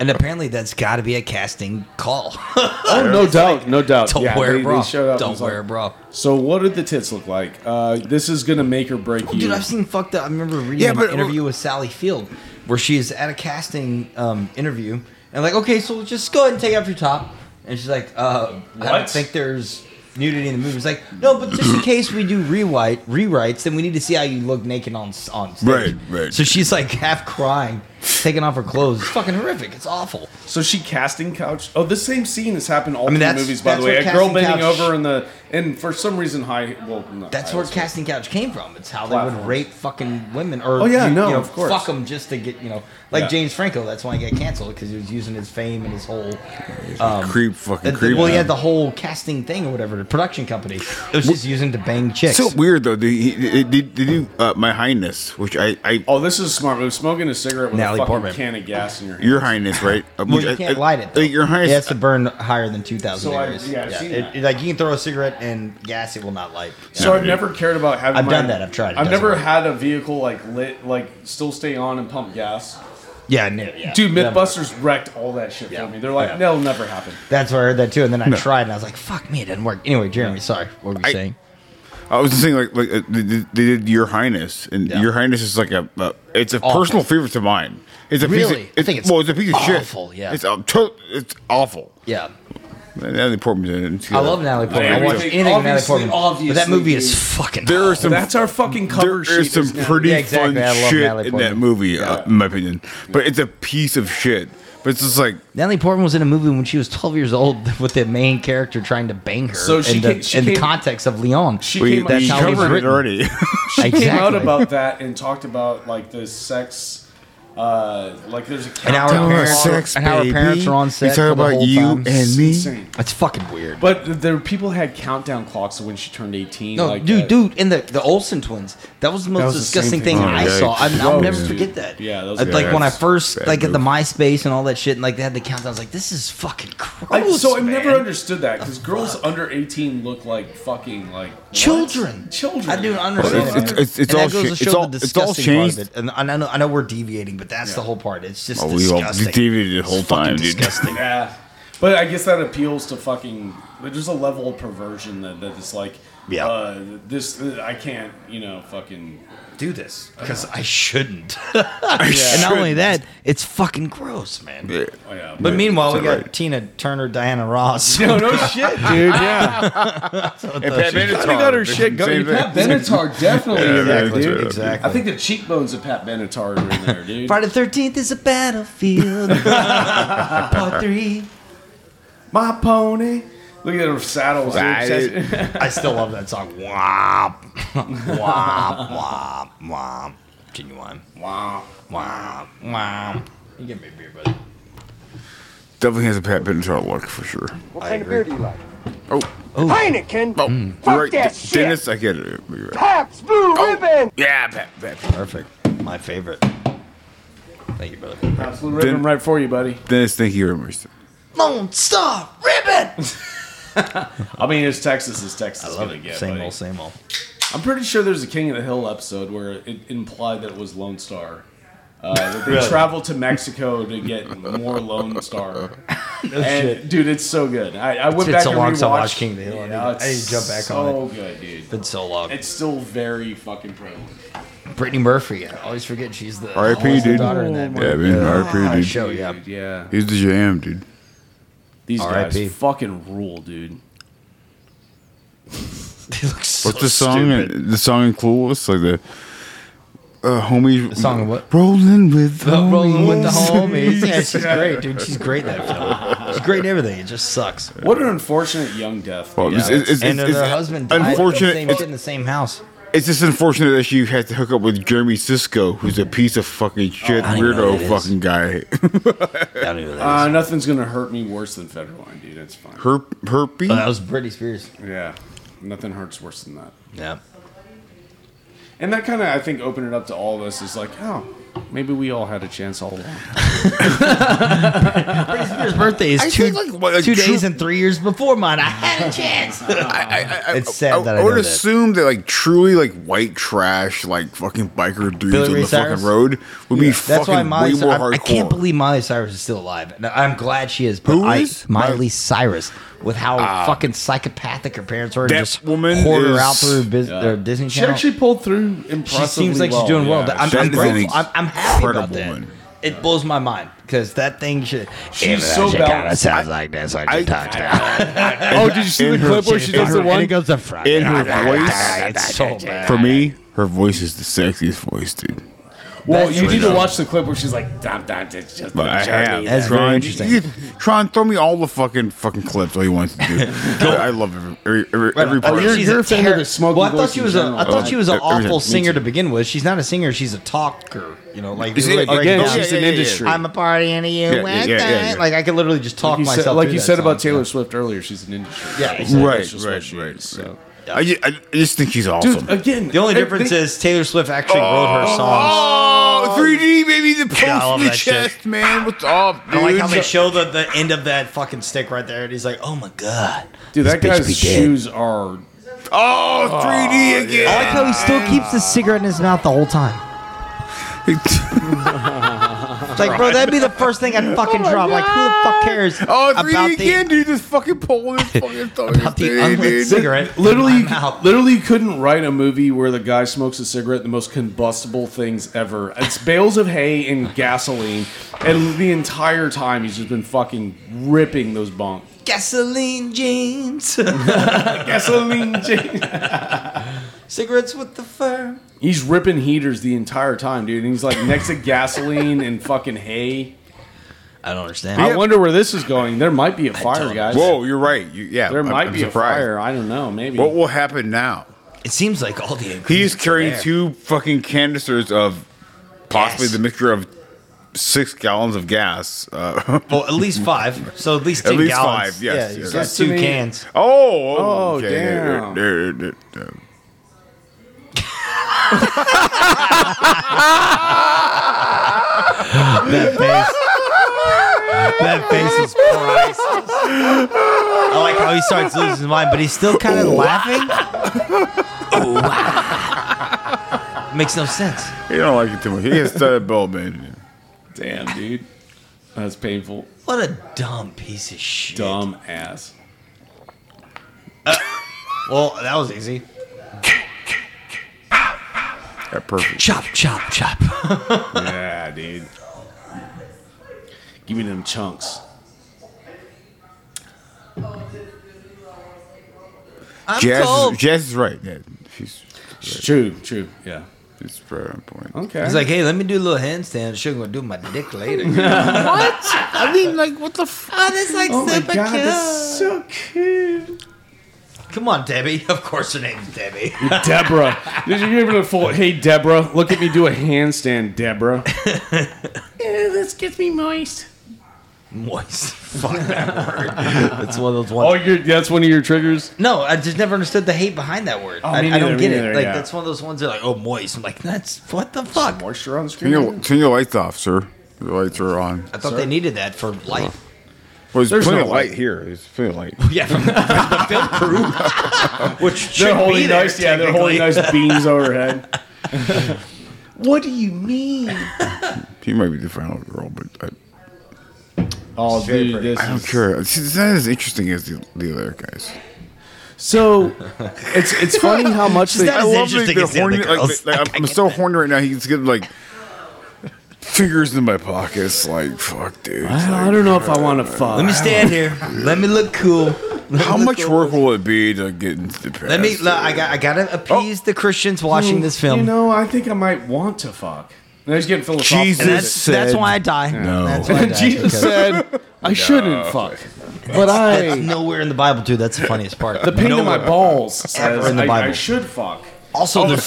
Speaker 1: and apparently, that's got to be a casting call.
Speaker 2: Oh, no doubt, no doubt.
Speaker 1: Don't
Speaker 2: Yeah,
Speaker 1: wear
Speaker 2: they-
Speaker 1: a
Speaker 2: they
Speaker 1: bra.
Speaker 2: showed up and
Speaker 1: Don't
Speaker 2: was
Speaker 1: wear a
Speaker 2: like,
Speaker 1: bra.
Speaker 2: So, what did the tits look like? Uh, this is gonna make or break you. uh,
Speaker 1: Dude, I've seen fucked up. I remember reading
Speaker 6: Yeah,
Speaker 1: an
Speaker 6: but-
Speaker 1: interview with Sally Field where she is at a casting um, interview and like, okay, so just go ahead and take off your top. And she's like, uh, I
Speaker 2: What?
Speaker 1: don't think there's nudity in the movie. It's like, no, but just in case we do rewrite rewrites, then we need to see how you look naked on s- on stage.
Speaker 6: Right, right.
Speaker 1: So she's like half crying, taking off her clothes. It's fucking horrific. It's awful.
Speaker 2: So she casting couch. Oh, this same scene has happened all
Speaker 1: mean,
Speaker 2: through
Speaker 1: that's-
Speaker 2: movies, by the
Speaker 1: that's
Speaker 2: way.
Speaker 1: where
Speaker 2: A girl
Speaker 1: casting
Speaker 2: bending
Speaker 1: couch-
Speaker 2: over in the and for some reason high. Well, not
Speaker 1: That's
Speaker 2: high
Speaker 1: where
Speaker 2: heels.
Speaker 1: casting couch came from. It's how they
Speaker 2: Platforms.
Speaker 1: would rape fucking women, or
Speaker 2: Oh, yeah,
Speaker 1: you,
Speaker 2: no,
Speaker 1: you know,
Speaker 2: of course.
Speaker 1: fuck them just to get you know, like
Speaker 2: Yeah.
Speaker 1: James Franco. That's why he got canceled because he was using his fame and his whole.
Speaker 6: creep,
Speaker 1: um,
Speaker 6: fucking
Speaker 1: the- the-
Speaker 6: creep.
Speaker 1: well, he
Speaker 6: man.
Speaker 1: had the whole casting thing or whatever, the production company. It was just using to bang chicks.
Speaker 6: so weird though. They, they, they do uh, my highness, which I, I
Speaker 1: Oh,
Speaker 2: Oh, this is a smart move. Smoking a cigarette with
Speaker 1: Natalie
Speaker 2: a fucking
Speaker 1: apartment.
Speaker 2: can of gas in your hand.
Speaker 6: Your Highness, right? Uh,
Speaker 1: Well,
Speaker 6: which
Speaker 1: you
Speaker 6: I-
Speaker 1: can't
Speaker 6: I-
Speaker 1: light it.
Speaker 6: I
Speaker 1: Though.
Speaker 6: think Your Highness.
Speaker 1: it has to burn higher than two thousand.
Speaker 2: So I-
Speaker 1: degrees.
Speaker 2: yeah, I've seen
Speaker 1: it,
Speaker 2: that.
Speaker 1: it- like you can throw a cigarette and gas, it will not light.
Speaker 2: So I've never cared about having.
Speaker 1: I've
Speaker 2: my-
Speaker 1: done that. I've tried it.
Speaker 2: I've
Speaker 1: Doesn't
Speaker 2: never
Speaker 1: work.
Speaker 2: had a vehicle like lit, like still stay on and pump gas.
Speaker 1: yeah, no, yeah.
Speaker 2: Dude,
Speaker 1: Never.
Speaker 2: MythBusters wrecked all that shit
Speaker 1: Yeah.
Speaker 2: for me. They're like,
Speaker 1: Yeah.
Speaker 2: that'll never happen.
Speaker 1: That's where I heard that too, and then I tried and I was like, "Fuck me, it didn't work." Anyway, Jeremy, sorry, what were you
Speaker 6: I-
Speaker 1: saying?
Speaker 6: I was just saying, like, like uh, they, did- they did Your Highness, and
Speaker 1: Yeah.
Speaker 6: Your Highness is like a, uh, it's a
Speaker 1: Awful.
Speaker 6: personal favorite of mine. It's a
Speaker 1: Really?
Speaker 6: piece of,
Speaker 1: I think it's
Speaker 6: well, it's a piece of shit.
Speaker 1: awful, yeah.
Speaker 6: it's a to- it's awful.
Speaker 1: Yeah,
Speaker 6: And Natalie Portman's in it. too.
Speaker 1: I love Natalie Portman. I
Speaker 2: Everything-
Speaker 1: watch anything Natalie
Speaker 2: obviously-
Speaker 1: Portman, but that
Speaker 2: obviously,
Speaker 1: movie is
Speaker 2: dude.
Speaker 1: fucking.
Speaker 6: There are some.
Speaker 2: That's our fucking cover
Speaker 6: there is
Speaker 2: sheet.
Speaker 6: some
Speaker 2: isn't it?
Speaker 6: pretty
Speaker 1: Yeah, exactly. I love
Speaker 6: fun shit
Speaker 1: Natalie
Speaker 6: in that
Speaker 1: Portman.
Speaker 6: movie, uh, in my opinion. But it's a piece of shit. But it's just like
Speaker 1: Natalie Portman was in a movie when she was 12 years old with the main character trying to bang her.
Speaker 2: So she
Speaker 1: in the,
Speaker 2: ca- she
Speaker 1: in the
Speaker 2: came-
Speaker 1: context of Leon.
Speaker 2: She
Speaker 6: we,
Speaker 2: came,
Speaker 1: that's
Speaker 6: we
Speaker 1: how it was
Speaker 6: covered it
Speaker 1: written.
Speaker 6: already.
Speaker 2: she came out
Speaker 1: Exactly.
Speaker 2: about that and talked about like the sex. Uh, like there's a
Speaker 1: And our
Speaker 2: countdown
Speaker 1: parents,
Speaker 2: clock.
Speaker 1: and our parents
Speaker 6: baby.
Speaker 1: are on set.
Speaker 6: You talk
Speaker 1: for the
Speaker 6: about
Speaker 1: whole
Speaker 6: you
Speaker 1: time.
Speaker 6: and me.
Speaker 2: Insane.
Speaker 1: That's fucking weird.
Speaker 2: But there, people had countdown clocks when she turned 18.
Speaker 1: no,
Speaker 2: like
Speaker 1: dude,
Speaker 2: that.
Speaker 1: dude, and the the Olsen twins. That was the most
Speaker 2: was the
Speaker 1: disgusting
Speaker 2: same
Speaker 1: thing
Speaker 2: thing.
Speaker 1: I
Speaker 6: Oh, yeah.
Speaker 1: saw. I, I'll
Speaker 2: Gross,
Speaker 1: never
Speaker 2: dude.
Speaker 1: forget that.
Speaker 2: Yeah, that was-
Speaker 1: Uh, like
Speaker 6: Yeah,
Speaker 1: when I
Speaker 6: that's
Speaker 1: first
Speaker 6: bad
Speaker 1: like at the
Speaker 6: move.
Speaker 1: MySpace and all that shit, and like they had the countdowns. I was like, this is fucking gross.
Speaker 2: I, so I never
Speaker 1: man.
Speaker 2: understood that because girls under 18 look like fucking like what?
Speaker 1: Children,
Speaker 2: Children.
Speaker 1: I do not
Speaker 6: Well,
Speaker 1: understand.
Speaker 6: it's-
Speaker 1: that.
Speaker 6: it's- it's- it's
Speaker 1: And that
Speaker 6: all
Speaker 1: goes to
Speaker 6: cha-
Speaker 1: show
Speaker 6: it's all-
Speaker 1: the
Speaker 6: it's all
Speaker 1: disgusting part of
Speaker 6: changed.
Speaker 1: it. And I know, I know we're deviating, but that's the whole part. It's just
Speaker 6: Oh, we all
Speaker 1: disgusting.
Speaker 6: deviated the whole
Speaker 1: It's fucking
Speaker 6: time, dude.
Speaker 1: Disgusting.
Speaker 2: Yeah, but I guess that appeals to fucking. But there's a level of perversion that that is like,
Speaker 1: Yeah.
Speaker 2: uh, this I can't, you know, fucking.
Speaker 1: do this because I shouldn't. and not only that, it's fucking gross, man.
Speaker 2: Oh, yeah.
Speaker 1: But meanwhile, we
Speaker 6: Is
Speaker 1: got
Speaker 6: that right?
Speaker 1: Tina Turner, Diana Ross.
Speaker 2: no, no shit, dude.
Speaker 8: Dude, yeah.
Speaker 6: And Pat Benatar.
Speaker 8: got her shit going.
Speaker 6: Same thing.
Speaker 2: Pat Benatar definitely in
Speaker 6: Yeah,
Speaker 2: there,
Speaker 6: exactly,
Speaker 2: dude.
Speaker 1: exactly.
Speaker 2: I think the cheekbones of Pat Benatar are in there, dude.
Speaker 1: Friday the Thirteenth is a battlefield. Part three.
Speaker 2: My pony. Look at her saddles. dude.
Speaker 6: I-
Speaker 1: I still love that song. Womp, womp, womp, womp. Genuine.
Speaker 2: Wow.
Speaker 1: Womp, womp. You give me a beer, buddy.
Speaker 6: Definitely has a Pat Benatar look for sure.
Speaker 3: What kind of beer do you like?
Speaker 6: Oh,
Speaker 3: Heineken.
Speaker 6: oh,
Speaker 1: Hmm.
Speaker 3: Fuck
Speaker 6: you're right,
Speaker 3: that
Speaker 6: De-
Speaker 3: shit.
Speaker 6: Dennis. Oh. I get it. You're right.
Speaker 3: Pabst Blue Ribbon.
Speaker 6: Yeah, Pat. Pat.
Speaker 1: Perfect. My favorite. Thank you, brother.
Speaker 2: Absolute ribbon
Speaker 6: Didn't-
Speaker 2: right for you, buddy.
Speaker 6: Dennis, thank you very much.
Speaker 1: Lone Star Ribbon.
Speaker 2: I mean, it's Texas. It's Texas.
Speaker 1: I love
Speaker 2: gonna
Speaker 1: it.
Speaker 2: Get,
Speaker 1: same
Speaker 2: buddy.
Speaker 1: old, same old.
Speaker 2: I'm pretty sure there's a King of the Hill episode where it implied that it was Lone Star. Uh, that they traveled to Mexico to get more Lone Star. and dude, it's so good. I, I went
Speaker 1: been
Speaker 2: back
Speaker 1: so
Speaker 2: and
Speaker 1: long
Speaker 2: rewatched.
Speaker 1: since I watched King of the Hill. I need to-
Speaker 2: it's
Speaker 1: I need to jump back
Speaker 2: so
Speaker 1: on
Speaker 2: good, dude.
Speaker 1: Been so long.
Speaker 2: It's still very fucking prevalent.
Speaker 1: Brittany Murphy. I always forget she's the
Speaker 6: R.I.P. Dude.
Speaker 1: daughter in
Speaker 6: yeah,
Speaker 1: that Ah,
Speaker 6: man. R.I.P. Dude.
Speaker 1: show. Oh, Yeah.
Speaker 2: Dude, yeah.
Speaker 6: He's the jam, dude.
Speaker 2: These guys
Speaker 1: R.I.P..
Speaker 2: fucking rule, dude.
Speaker 1: He looks so
Speaker 6: What's the song?
Speaker 1: stupid.
Speaker 6: The song in Clueless, like the uh, homies. The
Speaker 1: song of what?
Speaker 6: Rolling with the
Speaker 1: The
Speaker 6: homies.
Speaker 1: rolling with the homies. yeah, she's great, dude. She's great in that film. She's great in everything. It just sucks.
Speaker 2: What an unfortunate young death.
Speaker 6: Well,
Speaker 2: dude.
Speaker 6: it's, it's, it's,
Speaker 1: and
Speaker 6: it's,
Speaker 1: her
Speaker 6: it's-
Speaker 1: husband died unfortunate,
Speaker 6: unfortunate.
Speaker 1: same shit
Speaker 6: It's,
Speaker 1: in the same house.
Speaker 6: it's just unfortunate that you had to hook up with Jeremy Cisco, who's a piece of fucking shit
Speaker 1: I don't even know who
Speaker 6: weirdo
Speaker 1: that is.
Speaker 6: fucking guy.
Speaker 1: I don't know who that
Speaker 2: uh,
Speaker 1: is.
Speaker 2: nothing's gonna hurt me worse than Federline, dude. It's fine.
Speaker 6: Her herpy.
Speaker 1: Oh, that was Britney Spears.
Speaker 2: Yeah, nothing hurts worse than that.
Speaker 1: Yeah.
Speaker 2: And that kind of, I think, opened it up to all of us. Is like, oh, maybe we all had a chance all along.
Speaker 1: Britney Spears' birthday is
Speaker 6: I
Speaker 1: two,
Speaker 6: think, like, what, like,
Speaker 1: two
Speaker 6: true-
Speaker 1: days and three years before mine. I had a chance. it's sad
Speaker 6: I,
Speaker 1: that I,
Speaker 6: I would
Speaker 1: know that.
Speaker 6: assume that like truly like white trash like fucking biker dudes
Speaker 1: Billy
Speaker 6: on
Speaker 1: Ray
Speaker 6: the
Speaker 1: Cyrus?
Speaker 6: fucking road would be fucking
Speaker 1: That's why Miley.
Speaker 6: way more
Speaker 1: Cyrus, I,
Speaker 6: hardcore.
Speaker 1: I can't believe Miley Cyrus is still alive. And I'm glad she is. But
Speaker 6: Who
Speaker 1: I,
Speaker 6: is? Ah.
Speaker 1: Miley Cyrus? With how fucking psychopathic her parents were, and
Speaker 6: That
Speaker 1: just
Speaker 6: woman
Speaker 1: hoard her
Speaker 6: is-
Speaker 1: out through her, bus- their Disney
Speaker 2: She
Speaker 1: Channel.
Speaker 2: actually pulled through impressively.
Speaker 1: she seems like
Speaker 2: well.
Speaker 1: she's doing well.
Speaker 2: Yeah.
Speaker 1: I'm,
Speaker 6: That
Speaker 1: I'm
Speaker 6: is an
Speaker 1: grateful. I'm, I'm happy about
Speaker 6: incredible
Speaker 1: that.
Speaker 6: woman.
Speaker 1: It blows my mind because that thing should.
Speaker 2: She's so
Speaker 1: kind of
Speaker 2: balanced.
Speaker 1: sounds like this. I just talked about.
Speaker 8: Oh, did you see the
Speaker 6: In her-
Speaker 8: clip where she does the
Speaker 1: And it
Speaker 8: one?
Speaker 1: goes to front.
Speaker 6: in her voice.
Speaker 1: It's so bad.
Speaker 6: For me, her voice is the sexiest voice, dude.
Speaker 2: Well,
Speaker 1: That's
Speaker 2: you
Speaker 1: really
Speaker 2: need to
Speaker 1: dumb.
Speaker 2: watch the clip where she's like, "Dum dum, it's just
Speaker 6: But I have.
Speaker 1: That's very
Speaker 6: Tron,
Speaker 1: interesting.
Speaker 6: You, Tron, throw me all the fucking fucking clips all you want to do. I, I love every every, every,
Speaker 1: Oh,
Speaker 6: every part.
Speaker 2: you're- you're a fan of
Speaker 1: terror-
Speaker 2: the smoky
Speaker 1: Well, I thought
Speaker 2: voice
Speaker 1: she
Speaker 2: in
Speaker 1: was a.
Speaker 2: general,
Speaker 1: I thought she was an
Speaker 6: right? Everything.
Speaker 1: awful
Speaker 6: Me
Speaker 1: singer
Speaker 6: too.
Speaker 1: to begin with. She's not a singer. She's a talker. You know, like
Speaker 6: Is
Speaker 1: really
Speaker 6: it-
Speaker 1: break
Speaker 6: again,
Speaker 1: it
Speaker 8: Again,
Speaker 1: down.
Speaker 8: she's
Speaker 6: yeah,
Speaker 8: an
Speaker 6: yeah,
Speaker 8: industry.
Speaker 1: I'm a party in a you.
Speaker 6: Yeah, yeah, yeah, yeah.
Speaker 1: Like I could literally just talk
Speaker 2: You
Speaker 1: myself.
Speaker 2: said, like
Speaker 1: through
Speaker 2: you
Speaker 1: that
Speaker 2: said about
Speaker 1: song.
Speaker 2: Taylor Swift earlier, she's an industry.
Speaker 1: Yeah,
Speaker 2: That's
Speaker 1: exactly.
Speaker 6: Right,
Speaker 2: just
Speaker 6: right,
Speaker 2: what she
Speaker 6: right,
Speaker 2: is,
Speaker 6: right.
Speaker 2: so.
Speaker 6: I, ju- I just think she's awesome.
Speaker 2: Dude, again,
Speaker 1: The only
Speaker 2: they-
Speaker 1: difference
Speaker 2: they-
Speaker 1: is Taylor Swift actually wrote her songs.
Speaker 6: oh, 3D, baby. The
Speaker 1: I love
Speaker 6: pulse in the
Speaker 1: that shit.
Speaker 6: chest, man. What's up, dude?
Speaker 1: I like how they show the, the end of that fucking stick right there, and he's like, "Oh my god,
Speaker 2: Dude, that
Speaker 1: This bitch
Speaker 2: guy's
Speaker 1: be dead.
Speaker 2: shoes are.
Speaker 6: oh, 3D again.
Speaker 1: I like how he still keeps the cigarette in his mouth the whole time. It's like, bro, that'd be the first thing I'd fucking drop. Like, who the fuck cares
Speaker 6: oh, 3D
Speaker 1: about
Speaker 6: again,
Speaker 1: the
Speaker 6: dude. This fucking pole in his fucking tongue.
Speaker 1: about the unlit cigarette? in
Speaker 2: Literally,
Speaker 1: my mouth?
Speaker 2: literally you couldn't write a movie where the guy smokes a cigarette, the most combustible things ever. It's bales of hay and gasoline, and the entire time he's just been fucking ripping those bonk.
Speaker 1: gasoline jeans,
Speaker 2: Gasoline.
Speaker 1: cigarettes with the fur.
Speaker 2: he's ripping heaters the entire time, dude. And he's like next to gasoline and fucking hay.
Speaker 1: I don't understand.
Speaker 2: I wonder where this is going. There might be a fire,
Speaker 1: don't-
Speaker 2: guys.
Speaker 6: Whoa, you're right. You, yeah,
Speaker 2: There
Speaker 6: I'm-
Speaker 2: might
Speaker 6: I'm
Speaker 2: be
Speaker 6: surprised.
Speaker 2: a fire. I don't know. Maybe.
Speaker 6: What will happen now?
Speaker 1: It seems like all the
Speaker 6: He's
Speaker 1: ingredients are
Speaker 6: carrying
Speaker 1: there.
Speaker 6: two fucking canisters of possibly
Speaker 1: Gas.
Speaker 6: the mixture of six gallons of gas. Uh,
Speaker 1: well, at least five. So at least
Speaker 6: At
Speaker 1: ten
Speaker 6: least
Speaker 1: gallons.
Speaker 6: five, yes,
Speaker 1: yeah,
Speaker 6: yes.
Speaker 1: he's
Speaker 2: That's
Speaker 1: got
Speaker 2: to
Speaker 1: two
Speaker 2: me-
Speaker 1: cans.
Speaker 6: oh,
Speaker 2: Oh,
Speaker 6: okay.
Speaker 2: damn.
Speaker 6: There- there- there-
Speaker 1: That face. that face is priceless. I like how he starts losing his mind, but he's still kind of laughing. Oh, wow. Makes no sense.
Speaker 6: He don't like it too much. He gets started bell, man.
Speaker 2: Damn, dude. That's painful.
Speaker 1: What a dumb piece of shit.
Speaker 2: Dumb ass.
Speaker 1: Well, that was easy.
Speaker 6: That perfect.
Speaker 1: Chop, chop, chop.
Speaker 2: Yeah, dude. Give me them chunks.
Speaker 1: I'm
Speaker 6: Jazz,
Speaker 1: cold.
Speaker 6: is, Jazz is right. Yeah, she's
Speaker 2: True, true. Yeah.
Speaker 6: it's very on point.
Speaker 2: Okay.
Speaker 1: He's like, hey, let me do a little handstand. Sure, gonna do my dick later. what?
Speaker 6: I mean, like, what the? F-
Speaker 1: Oh, that's like
Speaker 2: oh my
Speaker 1: super
Speaker 2: god,
Speaker 1: cute.
Speaker 2: that's so cute.
Speaker 1: Come on, Debbie. Of course, her name's Debbie.
Speaker 2: Deborah. Did you give it a full? Hey, Deborah, look at me do a handstand, Deborah. this gets me moist.
Speaker 1: Moist. Fuck that word. That's one of those ones.
Speaker 2: Oh, your, that's one of your triggers.
Speaker 1: No, I just never understood the hate behind that word. I,
Speaker 2: Oh, me
Speaker 1: I don't
Speaker 2: neither,
Speaker 1: get
Speaker 2: me
Speaker 1: it.
Speaker 2: neither,
Speaker 1: like
Speaker 2: yeah.
Speaker 1: that's one of those ones that are like, oh, moist. I'm like, that's what the fuck. I
Speaker 2: Moisture on the
Speaker 6: turn, your,
Speaker 2: screen.
Speaker 6: turn your lights off, sir. Your lights are on. Well,
Speaker 1: thought they needed that for life.
Speaker 6: there's, plenty
Speaker 2: no
Speaker 6: of light here. There's plenty of light.
Speaker 1: yeah, from the, film crew, which
Speaker 2: They're
Speaker 1: should be
Speaker 2: holding
Speaker 1: there,
Speaker 2: nice, yeah. They're holding nice beams overhead. what do you mean?
Speaker 6: She might be the final girl, but I,
Speaker 2: Oh, dude, this
Speaker 6: I don't
Speaker 2: is-
Speaker 6: care. She's not as interesting as the, the other guys.
Speaker 2: So it's it's funny how much
Speaker 1: She's
Speaker 2: they,
Speaker 1: not
Speaker 6: I
Speaker 1: As
Speaker 6: love
Speaker 1: interesting
Speaker 6: like, the
Speaker 1: as the other
Speaker 6: horny. Like,
Speaker 1: girls.
Speaker 6: like, I'm, I'm so horny right now. He's getting like fingers in my pockets. Like fuck, dude.
Speaker 2: I don't know if I want to fuck.
Speaker 1: Let me stand here. Let me look cool. Let me
Speaker 6: How
Speaker 1: look
Speaker 6: much
Speaker 1: cool.
Speaker 6: work will it be to get into the past? uh,
Speaker 1: Let me. I got. I gotta appease the Christians watching this film.
Speaker 2: Oh. You know, I think I might want to fuck. And I was getting philosophical.
Speaker 6: Jesus.
Speaker 1: and that's that's
Speaker 6: said
Speaker 1: why I die.
Speaker 6: no.
Speaker 1: That's why I die
Speaker 2: Jesus
Speaker 1: because
Speaker 2: said I shouldn't fuck, but
Speaker 1: That's
Speaker 2: I
Speaker 1: nowhere in the Bible too. That's the funniest part.
Speaker 2: the pain in my
Speaker 1: Nowhere.
Speaker 2: balls says
Speaker 1: in the
Speaker 2: I, I
Speaker 1: Bible.
Speaker 2: should fuck.
Speaker 1: Also,
Speaker 6: Oh, the
Speaker 1: there's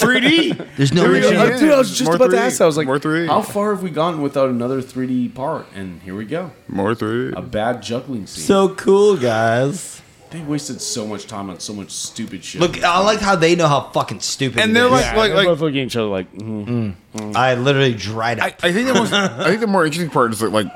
Speaker 6: 3D.
Speaker 1: there's no
Speaker 6: There we
Speaker 1: reason.
Speaker 6: go. Yeah,
Speaker 2: Dude, I was just
Speaker 6: more
Speaker 2: about to
Speaker 6: 3D,
Speaker 2: ask. that. I was like,
Speaker 6: more 3D.
Speaker 2: how far have we gone without another 3D part? And here we go,
Speaker 6: More three.
Speaker 2: a bad juggling scene.
Speaker 1: cool, guys.
Speaker 2: they wasted so much time on so much stupid shit.
Speaker 1: Look, I like how they know how fucking stupid.
Speaker 6: And
Speaker 1: it
Speaker 6: they're
Speaker 1: is.
Speaker 6: like, like, like.
Speaker 8: looking at each other like,
Speaker 1: I literally dried
Speaker 6: I,
Speaker 1: up.
Speaker 6: I think the most. I think the more interesting part is that like,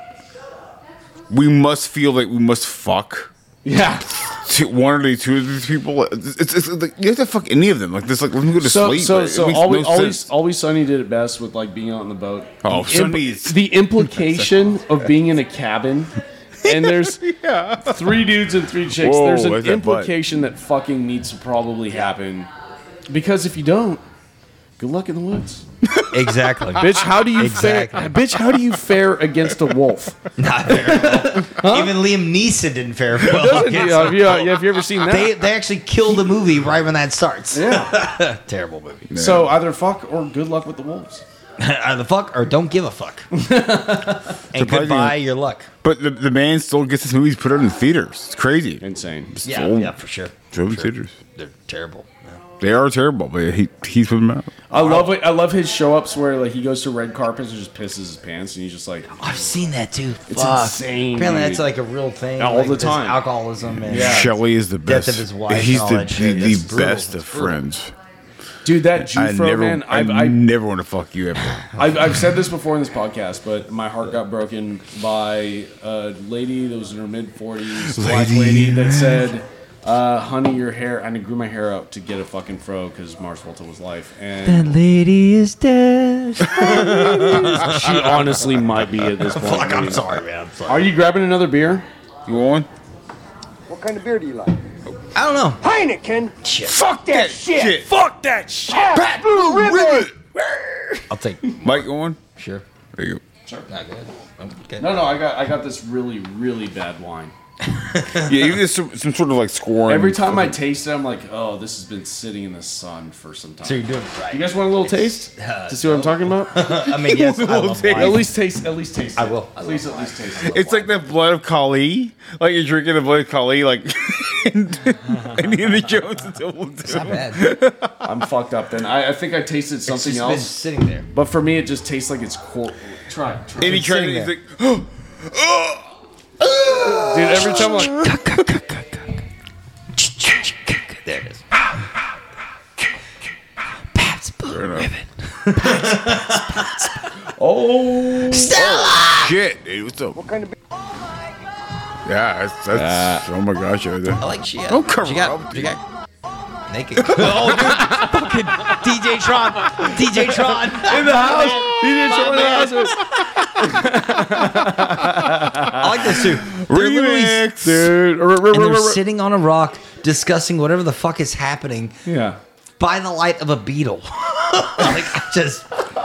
Speaker 6: we must feel like we must fuck.
Speaker 2: yeah.
Speaker 6: Two, one or the two of these people. It's, it's, it's like you have to fuck any of them. Like this, like let me go to
Speaker 2: So,
Speaker 6: sleep.
Speaker 2: so,
Speaker 6: It
Speaker 2: so
Speaker 6: makes
Speaker 2: always,
Speaker 6: no
Speaker 2: always,
Speaker 6: sense.
Speaker 2: always Sunny did it best with like being out on the boat.
Speaker 6: Oh,
Speaker 2: the,
Speaker 6: Sunny's-
Speaker 2: the implication of being in a cabin, and there's three dudes and three chicks.
Speaker 6: Whoa,
Speaker 2: there's an
Speaker 6: where's that butt?
Speaker 2: implication that fucking needs to probably happen, because if you don't, good luck in the woods,
Speaker 1: Exactly.
Speaker 6: Ah,
Speaker 2: bitch. How do you
Speaker 1: Exactly.
Speaker 2: fare, bitch? How do you fare against a wolf?
Speaker 1: Not very well. Even Liam Neeson didn't fare well.
Speaker 2: Doesn't- yeah, have you, yeah, have you ever seen that?
Speaker 1: They, they actually kill the movie right when that starts.
Speaker 2: yeah.
Speaker 1: Terrible movie.
Speaker 2: So either fuck or good luck with the wolves.
Speaker 1: Either fuck or don't give a fuck. and goodbye, your luck.
Speaker 6: But the, the man still gets his movies put out in theaters. It's crazy.
Speaker 2: Insane.
Speaker 1: Yeah,
Speaker 6: Sold.
Speaker 1: yeah, for sure.
Speaker 6: Drove in theaters.
Speaker 1: They're terrible. Yeah.
Speaker 6: They are terrible, but he he's put them out.
Speaker 2: I love it. I love his show ups where like he goes to red carpets and just pisses his pants and he's just like,
Speaker 1: I've seen that too.
Speaker 2: It's
Speaker 1: Fuck.
Speaker 2: insane,
Speaker 1: Apparently,
Speaker 2: dude.
Speaker 1: that's like a real thing.
Speaker 2: All
Speaker 1: like
Speaker 2: the
Speaker 1: this
Speaker 2: time.
Speaker 1: Alcoholism and
Speaker 2: Yeah.
Speaker 6: Shelley is the
Speaker 1: Death
Speaker 6: best.
Speaker 1: of his wife
Speaker 6: He's
Speaker 1: and all
Speaker 6: the,
Speaker 1: that shit.
Speaker 6: the
Speaker 1: That's brutal.
Speaker 6: best of
Speaker 1: That's brutal.
Speaker 6: friends.
Speaker 2: Dude, that
Speaker 6: I
Speaker 2: Jufro
Speaker 6: never,
Speaker 2: man,
Speaker 6: I,
Speaker 2: I've, I've,
Speaker 6: never want to fuck you ever.
Speaker 2: I've, I've said this before in this podcast, but my heart got broken by a lady that was in her mid 40s, black
Speaker 6: Lady.
Speaker 2: lady, that said, uh, honey, your hair, and I grew my hair up to get a fucking fro because Mars Volta was life. And
Speaker 1: lady is dead.
Speaker 2: she honestly might be at this point.
Speaker 1: Fuck, I'm
Speaker 2: dude.
Speaker 1: sorry, man. I'm sorry.
Speaker 2: Are you grabbing another beer?
Speaker 6: You want one?
Speaker 3: What kind of beer do you like?
Speaker 1: I don't know.
Speaker 3: Heineken.
Speaker 1: Shit.
Speaker 3: Fuck that shit.
Speaker 7: Fuck that shit.
Speaker 3: Pabst Blue Ribbon.
Speaker 1: I'll take.
Speaker 6: Mike, you want one?
Speaker 1: Sure.
Speaker 6: There you go.
Speaker 1: Not good. Okay.
Speaker 2: No, no, I got I got this really, really bad wine.
Speaker 6: Yeah, even just some, some sort of like scoring.
Speaker 2: Every time I taste it, I'm like, oh, this has been sitting in the sun for some time.
Speaker 1: So you're doing it
Speaker 2: you
Speaker 1: right.
Speaker 2: guys want a little taste
Speaker 1: uh,
Speaker 2: to see what I'm talking about?
Speaker 1: I mean, yes, I love wine.
Speaker 2: at least taste. At least taste.
Speaker 1: I
Speaker 2: it.
Speaker 1: will. I
Speaker 2: Please, at least taste. it.
Speaker 6: It's like the blood of Kali. Like you're drinking the blood of Kali, like Indiana Jones and Double
Speaker 1: Not
Speaker 6: Doom.
Speaker 1: bad.
Speaker 2: I'm fucked up. Then I, I think I tasted
Speaker 1: It's
Speaker 2: something
Speaker 1: just been
Speaker 2: else.
Speaker 1: sitting there.
Speaker 2: But for me, it just tastes like it's cold. Try, try.
Speaker 6: And he
Speaker 1: It's
Speaker 6: tried
Speaker 1: sitting
Speaker 6: it. He's
Speaker 1: there.
Speaker 6: like, oh,
Speaker 2: dude. Every time I'm like,
Speaker 1: There it is.
Speaker 2: oh,
Speaker 6: shit, dude, what's up?
Speaker 3: What kind of beer?
Speaker 6: Yeah, that's, that's oh my gosh, right there.
Speaker 1: Uh, I like she. Uh,
Speaker 6: Don't cover
Speaker 1: she
Speaker 6: up,
Speaker 1: got, she
Speaker 6: dude.
Speaker 1: got naked. oh, dude. Fucking DJ Tron. DJ Tron. In the house. DJ Tron in the house. I like this too. They're literally
Speaker 6: Remix,
Speaker 2: dude. r- r-
Speaker 1: and
Speaker 2: r-
Speaker 1: they're
Speaker 2: r-
Speaker 1: sitting on a rock discussing whatever the fuck is happening
Speaker 2: Yeah.
Speaker 1: by the light of a beetle. like I just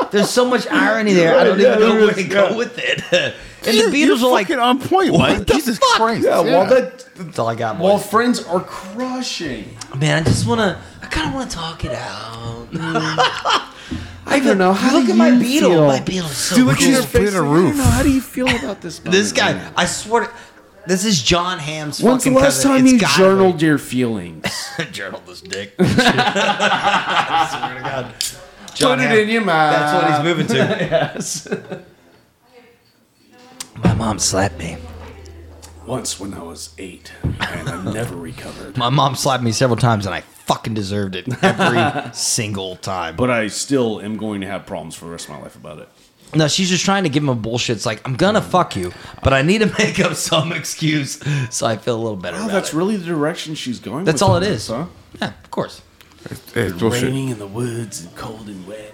Speaker 1: there's so much irony there. I don't
Speaker 2: Yeah,
Speaker 1: even know
Speaker 2: there
Speaker 1: where to
Speaker 2: is,
Speaker 1: go
Speaker 2: yeah.
Speaker 1: with it. and the Beatles
Speaker 6: You're
Speaker 1: are like,
Speaker 6: fucking on point, Mike. Jesus
Speaker 1: fuck?
Speaker 6: Christ.
Speaker 1: Yeah,
Speaker 2: well, that-
Speaker 1: that's all I got.
Speaker 2: Well,
Speaker 1: Boys.
Speaker 2: friends are crushing.
Speaker 1: Man, I just wanna, I kind of wanna talk it out.
Speaker 2: I don't know. How
Speaker 1: Look
Speaker 2: do
Speaker 1: at my
Speaker 2: you
Speaker 1: beetle.
Speaker 2: feel?
Speaker 1: My beetle's so
Speaker 6: Dude, look at
Speaker 1: cool.
Speaker 6: your face. a roof.
Speaker 2: How do you feel about this?
Speaker 1: This
Speaker 2: moment right
Speaker 1: guy,
Speaker 2: now?
Speaker 1: I swear, to, this is John Hamm's
Speaker 2: When's the
Speaker 1: fucking
Speaker 2: last
Speaker 1: cousin.
Speaker 2: time
Speaker 1: It's
Speaker 2: you
Speaker 1: gotta
Speaker 2: journaled your feelings?
Speaker 1: be- journaled this dick? I swear to God. John Hamm.
Speaker 2: your mouth.
Speaker 1: That's what he's moving to.
Speaker 2: yes.
Speaker 1: My mom slapped me.
Speaker 2: Once when I was eight, and I never recovered.
Speaker 1: My mom slapped me several times, and I fucking deserved it every single time.
Speaker 2: But I still am going to have problems for the rest of my life about it.
Speaker 1: No, she's just trying to give him a bullshit. It's like I'm gonna fuck you, but I need to make up some excuse so I feel a little better.
Speaker 2: Oh,
Speaker 1: about
Speaker 2: that's
Speaker 1: it.
Speaker 2: really the direction she's going.
Speaker 1: That's
Speaker 2: with
Speaker 1: all
Speaker 2: on
Speaker 1: it
Speaker 2: this,
Speaker 1: is.
Speaker 2: huh?
Speaker 1: Yeah, of course.
Speaker 6: Yeah, it's bullshit.
Speaker 2: Raining in the woods and cold and wet.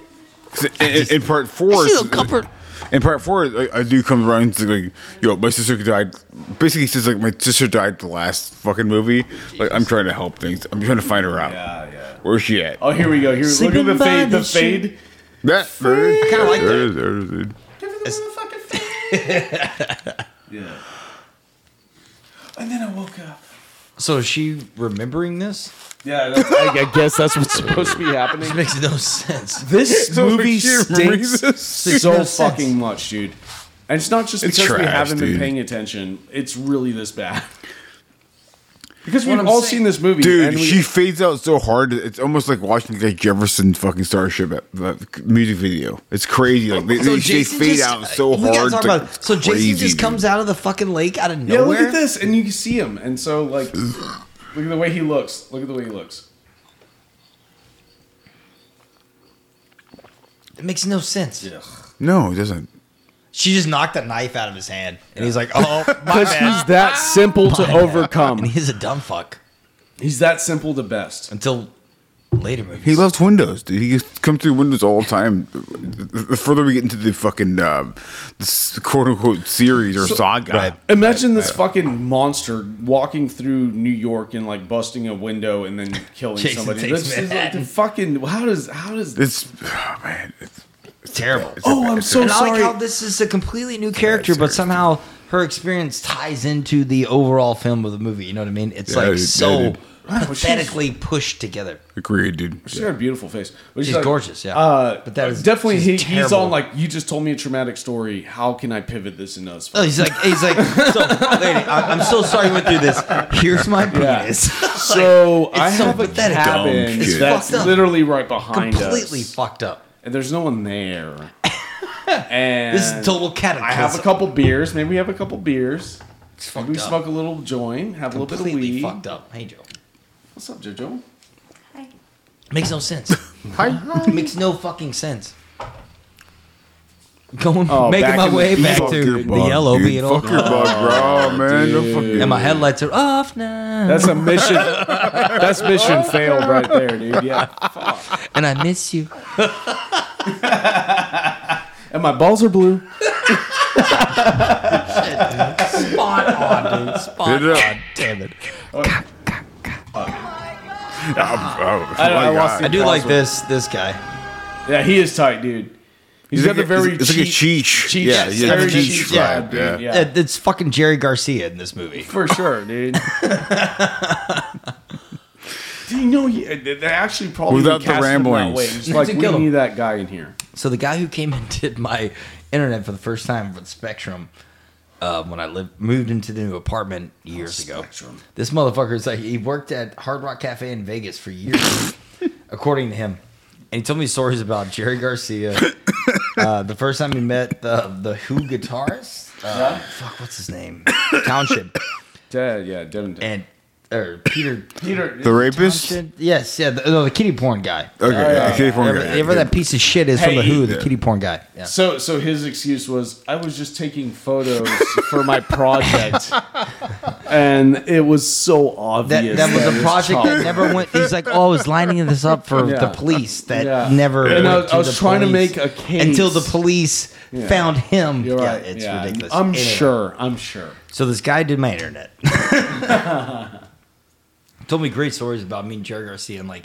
Speaker 6: In, in- in part four, it's- in part four, I, I do come around to like, yo, my sister died. Basically, he says like, my sister died the last fucking movie. Like, I'm trying to help things. I'm trying to find her out.
Speaker 2: Yeah, yeah.
Speaker 6: Where's she at?
Speaker 2: Oh, here we go. Here, look at
Speaker 1: Sleeping
Speaker 2: the
Speaker 1: by
Speaker 2: fade.
Speaker 1: the
Speaker 2: The fade.
Speaker 6: That I
Speaker 1: kinda like that.
Speaker 6: that.
Speaker 2: Yeah. And then I woke up.
Speaker 1: So is she remembering this?
Speaker 2: Yeah, that's, I, I guess that's what's supposed to be happening.
Speaker 1: It makes no sense.
Speaker 2: This movie
Speaker 6: she
Speaker 2: stinks
Speaker 6: remembers this?
Speaker 2: so
Speaker 1: Makes no sense.
Speaker 2: fucking much, dude. And it's not just
Speaker 6: It's
Speaker 2: because we
Speaker 6: trash,
Speaker 2: haven't been
Speaker 6: dude.
Speaker 2: paying attention. It's really this bad. Because
Speaker 1: What
Speaker 2: we've
Speaker 1: I'm
Speaker 2: all
Speaker 1: saying-
Speaker 2: seen this movie,
Speaker 6: Dude,
Speaker 2: and we-
Speaker 6: she fades out so hard. It's almost like watching the Jefferson fucking Starship uh, uh, music video. It's crazy. Like they, they, they fade out so
Speaker 1: uh, we gotta
Speaker 6: hard.
Speaker 1: talk
Speaker 6: to-
Speaker 1: about it. so Jason
Speaker 6: crazy,
Speaker 1: just
Speaker 6: dude.
Speaker 1: comes out of the fucking lake out of
Speaker 2: yeah,
Speaker 1: nowhere.
Speaker 2: look at this, and you can see him, and so like, look at the way he looks. Look at the way he looks.
Speaker 1: It makes no sense.
Speaker 6: No, it doesn't.
Speaker 1: She just knocked a knife out of his hand, and he's like, "Oh, my
Speaker 2: Because
Speaker 1: bad."
Speaker 2: he's that simple to
Speaker 1: And
Speaker 2: overcome.
Speaker 1: he's a dumb fuck
Speaker 2: He's that simple to best.
Speaker 1: until later movies.
Speaker 6: He loves windows, dude. He just comes through windows all the time. The further we get into the fucking uh, this quote unquote series or saga,
Speaker 2: Imagine this fucking monster walking through New York and like busting a window and then killing
Speaker 1: Jason
Speaker 2: somebody.
Speaker 1: takes
Speaker 2: This is like
Speaker 1: Manhattan.
Speaker 2: the fucking how does how does
Speaker 6: it's oh, man. It's,
Speaker 1: terrible.
Speaker 2: Oh, I'm so
Speaker 1: and I like
Speaker 2: sorry.
Speaker 1: how this is a completely new character, but
Speaker 6: serious.
Speaker 1: somehow her experience ties into the overall film of the movie. You know what I mean? It's
Speaker 6: Yeah,
Speaker 1: like
Speaker 6: dude,
Speaker 1: so
Speaker 6: yeah, dude.
Speaker 1: pathetically pushed together.
Speaker 6: agreed, dude.
Speaker 2: She's got a beautiful face. But
Speaker 1: She's
Speaker 2: like,
Speaker 1: gorgeous, yeah.
Speaker 2: Uh,
Speaker 1: But that is-
Speaker 2: definitely he,
Speaker 1: she's
Speaker 2: he's
Speaker 1: terrible.
Speaker 2: on like you just told me a traumatic story. How can I pivot this into this?
Speaker 1: Oh, he's like, he's like, so, lady, I, I'm so sorry you went through this. Here's my penis.
Speaker 2: so I
Speaker 1: so
Speaker 2: have a
Speaker 1: pathetic.
Speaker 2: cabin
Speaker 6: Dumb kid.
Speaker 2: that's
Speaker 1: Fucked up.
Speaker 2: literally right behind
Speaker 1: completely
Speaker 2: us,
Speaker 1: fucked up.
Speaker 2: and there's no one there. and
Speaker 1: This is total cataclysm.
Speaker 2: I have a couple beers. Maybe we have a couple beers.
Speaker 1: It's
Speaker 2: Maybe
Speaker 1: fucked
Speaker 2: we
Speaker 1: up.
Speaker 2: smoke a little joint, have a little bit
Speaker 1: completely
Speaker 2: of weed.
Speaker 1: fucked up. Hey, Joe.
Speaker 2: What's up, JoJo?
Speaker 1: Makes no sense.
Speaker 6: Hi,
Speaker 1: It makes no fucking sense. Going, making my way Oh, back
Speaker 6: Fuck
Speaker 1: to
Speaker 6: your
Speaker 1: the
Speaker 6: bug,
Speaker 1: yellow
Speaker 6: dude.
Speaker 1: beetle,
Speaker 6: Fuck your bug, bro, man. Don't fuck your-
Speaker 1: and my headlights are off now.
Speaker 8: That's a mission. that's mission failed right there, dude. Yeah.
Speaker 1: and I miss you.
Speaker 2: And my balls are blue.
Speaker 1: Spot on, dude. Spot
Speaker 6: Did it.
Speaker 1: on. Damn it.
Speaker 6: Oh,
Speaker 2: I don't- I
Speaker 6: my
Speaker 2: lost
Speaker 1: I
Speaker 6: oh, God.
Speaker 1: do like this this guy.
Speaker 2: Yeah, he is tight, dude. He's got
Speaker 6: like
Speaker 2: the
Speaker 6: a-
Speaker 2: very
Speaker 6: it's like a cheech.
Speaker 2: cheech
Speaker 6: Yeah, yeah,
Speaker 2: very
Speaker 1: cheech
Speaker 2: cheech
Speaker 6: vibe,
Speaker 2: vibe, dude.
Speaker 6: yeah.
Speaker 2: Yeah.
Speaker 1: It- It's fucking Jerry Garcia in this movie.
Speaker 2: for sure, dude. Do you know he, they they actually probably
Speaker 6: Without the
Speaker 2: cast him that
Speaker 6: ramblings.
Speaker 2: way. It's
Speaker 1: To
Speaker 2: like we
Speaker 1: kill him.
Speaker 2: need that guy in here.
Speaker 1: So the guy who came and did my internet for the first time with Spectrum, uh, when I lived moved into the new apartment years ago. This motherfucker is like he worked at Hard Rock Cafe in Vegas for years, according to him. And he told me stories about Jerry Garcia. uh, the first time he met the the Who guitarist, uh, fuck, what's his name? Township
Speaker 2: Dead, yeah, Devin. Dead.
Speaker 1: and or Peter.
Speaker 2: Peter,
Speaker 6: The rapist? Okay,
Speaker 1: Townshend? Yes, yeah, the, no, the kitty porn guy.
Speaker 6: yeah, okay, for
Speaker 1: Whatever,
Speaker 6: me, yeah,
Speaker 1: whatever
Speaker 6: yeah.
Speaker 1: that piece of shit is from the
Speaker 2: Hey,
Speaker 1: Who, the
Speaker 6: yeah.
Speaker 1: kitty porn guy. Yeah.
Speaker 2: So, so his excuse was, I was just taking photos for my project, and it was so
Speaker 1: that,
Speaker 2: obvious.
Speaker 1: that was a
Speaker 2: it's
Speaker 1: project
Speaker 2: child.
Speaker 1: that never went. He's like, oh, I was lining this up for
Speaker 2: Yeah.
Speaker 1: the police that
Speaker 2: Yeah.
Speaker 1: never.
Speaker 2: And I
Speaker 1: went
Speaker 2: was-
Speaker 1: to
Speaker 2: I was
Speaker 1: the
Speaker 2: trying to
Speaker 1: police
Speaker 2: make a case.
Speaker 1: until the police
Speaker 2: Yeah.
Speaker 1: found him.
Speaker 2: You're right.
Speaker 1: Yeah, it's
Speaker 2: yeah.
Speaker 1: ridiculous.
Speaker 2: I'm
Speaker 1: Anyway,
Speaker 2: sure. I'm sure.
Speaker 1: So this guy did my internet. Told me great stories about me and Jerry Garcia in like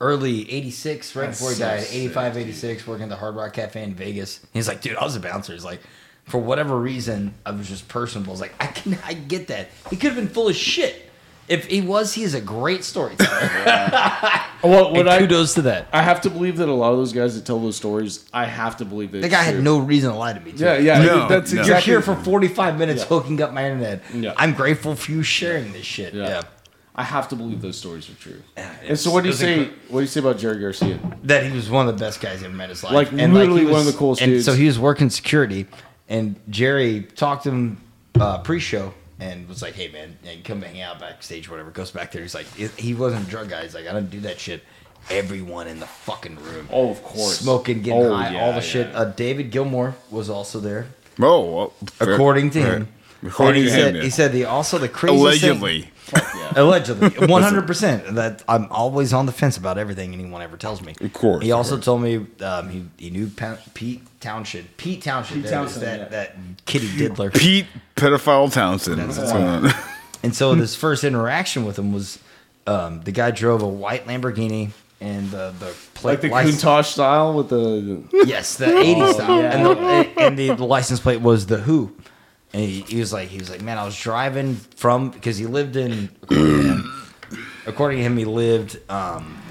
Speaker 1: early 86, right before he
Speaker 2: so
Speaker 1: died,
Speaker 2: sick,
Speaker 1: 85, 86, working at the Hard Rock Cafe in Vegas. He's like, dude, I was a bouncer. He's like, for whatever reason, I was just personable. He's like, I can, I get that. He could have been full of shit. If he was, he is a great storyteller.
Speaker 2: Well, what
Speaker 1: And
Speaker 2: I
Speaker 1: kudos to that.
Speaker 2: I have to believe that a lot of those guys that tell those stories, I have to believe that
Speaker 1: The
Speaker 2: it's
Speaker 1: guy had
Speaker 2: true.
Speaker 1: no reason to lie to me. Too.
Speaker 2: Yeah, yeah,
Speaker 6: No,
Speaker 2: that's
Speaker 6: no.
Speaker 1: You're
Speaker 2: exactly.
Speaker 1: here for 45 minutes hooking up my internet.
Speaker 2: Yeah.
Speaker 1: I'm grateful for you sharing this shit.
Speaker 2: Yeah.
Speaker 1: yeah.
Speaker 2: I have to believe those stories are true. and
Speaker 1: it's-
Speaker 2: so, what do you
Speaker 1: it's
Speaker 2: say?
Speaker 1: incre-
Speaker 2: what do you say about Jerry Garcia?
Speaker 1: that he was one of the best guys he ever met in his life.
Speaker 2: Like,
Speaker 1: he
Speaker 2: literally one of the coolest
Speaker 1: And
Speaker 2: dudes.
Speaker 1: so he was working security, and Jerry talked to him uh, pre-show and was like, "Hey man, yeah, come hang out backstage, whatever." Goes back there. He's like, he- he wasn't a drug guy. He's like, I don't do that shit. Everyone in the fucking room.
Speaker 2: Oh, of course.
Speaker 1: Smoking, getting
Speaker 2: Oh,
Speaker 1: high,
Speaker 2: yeah,
Speaker 1: all the
Speaker 2: yeah.
Speaker 1: shit. Uh, David Gilmore was also there,
Speaker 6: Oh, well, fair-
Speaker 1: according to him.
Speaker 6: fair. According
Speaker 1: And
Speaker 6: to
Speaker 1: he said,
Speaker 6: him,
Speaker 1: He
Speaker 6: yeah.
Speaker 1: said the also the craziest thing-
Speaker 6: allegedly.
Speaker 1: Allegedly, one hundred percent. That I'm always on the fence about everything anyone ever tells me.
Speaker 6: Of course,
Speaker 1: He
Speaker 6: of
Speaker 1: also told me um, he, he knew Pa- Pete Townshend. Pete Townshend.
Speaker 2: Pete
Speaker 1: there it is,
Speaker 2: Townshend,
Speaker 1: that that kitty diddler.
Speaker 6: Pete Pedophile Townsend. That's what-
Speaker 1: And
Speaker 2: Hmm.
Speaker 1: so this first interaction with him was um, the guy drove a white Lamborghini and the the plate
Speaker 2: Like the
Speaker 1: license-
Speaker 2: Countach style with the Oh,
Speaker 1: Yes, the '80s style, and, the, and the, the license plate was the Who. And he, he was like, he was like, man, I was driving from because he lived in, according to him, according to him, he lived um,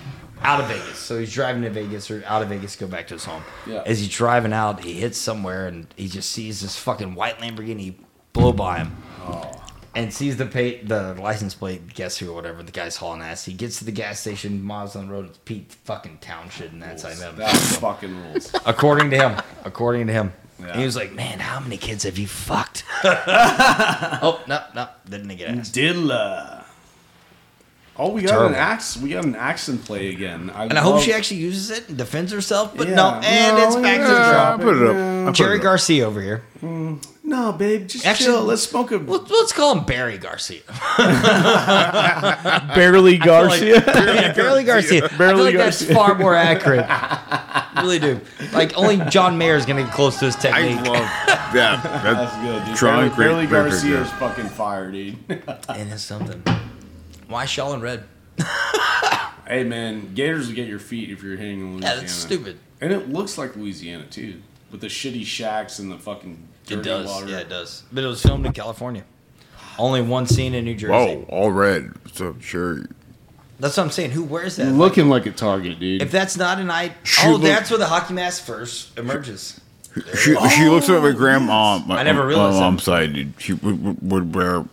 Speaker 1: out of Vegas, so he's driving to Vegas or out of Vegas, to go back to his home.
Speaker 2: Yeah.
Speaker 1: As he's driving out, he hits somewhere and he just sees this fucking white Lamborghini blow by him. And sees the pay, the license plate, guess who, or whatever. The guy's hauling ass. He gets to the gas station, miles on the road. It's Pete fucking Townshend, and that's I know.
Speaker 2: that fucking rules.
Speaker 1: According to him. According to him. And He was like, man, how many kids have you fucked? oh, no, no. Didn't get asked.
Speaker 2: Dilla. Oh, we got
Speaker 1: Terrible.
Speaker 2: an axe. We got an axe in play again. I
Speaker 1: And I hope
Speaker 2: love-
Speaker 1: she actually uses it and defends herself, but
Speaker 2: Yeah.
Speaker 1: no. And
Speaker 2: No,
Speaker 1: it's back to the
Speaker 2: yeah.
Speaker 6: Yeah, I
Speaker 1: drop.
Speaker 6: put it up. I put
Speaker 1: Jerry
Speaker 6: it up.
Speaker 1: Garcia over here.
Speaker 2: No, babe, just
Speaker 1: Actually-
Speaker 2: chill. Let's smoke a
Speaker 1: Let's, let's call him Barry Garcia.
Speaker 8: Barely Garcia.
Speaker 1: Yeah, Barry Garcia. I feel
Speaker 8: Barely
Speaker 1: like that's
Speaker 8: Garcia.
Speaker 1: far more accurate. really do. Like, only John Mayer is going to get close to his
Speaker 6: I
Speaker 1: technique.
Speaker 6: love that.
Speaker 2: That's good, dude.
Speaker 6: Tron, great
Speaker 2: Barely
Speaker 6: record,
Speaker 2: Garcia is
Speaker 6: yeah.
Speaker 2: fucking fire, dude.
Speaker 1: and it's something. Why Shaolin Red?
Speaker 2: hey, man, Gators will get your feet if you're hitting in Louisiana.
Speaker 1: Yeah, that's stupid.
Speaker 2: And it looks like Louisiana too, with the shitty shacks and the fucking dirty
Speaker 1: It does.
Speaker 2: water.
Speaker 1: Yeah, it does. But it was filmed in California. Only one scene in New Jersey.
Speaker 6: Whoa, all red. What's up, Jerry?
Speaker 1: That's what I'm saying. Who wears that?
Speaker 2: Looking like a target, dude.
Speaker 1: if that's not an I,
Speaker 6: She
Speaker 1: oh,
Speaker 6: look-
Speaker 1: that's where the hockey mask first emerges.
Speaker 6: She, she looks like my grandma. My,
Speaker 1: Oh, I never
Speaker 6: my
Speaker 1: realized that.
Speaker 6: mom's side, dude. She would, would- would wear,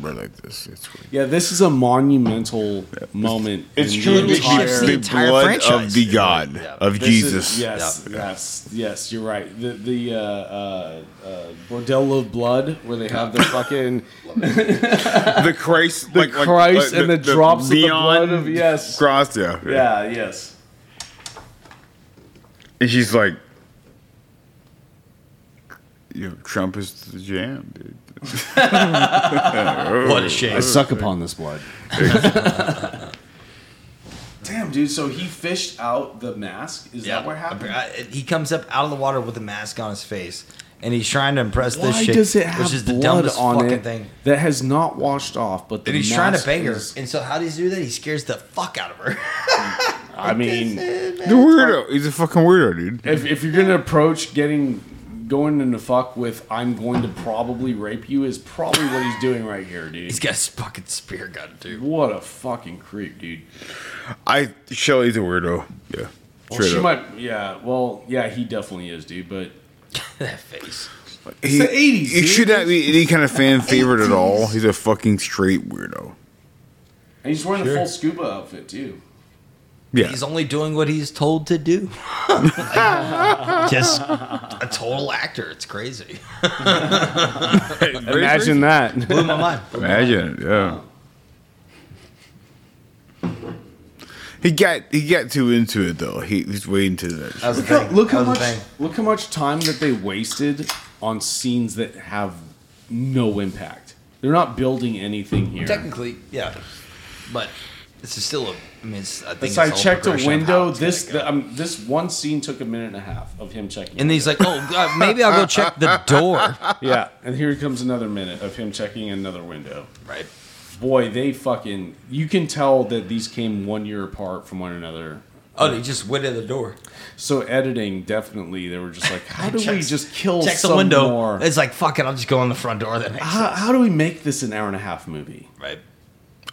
Speaker 6: wear like this. It's weird.
Speaker 2: yeah, this is a monumental moment. in
Speaker 1: true.
Speaker 2: the
Speaker 1: It
Speaker 2: entire-
Speaker 1: shifts the
Speaker 6: The
Speaker 1: entire
Speaker 6: blood
Speaker 1: franchise.
Speaker 6: of the God
Speaker 1: Yeah.
Speaker 6: of
Speaker 2: This is-
Speaker 6: Jesus.
Speaker 2: yes, yes, yes. You're right. The the uh, uh, uh, bordello of blood, where they have the fucking
Speaker 6: the Christ,
Speaker 2: The Christ and the drops of the
Speaker 6: neon
Speaker 2: blood of- yes.
Speaker 6: cross. Yeah,
Speaker 2: yeah, yes.
Speaker 6: And she's like, you know, Trump is the jam, dude.
Speaker 1: What a shame.
Speaker 2: I suck upon this blood. Damn, dude. So he fished out the mask. Is that what happened?
Speaker 1: I- He comes up out of the water with a mask on his face, and he's trying to impress this
Speaker 2: Why
Speaker 1: shit,
Speaker 2: does it have
Speaker 1: which is the
Speaker 2: blood
Speaker 1: dumbest
Speaker 2: on
Speaker 1: fucking
Speaker 2: it
Speaker 1: thing.
Speaker 2: that has not washed off? But the
Speaker 1: And he's trying to
Speaker 2: mask
Speaker 1: bang her.
Speaker 2: is-
Speaker 1: And so how does he do that? He scares the fuck out of her.
Speaker 2: I mean,
Speaker 6: The weirdo. He's a fucking weirdo, dude.
Speaker 2: if, if you're gonna approach getting going into fuck with "I'm going to probably rape you" is probably what he's doing right here, dude.
Speaker 1: he's got his fucking spear gun too.
Speaker 2: What a fucking creep, dude.
Speaker 6: I Shelly's a weirdo. Yeah.
Speaker 2: Well, she might. Yeah. Well, yeah. He definitely is, dude. But
Speaker 1: that face.
Speaker 6: It's
Speaker 2: the 80s,
Speaker 6: He
Speaker 2: dude.
Speaker 6: should not be any kind of fan favorite at all. He's a fucking straight weirdo.
Speaker 2: and he's wearing a full scuba outfit too.
Speaker 6: Yeah.
Speaker 1: He's only doing what he's told to do. Like, just a total actor. It's crazy.
Speaker 8: Imagine that.
Speaker 1: Blew my mind.
Speaker 6: Imagine, yeah. He got he got too into it though. He, he's way into that.
Speaker 1: That was
Speaker 2: Look
Speaker 1: the
Speaker 2: how,
Speaker 1: thing.
Speaker 2: look how
Speaker 1: That was
Speaker 2: much
Speaker 1: the thing.
Speaker 2: look how much time that they wasted on scenes that have no impact. They're not building anything here.
Speaker 1: Technically, yeah, but this is still a. I mean, it's, I think
Speaker 2: Because
Speaker 1: it's
Speaker 2: I
Speaker 1: all
Speaker 2: checked a
Speaker 1: progression of how
Speaker 2: window.
Speaker 1: it's gonna
Speaker 2: This
Speaker 1: go.
Speaker 2: the, um, this one scene took a minute and a half of him checking.
Speaker 1: And
Speaker 2: the
Speaker 1: then he's like, "Oh, God, maybe I'll go check the door."
Speaker 2: yeah, and here comes another minute of him checking another window.
Speaker 1: Right.
Speaker 2: Boy, they fucking. You can tell that these came one year apart from one another.
Speaker 1: Oh, he just went in the door.
Speaker 2: So editing, definitely, they were just like, how do we
Speaker 1: Checks-
Speaker 2: just kill
Speaker 1: Checks
Speaker 2: some
Speaker 1: the window.
Speaker 2: more? Ah.
Speaker 1: It's like, "Fuck it, I'll just go in the front door." That makes
Speaker 2: How,
Speaker 1: sense.
Speaker 2: how do we make this an hour and a half movie?
Speaker 1: Right.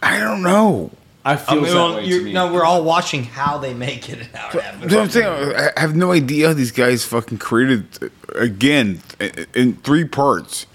Speaker 6: I don't know.
Speaker 2: I
Speaker 1: I
Speaker 2: feel
Speaker 1: mean,
Speaker 2: that
Speaker 1: well,
Speaker 2: way
Speaker 1: you're-
Speaker 2: to me.
Speaker 1: no, we're all watching how they make it an hour
Speaker 6: You know what I'm
Speaker 1: after.
Speaker 6: saying I I have no idea how these guys fucking created uh, again i- in three parts.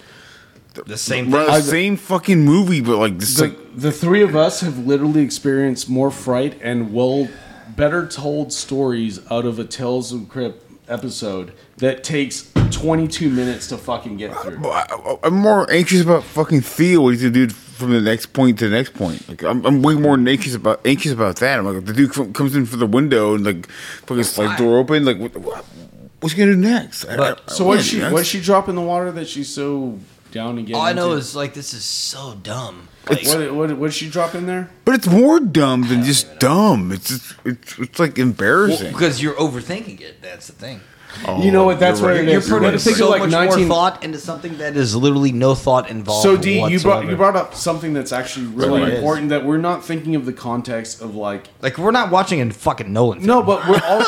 Speaker 1: The same
Speaker 6: Well,
Speaker 1: thing.
Speaker 6: the same fucking movie, but like just
Speaker 2: the,
Speaker 6: like
Speaker 2: the three of us have literally experienced more fright and well better told stories out of a Tales of Crypt episode that takes 22 minutes to fucking get through.
Speaker 6: I, am more anxious about fucking Theo. What he's gonna do from the next point to the next point. Like I'm, I'm way more anxious about anxious about that. I'm like the dude com- comes in for the window and like fucking slide door open. Like what, what- what's he gonna do next? I-
Speaker 1: But-
Speaker 6: I- I-
Speaker 2: So what's she
Speaker 6: yeah,
Speaker 2: what's she drop in the water that she's so down to get
Speaker 1: all I know
Speaker 2: into?
Speaker 1: is like, this is so dumb. Like,
Speaker 6: It's-
Speaker 2: what what what'd she drop in there?
Speaker 6: But it's more dumb than just dumb. It's just it's, it's like embarrassing.
Speaker 1: because you're overthinking it. That's the thing.
Speaker 2: you know what that's
Speaker 6: Oh, you're
Speaker 2: what
Speaker 6: right.
Speaker 2: it
Speaker 6: You're
Speaker 2: is.
Speaker 6: putting
Speaker 2: Think of
Speaker 1: so
Speaker 2: like
Speaker 1: much
Speaker 2: 19
Speaker 1: more thought into something that is literally no thought involved.
Speaker 2: So D, you brought
Speaker 1: whatsoever.
Speaker 2: you brought up something that's actually really
Speaker 1: Right.
Speaker 2: important that we're not thinking of the context of like
Speaker 1: like we're not watching in fucking Nolan. Film.
Speaker 2: no, but we're all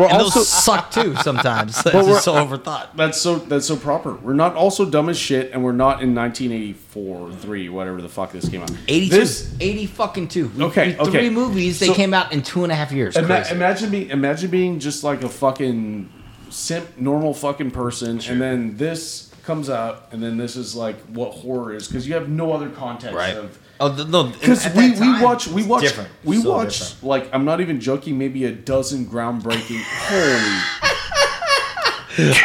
Speaker 2: we're
Speaker 1: and
Speaker 2: also
Speaker 1: those suck too sometimes. It's
Speaker 2: we're-
Speaker 1: just so overthought.
Speaker 2: That's so that's so proper. We're not also dumb as shit, and we're not in 1984, three, whatever the fuck this came out.
Speaker 1: 82,
Speaker 2: This,
Speaker 1: 80 fucking two. We-
Speaker 2: Okay,
Speaker 1: we-
Speaker 2: okay.
Speaker 1: Three movies. They
Speaker 2: So-
Speaker 1: came out in two and a half years.
Speaker 2: ima-
Speaker 1: Crazy.
Speaker 2: imagine being imagine being just like a fucking simp, normal fucking person, and then this comes out, and then this is like what horror is because you have no other context
Speaker 1: right.
Speaker 2: of.
Speaker 1: Oh, th- no,
Speaker 2: Because
Speaker 1: at
Speaker 2: we,
Speaker 1: that
Speaker 2: we
Speaker 1: time,
Speaker 2: watch we
Speaker 1: it's
Speaker 2: watch
Speaker 1: different.
Speaker 2: we
Speaker 1: So
Speaker 2: watch
Speaker 1: different.
Speaker 2: like I'm not even joking maybe a dozen groundbreaking holy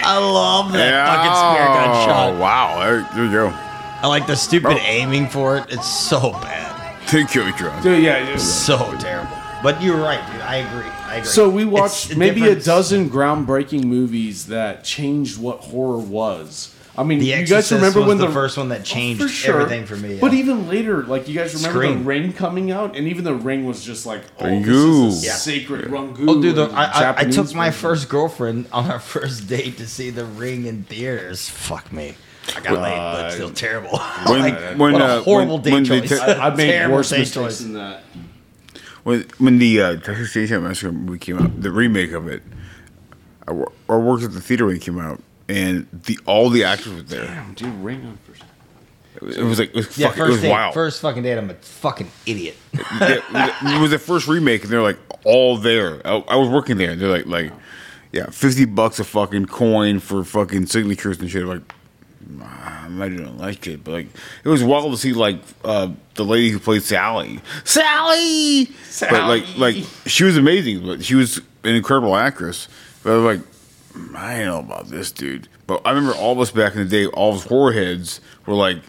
Speaker 1: I love that fucking spear gun shot.
Speaker 6: Oh, wow. There, there you go.
Speaker 1: I like the stupid aiming for it. It's so bad.
Speaker 6: Thank you, John.
Speaker 2: dude yeah it was-
Speaker 1: So terrible. But you're right, dude. I agree. I agree.
Speaker 2: So we watched
Speaker 1: It's the
Speaker 2: maybe
Speaker 1: difference.
Speaker 2: a dozen groundbreaking movies that changed what horror was. I mean,
Speaker 1: The
Speaker 2: you guys
Speaker 1: Exorcist
Speaker 2: remember
Speaker 1: was
Speaker 2: when Oh,
Speaker 1: the first one that changed everything for me,
Speaker 2: But
Speaker 1: yeah.
Speaker 2: even later, like you guys remember the
Speaker 1: Scream.
Speaker 2: Ring coming out, and even the Ring was just like, oh,
Speaker 6: Rangoon.
Speaker 2: this is a
Speaker 6: Yeah.
Speaker 2: sacred Rangoon.
Speaker 1: Oh, dude, the,
Speaker 2: and
Speaker 1: I, I, I
Speaker 2: Japanese
Speaker 1: took my
Speaker 2: movie.
Speaker 1: first girlfriend on our first date to see The Ring in theaters. Fuck me. I got late, but still terrible.
Speaker 6: Uh, When,
Speaker 1: like,
Speaker 6: when,
Speaker 1: what
Speaker 6: uh,
Speaker 1: a horrible
Speaker 6: when-
Speaker 1: date
Speaker 6: when they
Speaker 1: choice.
Speaker 6: took-
Speaker 2: I made
Speaker 1: Terrible
Speaker 2: worse
Speaker 1: date
Speaker 2: mistakes
Speaker 1: choice.
Speaker 2: than that.
Speaker 6: When, when the uh, Texas Chainsaw Massacre movie came out, the remake of it, I, wor- I worked at the theater when it came out, and the all the actors were there.
Speaker 2: Damn, dude, Ring on first.
Speaker 6: It was, it was like it was,
Speaker 1: Yeah,
Speaker 6: fuck, it
Speaker 1: first
Speaker 6: was
Speaker 1: date,
Speaker 6: wild.
Speaker 1: first fucking date. I'm a fucking idiot.
Speaker 6: Yeah, it was the first remake, and they're like all there. I, I was working there, and they're like like. Yeah, fifty bucks a fucking coin for fucking signatures and shit. Like, I might not like it, but like, it was wild to see like uh, the lady who played Sally, Sally, but like, like she was amazing, but she was an incredible actress. But I was like, "Mm, I don't know about this dude. But I remember all of us back in the day, all of us horror heads were like,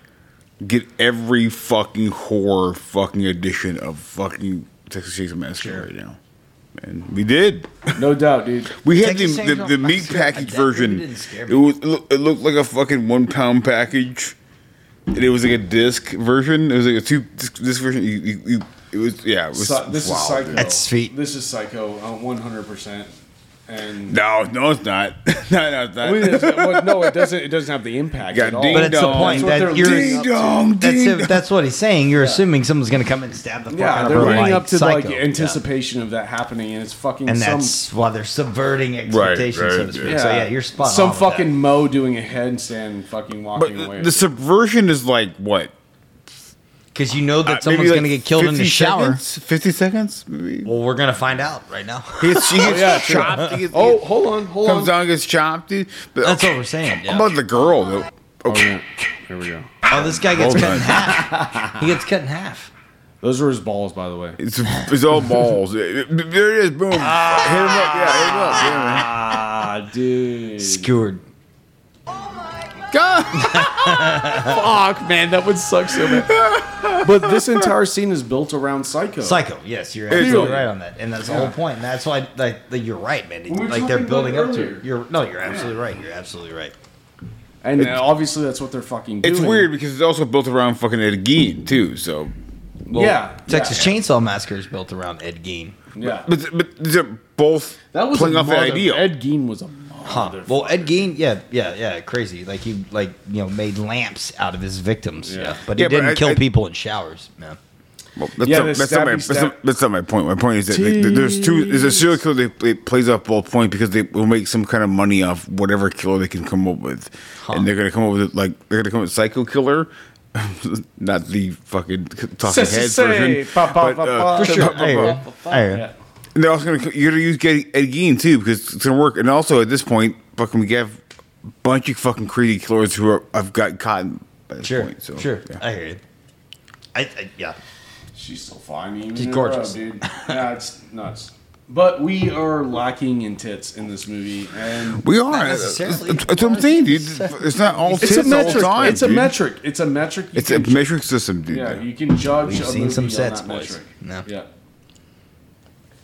Speaker 6: get every fucking horror fucking edition of fucking Texas Chainsaw Massacre right now. and we did.
Speaker 2: No doubt, dude.
Speaker 6: We had the,
Speaker 1: Texas
Speaker 6: the,
Speaker 1: Chainsaw-
Speaker 6: the
Speaker 1: I
Speaker 6: meat
Speaker 1: swear,
Speaker 6: package
Speaker 1: that really
Speaker 6: version.
Speaker 1: didn't scare
Speaker 6: It
Speaker 1: me.
Speaker 6: was it looked, it looked like a fucking one pound package, and it was like a disc version. It was like a two disc, disc version. You, you, you, it was yeah. It was
Speaker 2: Psy- this
Speaker 6: wow,
Speaker 2: is psycho.
Speaker 6: dude.
Speaker 1: That's sweet.
Speaker 2: This is psycho, uh, one hundred percent. And
Speaker 6: No, no, it's not. no, no, it's
Speaker 2: I mean,
Speaker 6: not.
Speaker 2: it's- well, no, it doesn't. It doesn't have the impact
Speaker 6: Got
Speaker 2: at all.
Speaker 6: ding
Speaker 1: But it's the
Speaker 6: dong.
Speaker 1: point
Speaker 2: That's what
Speaker 1: that
Speaker 2: they're
Speaker 1: you're.
Speaker 2: leading
Speaker 6: Ding dong,
Speaker 1: That's,
Speaker 6: ding
Speaker 1: it, that's what he's saying. You're assuming someone's going to come and stab the fuck
Speaker 2: Yeah,
Speaker 1: out
Speaker 2: they're
Speaker 1: of her.
Speaker 2: leading
Speaker 1: like
Speaker 2: up to
Speaker 1: psycho.
Speaker 2: like
Speaker 1: Yeah.
Speaker 2: anticipation of that happening, and it's fucking
Speaker 1: and
Speaker 2: some
Speaker 1: that's why they're subverting expectations, so to
Speaker 6: right,
Speaker 1: speak. So yeah, you're spot
Speaker 2: Some
Speaker 1: on with
Speaker 2: fucking
Speaker 1: that.
Speaker 2: mo doing a handstand, fucking
Speaker 6: But
Speaker 2: walking away.
Speaker 6: the, the subversion is like what?
Speaker 1: because you know that
Speaker 6: Uh,
Speaker 1: someone's
Speaker 6: maybe like
Speaker 1: gonna get killed in the
Speaker 6: 50
Speaker 1: shower. Oh,
Speaker 6: seconds? Fifty seconds, maybe.
Speaker 1: Well, we're gonna find out right now.
Speaker 6: He gets, he gets
Speaker 2: yeah, sure.
Speaker 6: chopped. He gets,
Speaker 2: oh, hold on, hold on.
Speaker 6: comes down, gets chopped. Dude. But,
Speaker 1: That's Oh, what we're saying.
Speaker 6: How
Speaker 1: Yeah.
Speaker 6: about the girl though? Okay.
Speaker 2: Here Oh, we go.
Speaker 1: Oh, this guy gets
Speaker 6: Hold
Speaker 1: cut
Speaker 6: on.
Speaker 1: in half. He gets cut in half.
Speaker 2: Those were his balls, by the way.
Speaker 6: It's, it's all balls. There it is. Boom. hit him up. Yeah, hit him up. Yeah, man.
Speaker 2: Ah, dude.
Speaker 1: Skewered.
Speaker 6: God.
Speaker 2: Fuck, man, that would suck so bad. but this entire scene is built around Psycho.
Speaker 1: Psycho. Yes, you're
Speaker 6: Clearly.
Speaker 1: absolutely right on that, and that's the whole point. And that's why, like, the, you're right, man.
Speaker 2: were
Speaker 1: like they're
Speaker 2: talking
Speaker 1: building
Speaker 2: about
Speaker 1: up
Speaker 2: it
Speaker 1: to.
Speaker 2: earlier.
Speaker 1: it. You're no, you're absolutely right. You're absolutely right.
Speaker 2: and uh, obviously, that's what they're fucking doing.
Speaker 6: It's weird because it's also built around fucking Ed Gein too. So,
Speaker 2: yeah.
Speaker 1: Texas
Speaker 2: yeah.
Speaker 1: Chainsaw Massacre is built around Ed Gein.
Speaker 2: Yeah.
Speaker 6: but but they're both
Speaker 2: that was
Speaker 6: playing
Speaker 2: a
Speaker 6: off the
Speaker 2: mother-
Speaker 6: ideal.
Speaker 2: Ed Gein was a
Speaker 1: Huh.
Speaker 2: mother.
Speaker 1: Well, Ed Gein, yeah, yeah, yeah, crazy. Like he, like you know, made lamps out of his victims.
Speaker 2: Yeah.
Speaker 1: Yeah, but he
Speaker 6: Yeah, but
Speaker 1: didn't
Speaker 6: I-
Speaker 1: kill
Speaker 6: I-
Speaker 1: people in showers. Yeah.
Speaker 6: Well, that's,
Speaker 2: Yeah,
Speaker 6: not,
Speaker 2: the
Speaker 6: that's, not
Speaker 2: stabby
Speaker 6: my, that's,
Speaker 2: stab-
Speaker 6: not, that's not my point. My point is that like, th- there's two. There's a serial killer that play, plays off both points because they will make some kind of money off whatever killer they can come up with, and they're gonna come up with like they're gonna come up with psycho killer, not the fucking talking
Speaker 2: Say,
Speaker 6: heads
Speaker 2: say,
Speaker 6: version.
Speaker 2: pa, pa,
Speaker 6: but,
Speaker 2: pa,
Speaker 6: uh,
Speaker 2: pa.
Speaker 6: pa, pa, pa.
Speaker 2: Yeah.
Speaker 6: And they're also gonna co- you're gonna use Ed, Ed Gein too because it's gonna work. And also at this point, fucking we have a bunch of fucking crazy killers who are, have got caught. By this
Speaker 1: Sure,
Speaker 6: point, so,
Speaker 1: sure.
Speaker 6: yeah.
Speaker 1: I hear you. I, I yeah.
Speaker 2: She's so fine. Even
Speaker 1: She's
Speaker 2: in a row,
Speaker 1: gorgeous.
Speaker 2: dude. Yeah, it's nuts. But we are lacking in tits in this movie, and
Speaker 6: We are. That's,
Speaker 1: necessarily.
Speaker 6: that's what I'm saying, dude. It's not all
Speaker 2: it's a
Speaker 6: tits all
Speaker 2: metric.
Speaker 6: the time.
Speaker 2: it's a
Speaker 6: dude.
Speaker 2: metric. It's a metric. You
Speaker 6: It's a
Speaker 2: can-
Speaker 6: metric system, dude.
Speaker 2: Yeah, you can judge.
Speaker 1: We've
Speaker 2: a
Speaker 1: seen
Speaker 2: movie
Speaker 1: some
Speaker 2: on
Speaker 1: sets,
Speaker 2: that
Speaker 1: boys.
Speaker 2: metric.
Speaker 1: No.
Speaker 2: Yeah.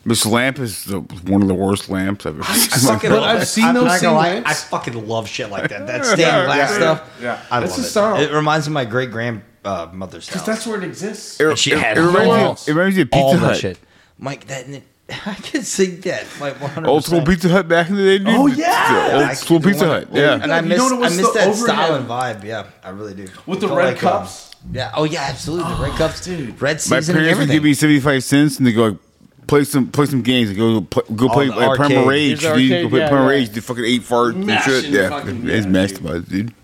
Speaker 6: Miss Lamp is the, one of the worst lamps I've ever seen.
Speaker 1: Fucking
Speaker 2: But
Speaker 1: love
Speaker 2: I've
Speaker 1: it.
Speaker 2: seen
Speaker 1: I'm
Speaker 2: those
Speaker 1: not gonna lie,
Speaker 2: same
Speaker 1: I
Speaker 2: lamps.
Speaker 1: fucking love shit like that. That stained glass
Speaker 2: yeah,
Speaker 1: stuff.
Speaker 2: yeah, yeah.
Speaker 1: I
Speaker 2: This
Speaker 1: love
Speaker 2: is
Speaker 1: it.
Speaker 2: so-
Speaker 1: It reminds me of my great grandmother's house.
Speaker 2: Because that's where it exists.
Speaker 6: It,
Speaker 1: And she had
Speaker 6: reminds
Speaker 1: holes.
Speaker 6: you, it reminds you of Pizza
Speaker 1: all that
Speaker 6: Hut.
Speaker 1: shit. Mike, that I can sing that like 100.
Speaker 6: Old school Pizza Hut back in the day, dude.
Speaker 2: Oh, yeah!
Speaker 6: The old school Pizza Hut. Yeah.
Speaker 1: and I
Speaker 2: You
Speaker 1: miss,
Speaker 2: know what
Speaker 1: I
Speaker 2: was
Speaker 1: miss
Speaker 2: the
Speaker 1: that
Speaker 2: overhead?
Speaker 1: style and vibe. Yeah, I really do.
Speaker 2: With
Speaker 1: It
Speaker 2: the
Speaker 1: felt
Speaker 2: red
Speaker 1: um,
Speaker 2: cups? Ah,
Speaker 1: yeah. Oh yeah, absolutely. The red cups,
Speaker 2: dude.
Speaker 1: Red
Speaker 6: My
Speaker 1: seasoning,
Speaker 6: parents would
Speaker 1: everything.
Speaker 6: give me seventy five cents, and they go like, play some play some games. and Go play, go
Speaker 1: Oh,
Speaker 6: play
Speaker 1: the
Speaker 6: like,
Speaker 1: arcade.
Speaker 6: Primal
Speaker 2: Here's
Speaker 6: Rage.
Speaker 2: the
Speaker 6: dude.
Speaker 2: arcade,
Speaker 6: Go play
Speaker 2: yeah,
Speaker 6: Primal
Speaker 2: yeah.
Speaker 6: Rage. They fucking ate farts and
Speaker 2: Mashing
Speaker 6: shit.
Speaker 2: the
Speaker 6: Yeah,
Speaker 2: fucking-
Speaker 6: it's
Speaker 2: yeah,
Speaker 6: mashed
Speaker 2: dude.
Speaker 6: about it, dude.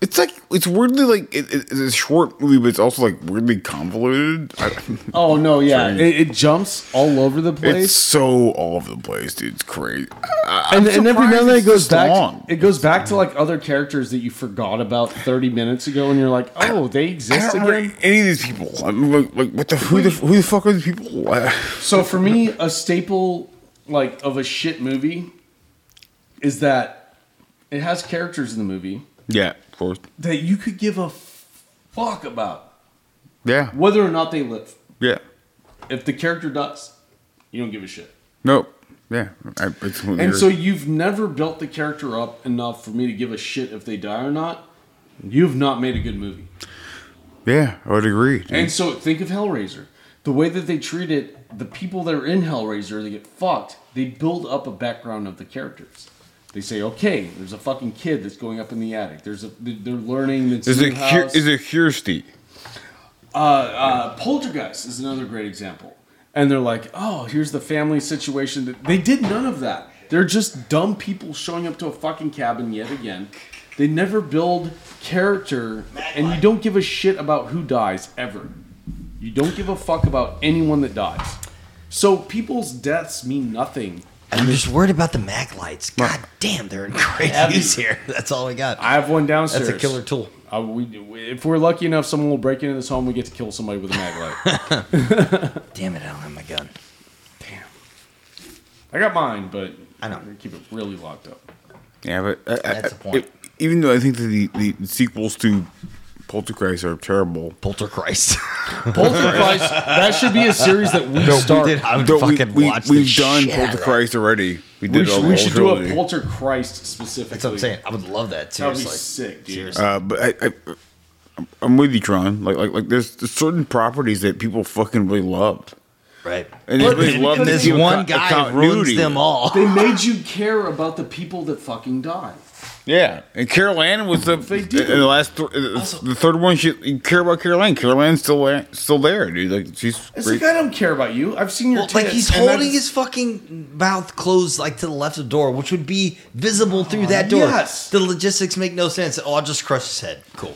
Speaker 6: It's like it's weirdly like it, it- it's a short movie, but it's also like weirdly convoluted. I,
Speaker 2: Oh no, yeah,
Speaker 6: Strange.
Speaker 2: it, it jumps all over the
Speaker 6: it's
Speaker 2: place,
Speaker 6: so all over the place, dude. It's crazy. I,
Speaker 2: and,
Speaker 6: I'm
Speaker 2: and every now
Speaker 6: surprised
Speaker 2: and then it
Speaker 6: it's
Speaker 2: goes
Speaker 6: this
Speaker 2: back.
Speaker 6: long.
Speaker 2: It goes back to like other characters that you forgot about thirty minutes ago, and you're like, oh, they
Speaker 6: I
Speaker 2: exist
Speaker 6: don't
Speaker 2: again.
Speaker 6: remember any of these people. I'm like, like what the who the who the fuck are these people? Uh,
Speaker 2: So for me, a staple like of a shit movie is that it has characters in the movie
Speaker 6: yeah, of course.
Speaker 2: that you could give a fuck about,
Speaker 6: Yeah,
Speaker 2: whether or not they live.
Speaker 6: yeah.
Speaker 2: If the character dies, you don't give a shit.
Speaker 6: No, yeah. I, it's completely
Speaker 2: And
Speaker 6: weird.
Speaker 2: so you've never built the character up enough for me to give a shit if they die or not. You've not made a good movie.
Speaker 6: yeah, I would agree. dude.
Speaker 2: And so think of Hellraiser. The way that they treat it, the people that are in Hellraiser, they get fucked. They build up a background of the characters. They say, okay, there's a fucking kid that's going up in the attic. There's a they're learning. It's
Speaker 6: is
Speaker 2: new
Speaker 6: it cur-
Speaker 2: house.
Speaker 6: is it Kirsty?
Speaker 2: Uh, Poltergeist is another great example. And they're like, oh, here's the family situation. that- They did none of that. They're just dumb people showing up to a fucking cabin yet again. They never build character, and you don't give a shit about who dies ever. You don't give a fuck about anyone that dies. So people's deaths mean nothing.
Speaker 1: I'm just worried about the mag lights. God damn, they're in great use here. That's all we got.
Speaker 2: I have one downstairs.
Speaker 1: That's a killer tool.
Speaker 2: Uh, we, if we're lucky enough, someone will break into this home. We get to kill somebody with a mag light.
Speaker 1: Damn it, I don't have my gun.
Speaker 2: I got mine, but
Speaker 1: I know.
Speaker 2: I'm gonna keep it really locked up.
Speaker 6: Yeah, but I, I-
Speaker 1: That's
Speaker 6: I-
Speaker 1: the point.
Speaker 6: even though I think that the, the sequels to Poltergeist are terrible,
Speaker 1: Poltergeist.
Speaker 2: Poltergeist. that should be a series that we
Speaker 1: we
Speaker 2: start.
Speaker 1: did. I would
Speaker 6: Though we,
Speaker 1: fucking
Speaker 6: we,
Speaker 1: watch the
Speaker 6: we've done
Speaker 1: shit out of that.
Speaker 6: Poltergeist already. We did
Speaker 2: we
Speaker 6: it all
Speaker 2: should,
Speaker 6: the
Speaker 2: we
Speaker 6: whole
Speaker 2: should do
Speaker 6: trilogy.
Speaker 2: a Poltergeist specifically.
Speaker 1: That's what I'm saying. I would love that
Speaker 2: That would be
Speaker 1: seriously.
Speaker 2: sick, dude.
Speaker 1: Seriously.
Speaker 6: Uh, but I, I, I'm- I'm with you, Tron. Like, like, like, there's, there's certain properties that people fucking really loved,
Speaker 1: right.
Speaker 6: and
Speaker 1: But
Speaker 6: everybody loved to
Speaker 1: this
Speaker 6: keep a
Speaker 1: one
Speaker 6: co- a
Speaker 1: guy ruins
Speaker 6: continuity.
Speaker 1: them all.
Speaker 2: They made you care about the people that fucking die.
Speaker 6: Yeah, and Carol Ann was the
Speaker 2: They do.
Speaker 6: in the last th- uh, the third one. She you care about Carol Ann. Carol Ann's still there, still there, dude. Like she's
Speaker 2: It's
Speaker 6: great.
Speaker 2: like I don't care about you. I've seen your
Speaker 1: Well, like
Speaker 2: tits,
Speaker 1: he's
Speaker 2: and
Speaker 1: holding
Speaker 2: that's-
Speaker 1: his fucking mouth closed, like to the left of the door, which would be visible through that door.
Speaker 2: yes.
Speaker 1: The logistics make no sense. Oh, I'll just crush his head. Cool.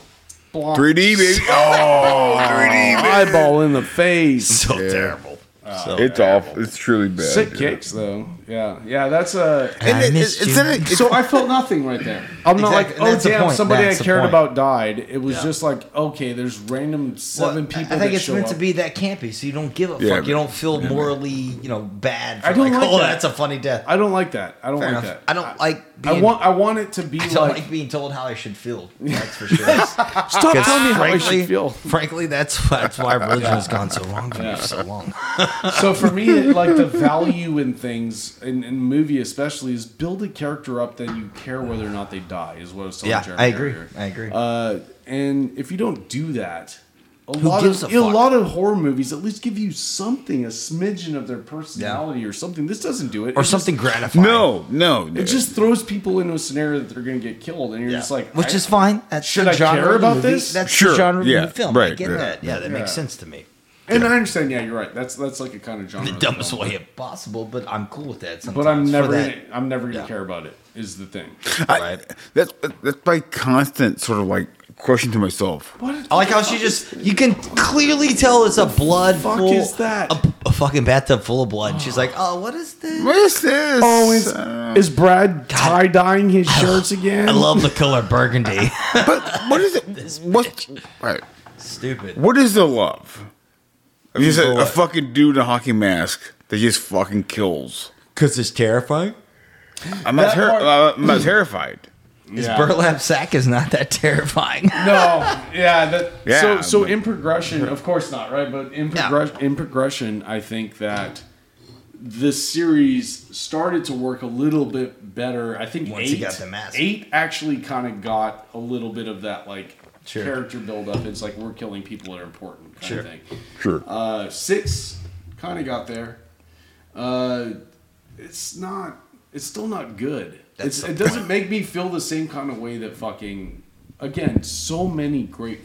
Speaker 6: 3D baby. Oh, 3D.
Speaker 2: eyeball in the face.
Speaker 1: So terrible.
Speaker 2: Uh,
Speaker 1: So uh,
Speaker 6: It's awful. It's truly bad.
Speaker 2: Sick
Speaker 6: dude.
Speaker 2: kicks though. Yeah, yeah. That's a.
Speaker 6: And
Speaker 1: I
Speaker 6: it-
Speaker 1: missed
Speaker 6: it's
Speaker 1: you.
Speaker 6: in a- it's-
Speaker 2: So I felt nothing right there. I'm not
Speaker 1: Exactly,
Speaker 2: like,
Speaker 1: and
Speaker 2: oh
Speaker 1: that's the
Speaker 2: damn,
Speaker 1: point,
Speaker 2: somebody I
Speaker 1: that's the
Speaker 2: cared
Speaker 1: point.
Speaker 2: about died. It was
Speaker 1: Yeah.
Speaker 2: just like, okay, there's random
Speaker 1: Well,
Speaker 2: seven people.
Speaker 1: I think
Speaker 2: that
Speaker 1: it's
Speaker 2: show
Speaker 1: meant
Speaker 2: up.
Speaker 1: to be that campy, so you don't give a
Speaker 6: Yeah,
Speaker 1: fuck. You
Speaker 6: but-
Speaker 1: don't feel morally, you know, bad. For
Speaker 2: I don't like
Speaker 1: oh,
Speaker 2: that.
Speaker 1: that's a funny death.
Speaker 2: I don't like that. I don't
Speaker 1: Fair
Speaker 2: like
Speaker 1: enough.
Speaker 2: that.
Speaker 1: I don't like
Speaker 2: I
Speaker 1: being-
Speaker 2: want. I want it to be
Speaker 1: I don't
Speaker 2: like.
Speaker 1: like, being told how I should feel. That's for sure. Stop
Speaker 2: Stop telling me how I should feel.
Speaker 1: Frankly, that's that's why religion has gone so wrong for me
Speaker 2: Yeah.
Speaker 1: for so long.
Speaker 2: So for me, it, like the value in things, in, in movie especially, is build a character up that you care whether or not they die. Is what I was telling
Speaker 1: Yeah,
Speaker 2: Jeremy
Speaker 1: I agree.
Speaker 2: earlier.
Speaker 1: I agree.
Speaker 2: Uh, and if you don't do that, a
Speaker 1: Who
Speaker 2: lot
Speaker 1: gives
Speaker 2: of
Speaker 1: a
Speaker 2: a,
Speaker 1: fuck?
Speaker 2: lot of horror movies at least give you something, a smidgen of their personality or something. This doesn't do it.
Speaker 1: or
Speaker 2: It just-
Speaker 1: something gratifying.
Speaker 6: No, no.
Speaker 2: it just throws people into a scenario that they're going to get killed, and you're just like,
Speaker 1: which
Speaker 2: I-
Speaker 1: is fine. That's
Speaker 2: Should
Speaker 1: the
Speaker 2: I
Speaker 1: genre
Speaker 2: care
Speaker 1: of the
Speaker 2: about
Speaker 1: movie.
Speaker 2: this?
Speaker 1: That's
Speaker 6: Sure,
Speaker 1: the genre of
Speaker 6: yeah,
Speaker 1: the film. I
Speaker 6: right,
Speaker 1: get
Speaker 6: yeah.
Speaker 1: that. Yeah, that makes
Speaker 2: Yeah.
Speaker 1: sense to me.
Speaker 2: And I understand. Yeah, you're right. That's that's like a kind of genre.
Speaker 1: The
Speaker 2: of
Speaker 1: dumbest
Speaker 2: film.
Speaker 1: way possible, but I'm cool with that. Sometimes
Speaker 2: But I'm
Speaker 1: for
Speaker 2: never.
Speaker 1: that.
Speaker 2: Gonna, I'm never going to
Speaker 1: Yeah.
Speaker 2: care about it. Is the thing.
Speaker 6: I-
Speaker 1: Right.
Speaker 6: that's that's my constant sort of like question to myself.
Speaker 1: I like how she just. You can clearly tell it's a blood.
Speaker 2: fuck
Speaker 1: full,
Speaker 2: is that?
Speaker 1: A, a fucking bathtub full of blood. She's like, oh, what is this?
Speaker 6: What is this?
Speaker 2: Oh, is, is Brad tie dyeing his shirts again?
Speaker 1: I love the color burgundy.
Speaker 6: but what is it? What? Right.
Speaker 1: Stupid.
Speaker 6: What is the love? I mean, just
Speaker 1: For
Speaker 6: a, a
Speaker 1: what?
Speaker 6: fucking dude in a hockey mask that just fucking kills.
Speaker 1: Because it's terrifying.
Speaker 6: I'm not,
Speaker 2: That
Speaker 6: ter-
Speaker 2: part-
Speaker 6: I'm not terrified.
Speaker 1: His
Speaker 2: Yeah.
Speaker 1: burlap sack is not that terrifying.
Speaker 2: No, yeah, that,
Speaker 6: Yeah,
Speaker 2: So, so
Speaker 6: but-
Speaker 2: in progression, of course not, right? But in,
Speaker 1: Yeah.
Speaker 2: progress, in progression, I think that the series started to work a little bit better. I think
Speaker 1: Once
Speaker 2: eight,
Speaker 1: he got the mask.
Speaker 2: eight actually kind of got a little bit of that like
Speaker 1: Sure.
Speaker 2: character build up. It's like we're killing people that are important, kind
Speaker 1: Sure.
Speaker 2: of thing.
Speaker 6: Sure.
Speaker 2: Uh, six kind of got there. Uh, it's not. It's still not good.
Speaker 1: That's
Speaker 2: It's, it doesn't make me feel the same kind of way that fucking again. So many great.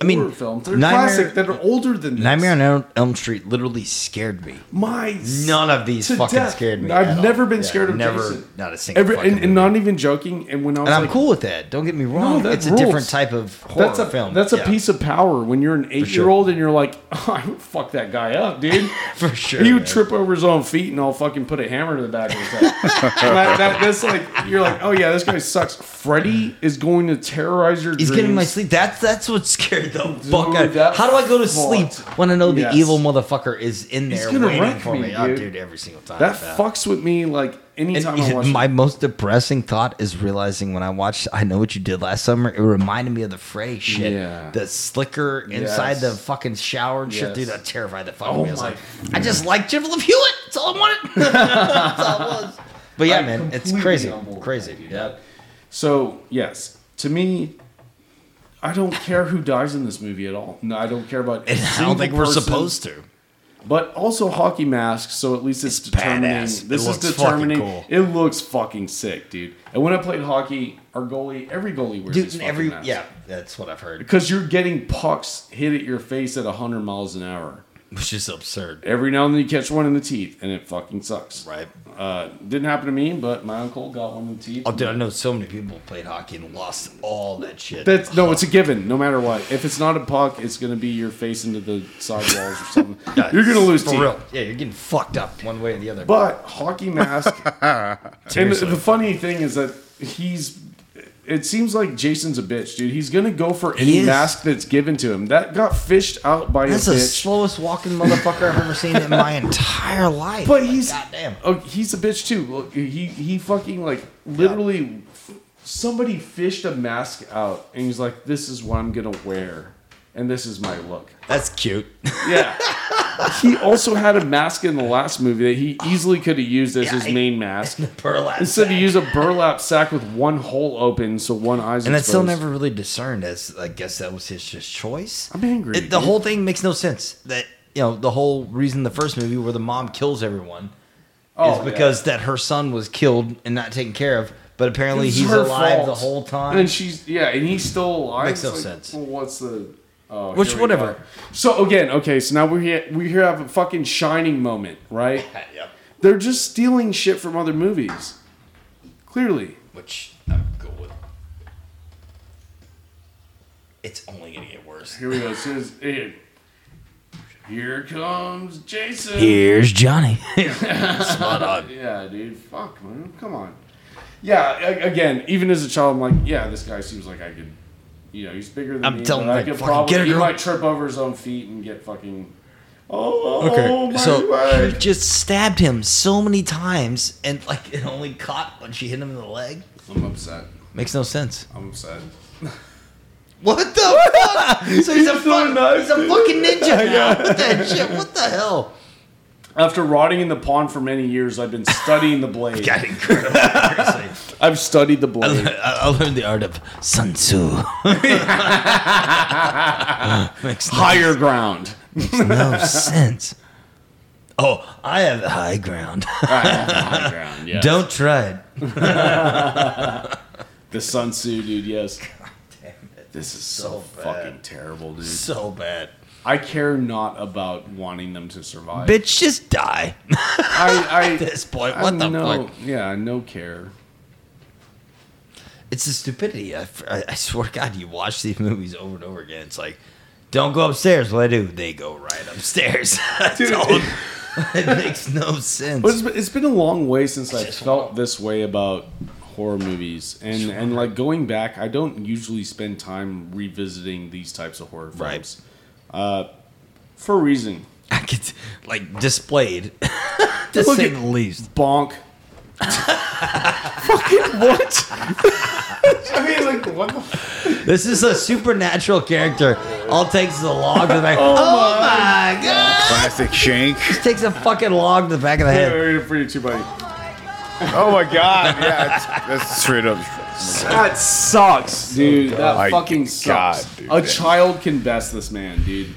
Speaker 1: I mean,
Speaker 2: horror films. They're
Speaker 1: Nightmare-
Speaker 2: classic. That are older than this.
Speaker 1: Nightmare on Elm- Elm Street literally scared me.
Speaker 2: My
Speaker 1: None of these
Speaker 2: to
Speaker 1: fucking
Speaker 2: death.
Speaker 1: scared me. at
Speaker 2: I've
Speaker 1: all.
Speaker 2: never been
Speaker 1: Yeah,
Speaker 2: scared of
Speaker 1: never,
Speaker 2: Jason.
Speaker 1: Not a single.
Speaker 2: Every,
Speaker 1: fucking
Speaker 2: and, and
Speaker 1: movie.
Speaker 2: not even joking. And when I was
Speaker 1: And I'm
Speaker 2: like,
Speaker 1: cool with that. Don't get me wrong.
Speaker 2: that
Speaker 1: it's
Speaker 2: rules.
Speaker 1: a different type of horror
Speaker 2: That's a
Speaker 1: film.
Speaker 2: That's a
Speaker 1: Yeah,
Speaker 2: piece of power when you're an eight
Speaker 1: sure.
Speaker 2: year old and you're like, "Oh, I would fuck that guy up, dude.
Speaker 1: for sure.
Speaker 2: He
Speaker 1: man.
Speaker 2: would trip over his own feet, and I'll fucking put a hammer to the back of his head. And that, that, that's like you're like, oh yeah, this guy sucks. Freddy is going to terrorize your.
Speaker 1: He's getting my
Speaker 2: dreams.
Speaker 1: sleep. That's that's what scared the fuck out. of me.
Speaker 2: that
Speaker 1: How do I go to
Speaker 2: fucked.
Speaker 1: sleep when I know the
Speaker 2: Yes.
Speaker 1: evil motherfucker is in there
Speaker 2: gonna
Speaker 1: waiting
Speaker 2: wreck
Speaker 1: for
Speaker 2: me,
Speaker 1: me? Oh,
Speaker 2: dude.
Speaker 1: dude, every single time.
Speaker 2: That
Speaker 1: Yeah.
Speaker 2: fucks with me like
Speaker 1: And
Speaker 2: anytime I watch.
Speaker 1: my
Speaker 2: it.
Speaker 1: most depressing thought is realizing when I watched I Know What You Did Last Summer, it reminded me of the Freddy shit.
Speaker 2: Yeah.
Speaker 1: The slicker inside
Speaker 2: Yes.
Speaker 1: the fucking shower and shit.
Speaker 2: Yes.
Speaker 1: Dude, that terrified the fuck out of
Speaker 2: Oh
Speaker 1: me. I was
Speaker 2: my-
Speaker 1: like, I just like Jennifer Hewitt. That's all I wanted. That's all it was. But yeah,
Speaker 2: I'm
Speaker 1: man, it's
Speaker 2: completely
Speaker 1: crazy.
Speaker 2: on board with
Speaker 1: Crazy.
Speaker 2: that, dude.
Speaker 1: Yeah.
Speaker 2: So yes, to me, I don't care who dies in this movie at all. No, I don't care about.
Speaker 1: And I don't think we're supposed to.
Speaker 2: But also hockey masks, so at least it's,
Speaker 1: It's
Speaker 2: determining.
Speaker 1: badass. It
Speaker 2: This is
Speaker 1: looks fucking
Speaker 2: determining.
Speaker 1: cool.
Speaker 2: It looks fucking sick, dude. And when I played hockey, our goalie, every goalie wears
Speaker 1: Dude,
Speaker 2: these
Speaker 1: and
Speaker 2: fucking
Speaker 1: every
Speaker 2: masks.
Speaker 1: yeah, that's what I've heard.
Speaker 2: because you're getting pucks hit at your face at 100 miles an hour.
Speaker 1: Which is absurd.
Speaker 2: Every now and then you catch one in the teeth, and it fucking sucks.
Speaker 1: Right.
Speaker 2: Uh, didn't happen to me, but my uncle got one in the teeth.
Speaker 1: Oh dude, I know so many people played hockey and lost all that shit.
Speaker 2: That's no, it's a given. No matter what, if it's not a puck, it's gonna be your face into the sidewalls or something.
Speaker 1: Yeah,
Speaker 2: You're gonna lose
Speaker 1: for
Speaker 2: teeth.
Speaker 1: real. Yeah, you're getting fucked up one way or the other.
Speaker 2: But hockey mask. and the,
Speaker 1: Seriously.
Speaker 2: the funny thing is that he's It seems like Jason's a bitch, dude. He's gonna go for any
Speaker 1: is.
Speaker 2: mask that's given to him. That got fished out by
Speaker 1: That's
Speaker 2: a
Speaker 1: the
Speaker 2: bitch.
Speaker 1: slowest walking motherfucker I've ever seen in my entire life.
Speaker 2: But he's
Speaker 1: goddamn.
Speaker 2: Oh, he's a bitch too. Look, he he fucking like literally somebody fished a mask out and he's like, "This is what I'm gonna wear, and this is my look."
Speaker 1: That's cute.
Speaker 2: Yeah. he also had a mask in the last movie that he easily could have used as
Speaker 1: Yeah,
Speaker 2: his
Speaker 1: he-
Speaker 2: main mask.
Speaker 1: Burlap.
Speaker 2: Instead,
Speaker 1: sack.
Speaker 2: he used a burlap sack with one hole open, so one eye's
Speaker 1: and that's still
Speaker 2: exposed.
Speaker 1: never really discerned as I guess that was his just choice.
Speaker 2: I'm angry,
Speaker 1: It- the
Speaker 2: dude.
Speaker 1: whole thing makes no sense. That you know the whole reason the first movie where the mom kills everyone
Speaker 2: Oh,
Speaker 1: is
Speaker 2: yeah.
Speaker 1: because that her son was killed and not taken care of. But apparently
Speaker 2: It's
Speaker 1: he's
Speaker 2: her
Speaker 1: alive
Speaker 2: fault.
Speaker 1: the whole time.
Speaker 2: And she's yeah, and he's still alive.
Speaker 1: Makes no
Speaker 2: It's
Speaker 1: sense.
Speaker 2: Well, what's the oh,
Speaker 1: Which-
Speaker 2: here we
Speaker 1: whatever.
Speaker 2: are. So again, okay, so now we're here we here have a fucking shining moment, right?
Speaker 1: Yep.
Speaker 2: They're just stealing shit from other movies. Clearly.
Speaker 1: Which I'm cool with. It's only gonna get worse.
Speaker 2: Here we go. As soon as eh, here comes Jason.
Speaker 1: Here's Johnny. Spot on.
Speaker 2: Yeah, dude. Fuck, man. Come on. Yeah, a- again, even as a child, I'm like, yeah, this guy seems like I could, you know, he's bigger than
Speaker 1: I'm
Speaker 2: me.
Speaker 1: telling
Speaker 2: but I
Speaker 1: you,
Speaker 2: could
Speaker 1: fucking get a
Speaker 2: He
Speaker 1: girl.
Speaker 2: might trip over his own feet and get fucking. Oh, oh,
Speaker 8: Okay,
Speaker 2: oh my
Speaker 1: So
Speaker 2: word.
Speaker 1: she just stabbed him so many times, and like it only caught when she hit him in the leg.
Speaker 2: I'm upset.
Speaker 1: Makes no sense.
Speaker 2: I'm upset.
Speaker 1: What the fuck? So he's, a, fuck, he's a fucking ninja now. What the shit? What the hell?
Speaker 2: After rotting in the pond for many years, I've been studying the blade.
Speaker 1: incredible. I,
Speaker 2: I've studied the blade.
Speaker 1: I learned the art of Sun Tzu. Makes no,
Speaker 2: Higher ground.
Speaker 1: no sense. Oh, I have the high ground.
Speaker 2: Higher ground. Yeah.
Speaker 1: Don't try it.
Speaker 2: The Sun Tzu, dude. Yes.
Speaker 1: Damn it.
Speaker 2: This is so,
Speaker 1: So
Speaker 2: fucking terrible, dude.
Speaker 1: So bad.
Speaker 2: I care not about wanting them to survive.
Speaker 1: Bitch, just die.
Speaker 2: I, I,
Speaker 1: At this point,
Speaker 2: I
Speaker 1: what the
Speaker 2: no,
Speaker 1: fuck?
Speaker 2: Yeah, no care.
Speaker 1: It's the stupidity. I, f- I- I swear to God, you watch these movies over and over again. It's like, don't go upstairs. Well, I do. They go right upstairs. Don't. it makes no sense.
Speaker 2: But it's been, it's been a long way since I
Speaker 1: just
Speaker 2: felt this way about horror movies, and and like going back, I don't usually spend time revisiting these types of horror films
Speaker 1: Right.
Speaker 2: uh, for a reason.
Speaker 1: I could like displayed to
Speaker 2: Look
Speaker 1: say
Speaker 2: at-
Speaker 1: the least.
Speaker 2: Bonk. Fucking what? I mean, like what the
Speaker 1: This is a supernatural character. All it takes is a log to the back. oh, my god!
Speaker 6: Classic shank.
Speaker 1: Takes a fucking log to the back of the head.
Speaker 2: fuck? For you too, buddy.
Speaker 6: Oh my god. Yeah, it's, that's straight up.
Speaker 2: That sucks, dude. that
Speaker 6: God.
Speaker 2: fucking
Speaker 6: God,
Speaker 2: sucks.
Speaker 6: dude.
Speaker 2: a child can best this man, dude.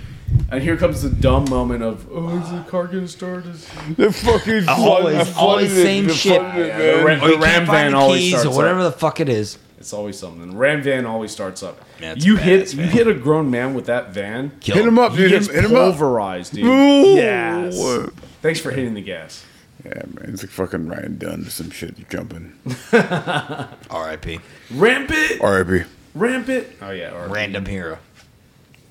Speaker 2: And here comes the dumb moment of, oh, is the car gonna start? Is-"
Speaker 6: The fucking flood-
Speaker 1: Always-
Speaker 6: I flooded
Speaker 1: always
Speaker 6: it,
Speaker 1: same
Speaker 6: the
Speaker 1: shit.
Speaker 6: flooded it,
Speaker 2: Yeah,
Speaker 6: man.
Speaker 2: the Ram,
Speaker 1: Or you
Speaker 2: the
Speaker 1: can't
Speaker 2: Ram
Speaker 1: find
Speaker 2: van
Speaker 1: the
Speaker 2: always
Speaker 1: keys
Speaker 2: starts
Speaker 1: or whatever
Speaker 2: up.
Speaker 1: the fuck it is.
Speaker 2: It's always something. Ram van always starts up.
Speaker 1: Yeah, it's
Speaker 2: you
Speaker 1: a
Speaker 2: hit
Speaker 1: badass
Speaker 2: you
Speaker 1: van.
Speaker 2: hit a grown man with that van.
Speaker 6: Hit him up,
Speaker 2: He
Speaker 6: dude. Hit
Speaker 2: gets
Speaker 6: him, hit him up.
Speaker 2: pulverized, dude.
Speaker 6: Ooh.
Speaker 2: Yes. Thanks for hitting the gas.
Speaker 6: Yeah, man. It's like fucking Ryan Dunn or some shit jumping.
Speaker 1: R.I.P.
Speaker 2: Rampant,
Speaker 6: R.I.P.
Speaker 2: rampant. Oh yeah, or
Speaker 1: Random hero.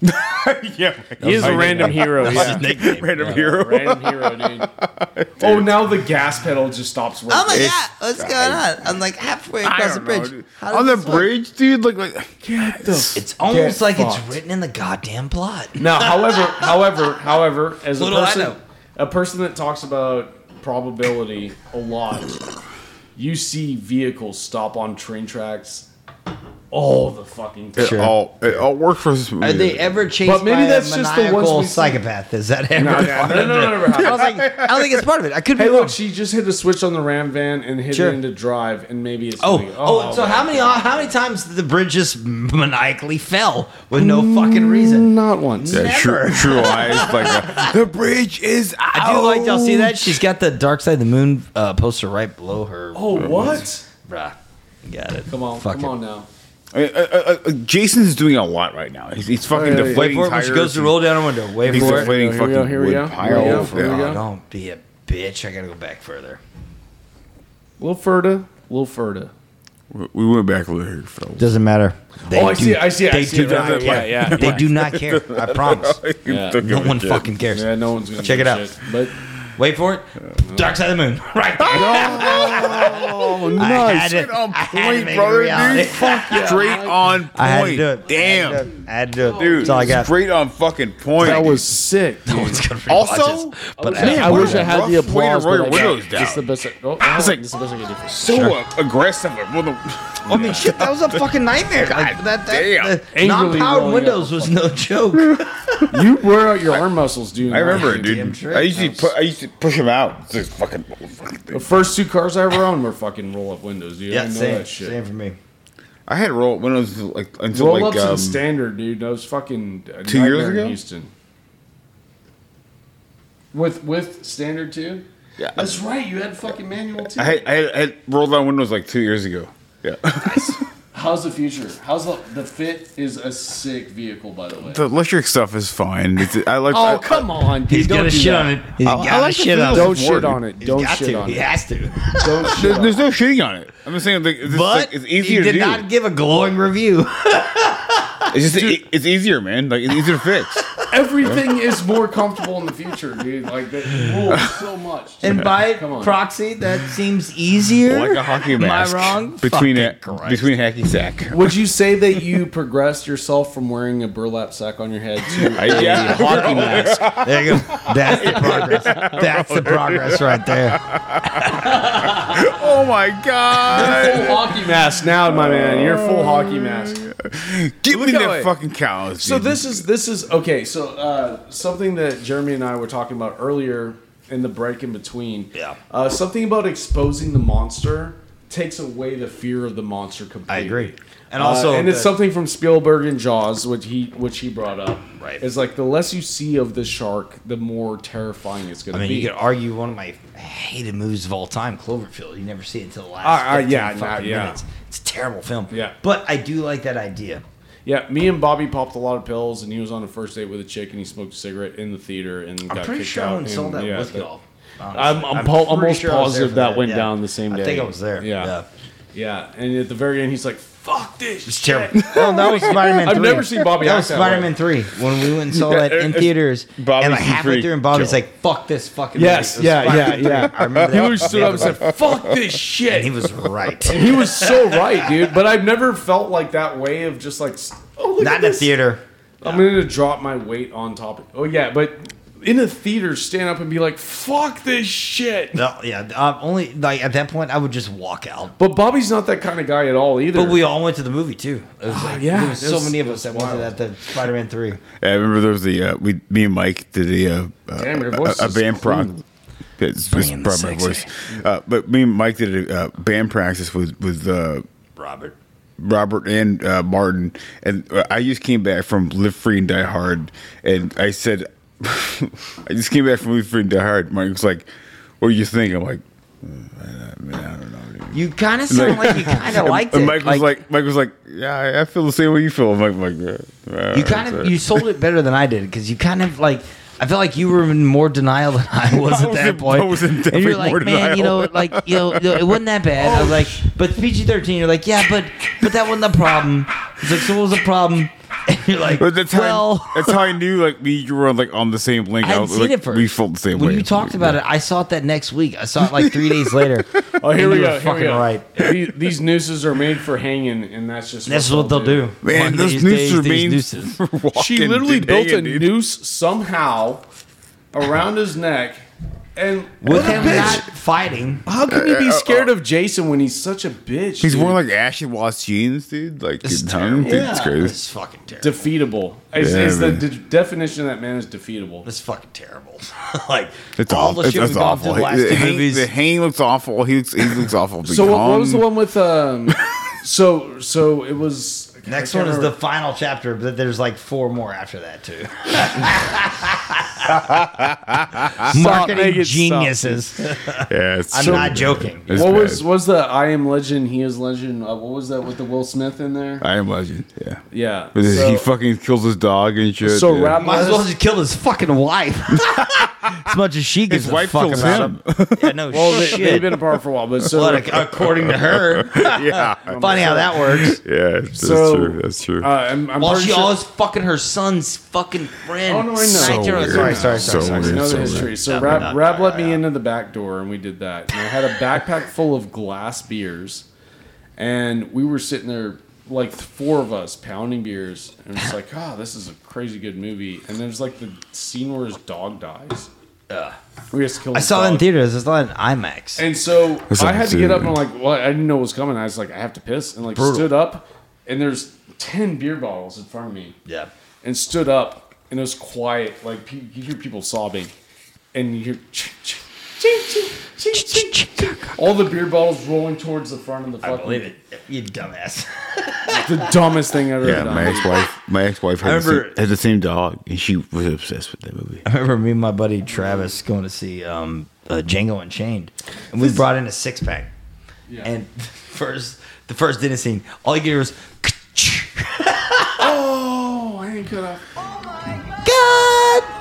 Speaker 6: yeah.
Speaker 2: he is a random hero.
Speaker 1: That's
Speaker 2: yeah.
Speaker 1: his nickname.
Speaker 6: Random hero.
Speaker 2: random hero, dude. Oh, now the gas pedal just stops working.
Speaker 1: Oh my
Speaker 6: It's-
Speaker 1: god, what's going on? I'm like halfway
Speaker 6: I
Speaker 1: across the
Speaker 6: don't know,
Speaker 1: bridge.
Speaker 6: dude.
Speaker 1: How does
Speaker 6: On the
Speaker 1: this work?
Speaker 6: bridge, dude. Like, like
Speaker 2: Get the f-
Speaker 1: It's almost
Speaker 2: Get
Speaker 1: like
Speaker 2: fucked.
Speaker 1: it's written in the goddamn plot.
Speaker 2: Now, however, however, however, as a
Speaker 1: Little I
Speaker 2: person,
Speaker 1: know.
Speaker 2: a person that talks about probability a lot, you see vehicles stop on train tracks all the fucking time.
Speaker 6: it all it all worked for this movie.
Speaker 1: Are they ever chased
Speaker 2: But maybe
Speaker 1: by
Speaker 2: that's
Speaker 1: a
Speaker 2: just the ones
Speaker 1: maniacal
Speaker 2: we see.
Speaker 1: psychopath? Is that ever?
Speaker 2: No, no, no, no, never
Speaker 1: I
Speaker 2: happened.
Speaker 1: was like, I don't think it's part of it. I could be
Speaker 2: Hey,
Speaker 1: wrong.
Speaker 2: look, she just hit a switch on the Ram van and hit
Speaker 1: Sure.
Speaker 2: it into drive, and maybe it's
Speaker 1: Oh,
Speaker 2: gonna go-
Speaker 1: oh, so how many how many times did the bridge just maniacally fell with no fucking reason?
Speaker 2: Not once.
Speaker 6: Yeah,
Speaker 1: Never.
Speaker 6: true, true eyes. Like uh, the bridge is out.
Speaker 1: I do like y'all see that she's got the dark side of the moon uh, poster right below her.
Speaker 2: Oh, what?
Speaker 1: Bruh. got it.
Speaker 2: Come on,
Speaker 1: Fuck
Speaker 2: come
Speaker 1: it.
Speaker 2: on now.
Speaker 6: I mean, uh, uh, uh, Jason's doing a lot right now. He's, he's
Speaker 2: Yeah, yeah,
Speaker 6: fucking
Speaker 2: yeah.
Speaker 1: Wait
Speaker 6: deflating
Speaker 1: for it when
Speaker 6: tires.
Speaker 1: she goes to roll down a window. Wait
Speaker 6: He's
Speaker 1: for it.
Speaker 2: Here
Speaker 6: deflating
Speaker 2: we
Speaker 6: fucking
Speaker 2: go, here we
Speaker 6: wood
Speaker 2: go.
Speaker 6: pile.
Speaker 2: Here we go,
Speaker 6: of-
Speaker 2: here we
Speaker 1: Oh,
Speaker 2: go.
Speaker 1: don't be a bitch. I gotta go back further.
Speaker 2: Lil Furta, Lil Furta.
Speaker 6: yeah. We went back a little here, fellas.
Speaker 1: Doesn't matter. They
Speaker 2: Oh, I
Speaker 1: do-
Speaker 2: see, I see, I
Speaker 1: They
Speaker 2: see.
Speaker 1: do
Speaker 2: Right,
Speaker 1: not
Speaker 2: right,
Speaker 1: care.
Speaker 2: right, yeah,
Speaker 1: they do not care. I promise.
Speaker 6: You
Speaker 2: Yeah.
Speaker 6: took
Speaker 1: No
Speaker 6: him
Speaker 1: one
Speaker 6: shit.
Speaker 1: fucking cares.
Speaker 2: Yeah, no one's gonna
Speaker 1: Check
Speaker 2: give
Speaker 1: it
Speaker 2: a
Speaker 1: out.
Speaker 2: shit, But
Speaker 1: Wait for it. Dark side of the moon. Right there.
Speaker 6: Oh,
Speaker 1: had
Speaker 6: nice.
Speaker 1: to-
Speaker 6: Straight on
Speaker 1: I had to
Speaker 6: point,
Speaker 1: make it
Speaker 6: brother,
Speaker 1: reality.
Speaker 6: dude. Straight on point.
Speaker 1: I had to do it. I had to
Speaker 6: Damn.
Speaker 1: do it. I had to do it.
Speaker 6: Dude,
Speaker 1: That's all I got.
Speaker 6: straight on fucking point.
Speaker 2: That was sick. dude.
Speaker 6: also,
Speaker 1: But
Speaker 2: Man, I wish I
Speaker 6: rough
Speaker 2: had
Speaker 6: way
Speaker 2: the
Speaker 6: to
Speaker 2: applause.
Speaker 6: roll
Speaker 2: but
Speaker 6: your
Speaker 2: I
Speaker 6: windows
Speaker 2: can't.
Speaker 6: down.
Speaker 2: This is the best. I, oh,
Speaker 6: was like-
Speaker 2: this is the best I can do. For you.
Speaker 6: so uh, aggressive. Like, well,
Speaker 1: I mean, shit, that was a fucking nightmare. Like, that,
Speaker 6: damn.
Speaker 1: that, the
Speaker 2: Angrily
Speaker 1: non-powered
Speaker 2: rolling
Speaker 1: windows was no joke.
Speaker 2: You wear out your arm muscles, dude.
Speaker 6: I remember it,
Speaker 1: Damn
Speaker 6: dude.
Speaker 1: straight.
Speaker 6: I used to pu- I used to push him out. It's just fucking.
Speaker 2: The first two cars I ever owned were fucking roll up windows, dude. I
Speaker 1: yeah,
Speaker 2: know
Speaker 1: same,
Speaker 2: that shit.
Speaker 1: same for me.
Speaker 6: I had roll windows like until
Speaker 2: Roll
Speaker 6: like
Speaker 2: ups
Speaker 6: um,
Speaker 2: the standard, dude. That was fucking a
Speaker 6: two years
Speaker 2: nightmare in
Speaker 6: ago?
Speaker 2: Houston. With with standard too.
Speaker 6: Yeah.
Speaker 2: that's right. You had fucking manual too.
Speaker 6: I had, I had, I had rolled down windows like two years ago. Yeah,
Speaker 2: How's the future? How's the the Fit is a sick vehicle, by the way.
Speaker 6: the electric stuff is fine. It's, I like.
Speaker 2: Oh come on, dude. Don't do that.
Speaker 1: He's
Speaker 6: I
Speaker 1: got
Speaker 6: like
Speaker 1: to
Speaker 6: the
Speaker 1: shit on it.
Speaker 6: feeling.
Speaker 2: Don't shit on it. Don't
Speaker 1: Got
Speaker 2: shit
Speaker 1: to.
Speaker 2: on
Speaker 1: He
Speaker 2: it.
Speaker 1: has to.
Speaker 2: Don't shit
Speaker 6: There-
Speaker 2: on it.
Speaker 6: There's no shitting on it. I'm just saying, like, it's,
Speaker 1: But
Speaker 6: like, it's
Speaker 1: he
Speaker 6: easier to
Speaker 1: did
Speaker 6: do.
Speaker 1: not give a glowing review.
Speaker 6: It's just it, it's easier, man. Like it's easier to fix.
Speaker 2: Everything is more comfortable in the future, dude. Like that rules so much.
Speaker 1: and by
Speaker 2: Come on.
Speaker 1: proxy, that seems easier.
Speaker 6: like a hockey
Speaker 1: Am I
Speaker 6: mask.
Speaker 1: wrong? Fucking
Speaker 6: Between it,
Speaker 1: Christ.
Speaker 6: between hacky sack.
Speaker 2: Would you say that you progressed yourself from wearing a burlap sack on your head to
Speaker 6: I, yeah,
Speaker 2: hockey mask?
Speaker 1: There you go. That's the progress. That's the progress right there.
Speaker 6: Oh my god!
Speaker 2: Full hockey mask now, my man. You're full hockey mask.
Speaker 6: Give me
Speaker 2: Look
Speaker 6: that
Speaker 2: away.
Speaker 6: fucking cows.
Speaker 2: So
Speaker 6: dude.
Speaker 2: this is this is okay. So uh, something that Jeremy and I were talking about earlier in the break in between.
Speaker 1: Yeah.
Speaker 2: Uh, something about exposing the monster takes away the fear of the monster completely.
Speaker 1: I agree. And
Speaker 2: And also,
Speaker 1: also,
Speaker 2: Uh, and it's
Speaker 1: the-
Speaker 2: something from Spielberg and Jaws, which he which he brought up.
Speaker 1: Right.
Speaker 2: It's like the less you see of the shark, the more terrifying it's going
Speaker 1: I
Speaker 2: to
Speaker 1: mean,
Speaker 2: be.
Speaker 1: you could argue one of my hated movies of all time, Cloverfield. You never see it until the last.
Speaker 2: Ah, ah,
Speaker 1: 15
Speaker 2: yeah,
Speaker 1: fucking
Speaker 2: nah, yeah.
Speaker 1: minutes. It's a terrible film.
Speaker 2: Yeah.
Speaker 1: but I do like that idea.
Speaker 2: yeah. Me and Bobby popped a lot of pills, and he was on a first date with a chick, and he smoked a cigarette in the theater, and
Speaker 1: I'm
Speaker 2: got
Speaker 1: pretty
Speaker 2: kicked
Speaker 1: sure
Speaker 2: out.
Speaker 1: I went and sold
Speaker 2: and-
Speaker 1: that
Speaker 2: yeah,
Speaker 1: with
Speaker 2: that-
Speaker 1: y'all. honestly.
Speaker 2: I'm, I'm, po-
Speaker 1: pretty
Speaker 2: almost
Speaker 1: sure I was there
Speaker 2: positive
Speaker 1: for
Speaker 2: that went
Speaker 1: yeah.
Speaker 2: down the same day.
Speaker 1: I think I was there.
Speaker 2: Yeah.
Speaker 1: yeah.
Speaker 2: yeah. And at the very end, he's like, fuck this.
Speaker 1: It's terrible. Well, that was Spider Man.
Speaker 2: I've never seen Bobby
Speaker 1: That
Speaker 2: act
Speaker 1: was
Speaker 2: that way.
Speaker 1: Spider Man Three when we went and saw that in
Speaker 6: it's-
Speaker 1: theaters.
Speaker 6: Bobby's
Speaker 1: and like
Speaker 6: a
Speaker 1: halfway
Speaker 6: freak,
Speaker 1: through, and Bobby's
Speaker 6: Joe.
Speaker 1: like, "Fuck this fucking."
Speaker 2: Yes,
Speaker 1: movie. It
Speaker 2: yeah,
Speaker 1: was
Speaker 2: yeah,
Speaker 1: Spider-Man 3.
Speaker 2: yeah.
Speaker 1: I remember that.
Speaker 2: He always stood up and
Speaker 1: Yeah,
Speaker 2: said, fuck this shit.
Speaker 1: and he was right.
Speaker 2: He was so right, dude. But I've never felt like that way of just like, oh, look
Speaker 1: Not
Speaker 2: at
Speaker 1: in a
Speaker 2: this.
Speaker 1: theater.
Speaker 2: I'm going to drop my weight on top. of- Oh, yeah. But in a theater, stand up and be like, fuck this shit.
Speaker 1: No, yeah. Um, only like at that point, I would just walk out.
Speaker 2: But Bobby's not that kind of guy at all either.
Speaker 1: But we all went to the movie too. It was like,
Speaker 2: Oh, yeah.
Speaker 1: there was
Speaker 2: It
Speaker 1: so
Speaker 2: was-
Speaker 1: many of
Speaker 2: it
Speaker 1: us that
Speaker 2: was
Speaker 1: went to
Speaker 2: wild.
Speaker 1: that, that Spider-Man Three.
Speaker 6: Yeah, I remember there was the uh, we, me and Mike did a uh, uh,
Speaker 2: Damn, your
Speaker 6: a-
Speaker 2: voice
Speaker 6: a, a
Speaker 2: is
Speaker 6: band practice.
Speaker 2: cool.
Speaker 6: It's, it's
Speaker 1: in the
Speaker 6: probably my voice,
Speaker 1: sexy.
Speaker 6: uh, but me and Mike did a uh, band practice with with uh,
Speaker 1: Robert.
Speaker 6: Robert and uh, Martin, and uh, I just came back from Live Free and Die Hard, and I said, I just came back from Live Free and Die Hard. Mike was like, "What do you think?" I'm like, "Uh, I, mean, I don't know. dude."
Speaker 1: You kind of sound like you kind of
Speaker 6: And-
Speaker 1: liked
Speaker 6: and
Speaker 1: it.
Speaker 6: Mike was like, Mike was like, "Yeah, I, I feel the same way you feel." I'm like, "Mike, uh,
Speaker 1: you kind
Speaker 6: uh,
Speaker 1: of you sold it better than I did because you kind of like. I felt like you were in more denial than I was
Speaker 6: I
Speaker 1: at
Speaker 6: was
Speaker 1: that
Speaker 6: in-
Speaker 1: point.
Speaker 6: I was in
Speaker 1: and
Speaker 6: definitely
Speaker 1: you're like,
Speaker 6: more
Speaker 1: man, you know,
Speaker 6: denial."
Speaker 1: like, you know, no, it wasn't that bad. I was like, but PG-13. You're like, yeah, but but that wasn't the problem. It's like, so what was the problem? And you're like,
Speaker 6: But that's how,
Speaker 1: well,
Speaker 6: I, that's how I knew like we you were like on the same link.
Speaker 1: I hadn't
Speaker 6: was
Speaker 1: seen
Speaker 6: like,
Speaker 1: it first.
Speaker 6: We felt the same
Speaker 1: when
Speaker 6: way.
Speaker 1: you talked about it, I saw it that next week. I saw it like three days later.
Speaker 2: Oh, here
Speaker 1: And
Speaker 2: we go.
Speaker 1: you were
Speaker 2: Here we
Speaker 1: fucking
Speaker 2: go.
Speaker 1: right.
Speaker 2: These, these nooses are made for hanging, and that's just
Speaker 1: That's what they'll do.
Speaker 6: Man,
Speaker 1: One of
Speaker 6: those
Speaker 1: these
Speaker 6: nooses
Speaker 1: days,
Speaker 6: are
Speaker 1: these
Speaker 6: mean.
Speaker 1: nooses.
Speaker 2: She literally built a noose somehow around his neck, and
Speaker 1: With
Speaker 2: What a
Speaker 1: him not fighting,
Speaker 2: How can you be scared of Jason when he's such a bitch?
Speaker 6: Uh, He's
Speaker 2: dude?
Speaker 6: wearing like Ashley Watts jeans, dude. Like
Speaker 1: It's
Speaker 6: it's, tongue, dude,
Speaker 2: terrible.
Speaker 6: it's
Speaker 2: Yeah.
Speaker 6: crazy.
Speaker 1: it's fucking terrible.
Speaker 2: defeatable. It's,
Speaker 6: Yeah,
Speaker 2: it's the
Speaker 6: man.
Speaker 2: de- definition of that man is defeatable.
Speaker 1: It's fucking terrible. like
Speaker 6: It's
Speaker 1: all
Speaker 6: awful.
Speaker 1: the
Speaker 6: It's,
Speaker 1: shit
Speaker 6: it's
Speaker 1: we've gone through
Speaker 6: awful.
Speaker 1: the last
Speaker 6: The,
Speaker 1: two
Speaker 6: hang,
Speaker 1: movies.
Speaker 6: the hang looks awful. He looks. He looks awful. The
Speaker 2: So what, what was the
Speaker 6: tongue-
Speaker 2: one with um? so so it was. I
Speaker 1: Next
Speaker 2: can't
Speaker 1: one is the
Speaker 2: remember.
Speaker 1: final chapter, but there's like four more after that too.
Speaker 2: make
Speaker 1: Marketing
Speaker 2: it stop.
Speaker 1: geniuses.
Speaker 6: Yeah, it's
Speaker 1: I'm
Speaker 6: so
Speaker 1: not
Speaker 6: bad.
Speaker 1: joking.
Speaker 6: It's
Speaker 2: What
Speaker 6: bad.
Speaker 2: was what was the I am Legend, He is Legend? Uh, what was that with the Will Smith in there?
Speaker 6: I am Legend. Yeah.
Speaker 2: Yeah.
Speaker 6: But
Speaker 2: so,
Speaker 6: he fucking kills his dog and shit.
Speaker 2: so
Speaker 6: yeah.
Speaker 2: rap
Speaker 1: Might as well just kill his fucking wife. as much as she gives
Speaker 6: His
Speaker 1: a
Speaker 6: wife
Speaker 1: fuck
Speaker 6: kills
Speaker 1: about
Speaker 6: him.
Speaker 1: him. Yeah, no
Speaker 2: Well, they,
Speaker 1: shit.
Speaker 2: they've been apart for a while, but so
Speaker 1: But ac- according to her,
Speaker 6: Yeah.
Speaker 1: funny how that works.
Speaker 6: Yeah. That's
Speaker 2: So,
Speaker 6: true. That's true.
Speaker 2: uh, I'm, I'm
Speaker 1: While
Speaker 2: pretty
Speaker 1: she
Speaker 2: sure-
Speaker 1: always fucking her son's fucking friend.
Speaker 2: Oh, no, I know.
Speaker 1: Sniped her on the
Speaker 6: So weird.
Speaker 1: sorry, sorry, sorry, sorry.
Speaker 2: Another
Speaker 6: so-
Speaker 2: history. So
Speaker 1: No,
Speaker 2: Rab,
Speaker 1: no, no,
Speaker 2: Rab let me into the back door, and we did that. And I had a backpack full of glass beers, and we were sitting there like th- four of us pounding beers, and it's like, oh, this is a crazy good movie. And there's like the scene where his dog dies. We just killed.
Speaker 1: I saw it in theaters. I saw it in IMAX.
Speaker 2: And so
Speaker 6: saw
Speaker 2: I had
Speaker 6: it
Speaker 2: to get
Speaker 6: too,
Speaker 2: up and
Speaker 6: yeah.
Speaker 2: like, well, I didn't know what was coming. I was like, I have to piss, and like
Speaker 1: Brutal.
Speaker 2: stood up, and there's ten beer bottles in front of me
Speaker 1: yeah.
Speaker 2: and stood up, and it was quiet. Like pe- you hear people sobbing, and you hear ch- ch- ching, ching, ching, ching, ching. all the beer bottles rolling towards the front of the
Speaker 1: I
Speaker 2: fucking.
Speaker 1: believe it. You dumbass.
Speaker 2: The dumbest thing I've ever
Speaker 6: Yeah,
Speaker 2: done.
Speaker 6: my ex-wife, my ex-wife had,
Speaker 1: I
Speaker 6: the same,
Speaker 1: remember-
Speaker 6: had the same dog, and she was obsessed with that movie.
Speaker 1: I remember me and my buddy Travis going to see um, uh, Django Unchained, and we brought in a six pack. And first, the first dinner scene, all you hear is,
Speaker 2: Oh, I ain't cut off.
Speaker 1: God!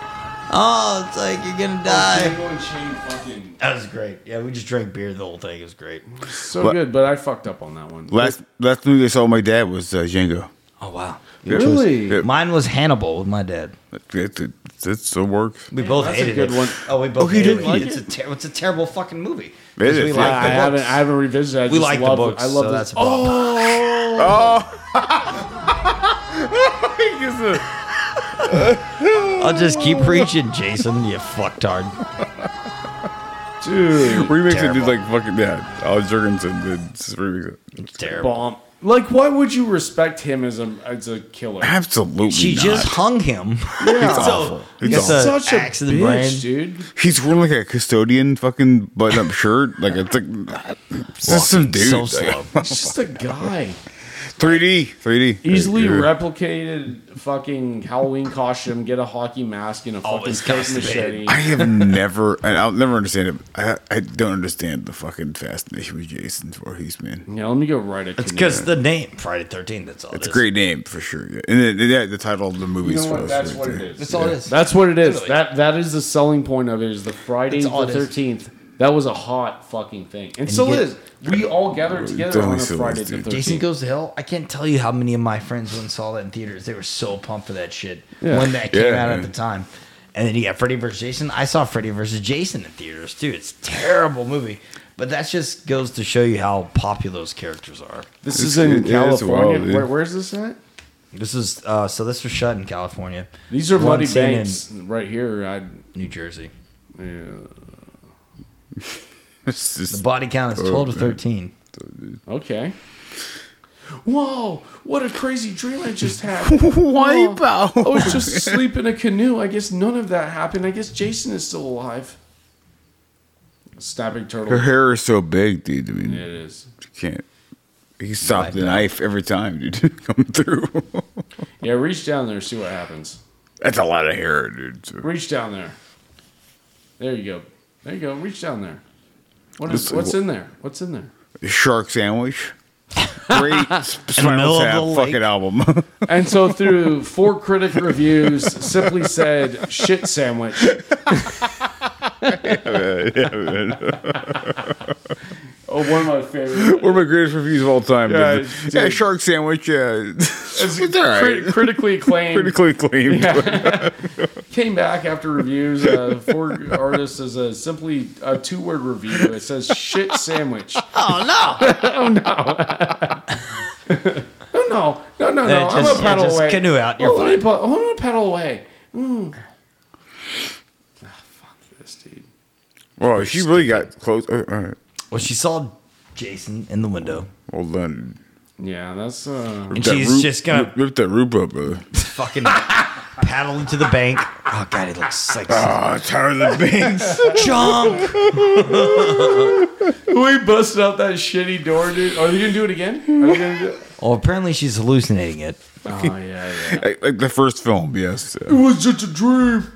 Speaker 1: Oh, it's like you're gonna die.
Speaker 2: Django and Shane fucking
Speaker 1: That was great. Yeah, we just drank beer the whole thing. It was great.
Speaker 2: so
Speaker 6: What?
Speaker 2: good, but I fucked up on that one.
Speaker 6: Last last movie I saw with my dad was uh, Django.
Speaker 1: Oh wow.
Speaker 2: really?
Speaker 6: Yeah.
Speaker 1: Mine was Hannibal with my dad.
Speaker 6: It, it, it still works.
Speaker 1: We both
Speaker 2: that's a
Speaker 1: hated
Speaker 2: good
Speaker 1: it.
Speaker 2: one.
Speaker 1: Oh, we both
Speaker 6: you
Speaker 1: hated
Speaker 6: didn't
Speaker 1: it.
Speaker 6: like
Speaker 1: it's,
Speaker 6: it?
Speaker 1: A ter- it's a terrible fucking movie.
Speaker 6: It
Speaker 1: 'Cause
Speaker 6: is,
Speaker 1: We
Speaker 6: yeah.
Speaker 1: like
Speaker 2: I
Speaker 1: the
Speaker 2: haven't,
Speaker 1: books.
Speaker 2: I haven't revisited. I
Speaker 1: we
Speaker 2: just
Speaker 1: like the
Speaker 2: love,
Speaker 1: books.
Speaker 2: I love this.
Speaker 1: so that's a problem. I'll just keep preaching, Jason. You fucktard.
Speaker 2: dude,
Speaker 6: Remix it,
Speaker 1: Terrible.
Speaker 6: dude, like fucking yeah. Alex Jurgensen did just remix it.
Speaker 1: Terrible.
Speaker 2: bomb. Like, why would you respect him as a as a killer?
Speaker 6: Absolutely,
Speaker 1: She
Speaker 6: not.
Speaker 1: just hung him.
Speaker 6: It's awful. It's
Speaker 1: It's
Speaker 6: awful.
Speaker 1: a-
Speaker 2: Such a
Speaker 1: axe in the
Speaker 2: bitch,
Speaker 1: brain.
Speaker 2: dude.
Speaker 6: He's wearing like a custodian fucking button-up shirt. Like it's like it's just some dude.
Speaker 1: so
Speaker 6: like,
Speaker 1: slow.
Speaker 2: He's just a guy.
Speaker 6: 3D, 3D,
Speaker 2: Easily
Speaker 6: You're-
Speaker 2: replicated fucking Halloween costume. Get a hockey mask and a fucking
Speaker 1: Always
Speaker 2: fake
Speaker 1: constipated.
Speaker 2: machete.
Speaker 6: I have never, and I'll never understand it. I, I don't understand the fucking fascination with Jason Voorhees, man.
Speaker 2: Yeah, let me go right at
Speaker 1: It's
Speaker 2: you.
Speaker 1: because the name Friday Thirteenth. That's all.
Speaker 6: It's
Speaker 1: it
Speaker 6: a
Speaker 1: is.
Speaker 6: great name for sure. Yeah. And the, the, the title of the movie
Speaker 2: You
Speaker 6: is
Speaker 2: know what?
Speaker 6: supposed
Speaker 2: That's
Speaker 6: to
Speaker 2: what it
Speaker 6: be-
Speaker 2: is.
Speaker 1: That's all it is.
Speaker 2: That's what it is.
Speaker 1: Literally.
Speaker 2: That that is the selling point of it. Is the Friday
Speaker 1: That's all
Speaker 2: the
Speaker 1: it is.
Speaker 2: thirteenth. That was a hot fucking thing, and, still
Speaker 1: get-
Speaker 2: is. We all gathered together
Speaker 6: definitely
Speaker 2: on a
Speaker 6: still
Speaker 2: Friday
Speaker 6: is,
Speaker 2: the
Speaker 6: dude.
Speaker 1: Jason
Speaker 2: thirteenth.
Speaker 1: Goes to Hell. I can't tell you how many of my friends went and saw that in theaters. They were so pumped for that shit when that came
Speaker 6: Yeah,
Speaker 1: out at
Speaker 6: man.
Speaker 1: the time. And then you got Freddy vs. Jason. I saw Freddy vs. Jason in theaters too. It's a terrible movie, but that just goes to show you how popular those characters are.
Speaker 2: This
Speaker 6: It's-
Speaker 2: is in
Speaker 6: it is wild,
Speaker 2: California.
Speaker 6: dude.
Speaker 2: Where, where's this at?
Speaker 1: This is uh, so. This was shot in California.
Speaker 2: These are
Speaker 1: One
Speaker 2: bloody
Speaker 1: scene in
Speaker 2: banks right here. I
Speaker 1: New Jersey.
Speaker 6: It's just-
Speaker 1: The body count is twelve to thirteen.
Speaker 2: okay. Whoa! What a crazy dream I just had.
Speaker 6: Wipe
Speaker 2: I
Speaker 6: out.
Speaker 2: was Oh, just asleep in a canoe. I guess none of that happened. I guess Jason is still alive. Snapping turtle.
Speaker 6: Her
Speaker 2: it
Speaker 6: hair is so big, dude. I mean,
Speaker 2: is.
Speaker 6: you can't. He stopped the knife every time, dude. Come through.
Speaker 2: Yeah, reach down there, see what happens.
Speaker 6: That's a lot of hair, dude. So-
Speaker 2: Reach down there. There you go. There you go. Reach down there. What is,
Speaker 6: This-
Speaker 2: what's in there? What's in there?
Speaker 6: Shark sandwich. Great
Speaker 1: middle
Speaker 6: Spinal
Speaker 1: of
Speaker 6: Tap
Speaker 1: the lake.
Speaker 6: fucking album.
Speaker 2: And so, through four critic reviews, simply said shit sandwich. Oh, one of my favorite.
Speaker 6: One of my greatest reviews of all time.
Speaker 2: Yeah,
Speaker 6: dude. Yeah,
Speaker 2: dude.
Speaker 6: shark sandwich. Yeah, it's, all right.
Speaker 2: Crit- critically acclaimed.
Speaker 6: Critically acclaimed.
Speaker 2: Came back after reviews. Uh, four artists as a simply a two word review. It says shit sandwich.
Speaker 1: Oh no!
Speaker 2: Oh, No, no, no, no.
Speaker 1: Yeah,
Speaker 2: I'm
Speaker 1: just-
Speaker 2: gonna
Speaker 1: yeah,
Speaker 2: pedal
Speaker 1: just
Speaker 2: away.
Speaker 1: canoe out, you're
Speaker 2: oh, let me pu- I'm gonna pedal away. Mm. Ah, fuck this, dude.
Speaker 6: Well, she really got close. Uh, all right.
Speaker 1: Well, she saw Jason in the window,
Speaker 6: Well done.
Speaker 2: Yeah, that's uh.
Speaker 1: and
Speaker 6: That
Speaker 1: she's
Speaker 6: root-
Speaker 1: just gonna
Speaker 6: rip, rip that roof up. Uh.
Speaker 1: fucking paddle into the bank. Oh god, it looks like
Speaker 6: Ah, tired of the banks.
Speaker 1: junk.
Speaker 2: We busted out that shitty door, dude. Are they gonna do it again? Are they gonna do it?
Speaker 1: Oh, apparently she's hallucinating it.
Speaker 2: Oh yeah, yeah.
Speaker 6: like, like the first film, yes.
Speaker 2: It was just a dream.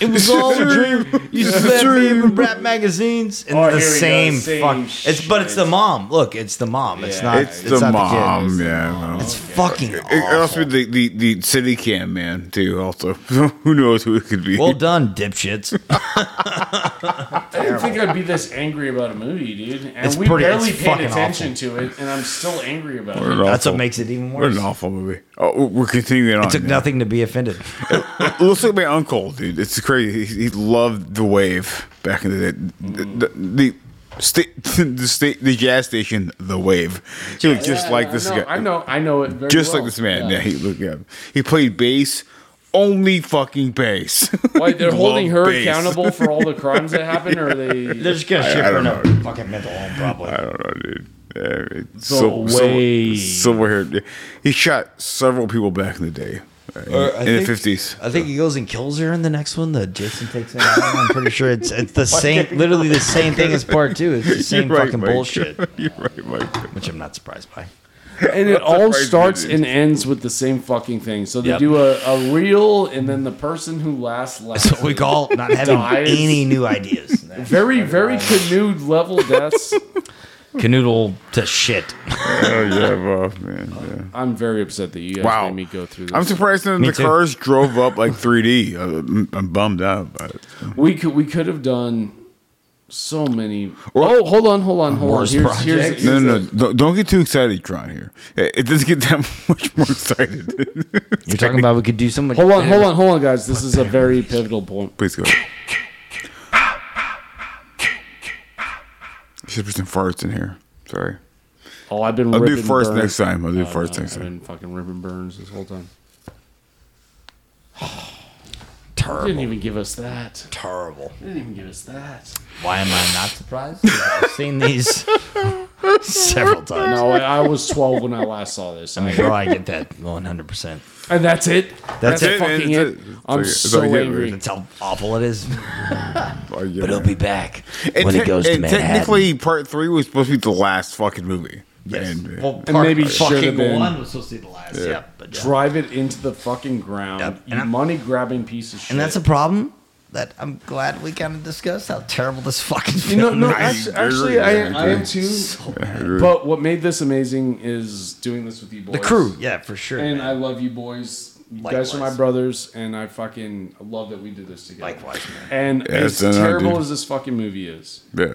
Speaker 1: It was all a dream. You slept me in rap magazines and
Speaker 2: Oh,
Speaker 1: the
Speaker 2: here we go,
Speaker 1: same,
Speaker 2: same
Speaker 1: fuck. It's but it's the
Speaker 2: shit.
Speaker 1: mom. Look, it's the mom. It's
Speaker 2: Yeah.
Speaker 1: not.
Speaker 6: it's, the
Speaker 1: not kid.
Speaker 6: mom,
Speaker 1: It's
Speaker 6: yeah. well.
Speaker 1: Fucking
Speaker 6: It- it also
Speaker 1: awful.
Speaker 6: the, the, the city cam man too. Also, who knows who it could be?
Speaker 1: Well done, dipshits.
Speaker 2: I didn't think I'd be this angry about a movie, dude. And
Speaker 1: It's
Speaker 2: we
Speaker 1: pretty-
Speaker 2: barely
Speaker 1: it's
Speaker 2: paid
Speaker 1: fucking
Speaker 2: attention to it, and I'm still angry about
Speaker 6: What
Speaker 2: it.
Speaker 6: an
Speaker 1: That's what
Speaker 6: awful-
Speaker 1: makes it even
Speaker 6: What
Speaker 1: worse.
Speaker 6: an awful movie. Oh, we're continuing on.
Speaker 1: It took
Speaker 6: yeah.
Speaker 1: nothing to be offended.
Speaker 6: It looks like my uncle, dude. It's crazy. He, he loved the wave back in the day. The, the, the state, the state, the jazz station, the wave. He looked just like this
Speaker 2: I know,
Speaker 6: guy.
Speaker 2: I know, I know it very
Speaker 6: just
Speaker 2: well.
Speaker 6: like this man.
Speaker 2: Yeah.
Speaker 6: Yeah, he looked. Yeah, he played bass, only fucking bass.
Speaker 2: Why they're
Speaker 6: Love
Speaker 2: holding her
Speaker 6: bass.
Speaker 2: accountable for all the crimes that happened, or are they?
Speaker 1: They're just gonna ship her in a fucking mental home, probably.
Speaker 6: I don't know, dude. Yeah, it- sil- sil-
Speaker 2: way.
Speaker 6: silver hair. He shot several people back in the day, right,
Speaker 1: Or Uh, I
Speaker 6: in the
Speaker 1: think-
Speaker 6: fifties.
Speaker 1: I think he goes and kills her in the next one. The Jason takes him out. I'm pretty sure it's it's the same, literally the same thing as part two. It's the same fucking bullshit,
Speaker 6: You're right, Mike.
Speaker 1: which I'm not surprised by.
Speaker 2: And it all
Speaker 6: crazy
Speaker 2: starts
Speaker 6: dude.
Speaker 2: and ends with the same fucking thing. So they
Speaker 1: Yep.
Speaker 2: do a, a reel, and then the person who lasts last.
Speaker 1: That's what we call not having
Speaker 2: Dies.
Speaker 1: any new ideas.
Speaker 2: very, very canoed level deaths.
Speaker 1: Canoodle to shit.
Speaker 6: Oh yeah, well, man.
Speaker 2: I'm very upset that you guys
Speaker 6: Wow.
Speaker 2: made me go through
Speaker 6: Yeah. I'm
Speaker 2: this.
Speaker 6: surprised none of
Speaker 1: Me
Speaker 6: the
Speaker 1: too.
Speaker 6: cars drove up like 3D. I'm, I'm bummed out. About it.
Speaker 2: we could we could have done so many. Oh, hold on, hold on, hold on.
Speaker 1: Worst
Speaker 2: Here's, here's,
Speaker 1: project.
Speaker 6: No, no, no! Don't, don't get too excited, Tron. Here, it it doesn't get that much more excited.
Speaker 1: You're talking about we could do so much.
Speaker 2: Hold on, hold on, hold on, guys. This is a very pivotal point.
Speaker 6: Please go. Should put some farts in here. Sorry.
Speaker 2: Oh, I've been.
Speaker 6: I'll
Speaker 2: ripping
Speaker 6: do farts
Speaker 2: burns.
Speaker 6: next time. I'll do
Speaker 2: Oh, no,
Speaker 6: farts next
Speaker 2: I've
Speaker 6: time.
Speaker 2: been fucking ripping burns this whole time.
Speaker 1: Terrible.
Speaker 2: Didn't even give us that.
Speaker 1: terrible.
Speaker 2: Didn't even give us that.
Speaker 1: Why am I not surprised? I've seen these several times.
Speaker 2: No, I, I was 12 when I last saw this.
Speaker 1: I mean, bro, I get that 100. percent
Speaker 2: and that's it.
Speaker 1: That's it,
Speaker 6: man.
Speaker 2: fucking
Speaker 6: That's
Speaker 2: it.
Speaker 6: it.
Speaker 2: I'm
Speaker 6: It's
Speaker 2: so
Speaker 6: like- it's like-
Speaker 2: angry.
Speaker 1: That's how awful it is.
Speaker 6: Oh, yeah,
Speaker 1: But he'll
Speaker 6: man.
Speaker 1: be back
Speaker 6: And
Speaker 1: when he
Speaker 6: te-
Speaker 1: goes to
Speaker 6: and
Speaker 1: Manhattan.
Speaker 6: technically, part three was supposed to be the last fucking movie. And, uh,
Speaker 2: And maybe
Speaker 1: fucking
Speaker 2: should've been.
Speaker 1: one was supposed to be the last. Yeah. but uh, yeah.
Speaker 2: Drive it into the fucking ground.
Speaker 1: Yep. And
Speaker 2: You
Speaker 1: I'm-
Speaker 2: money grabbing piece of shit.
Speaker 1: And that's a problem that I'm glad we kind of discussed how terrible this fucking
Speaker 2: You
Speaker 1: film
Speaker 2: know, no,
Speaker 1: is.
Speaker 2: actually,
Speaker 6: very
Speaker 2: actually I,
Speaker 6: angry.
Speaker 2: I am too. But what made this amazing is doing this with you boys.
Speaker 1: The crew, yeah, for sure.
Speaker 2: And I love you boys. You guys are my
Speaker 1: Likewise.
Speaker 2: brothers, and I fucking love that we did this together.
Speaker 1: Likewise, man.
Speaker 2: And
Speaker 6: Yeah,
Speaker 2: as
Speaker 6: it's an honor,
Speaker 2: terrible
Speaker 6: dude.
Speaker 2: as this fucking movie is,
Speaker 6: yeah.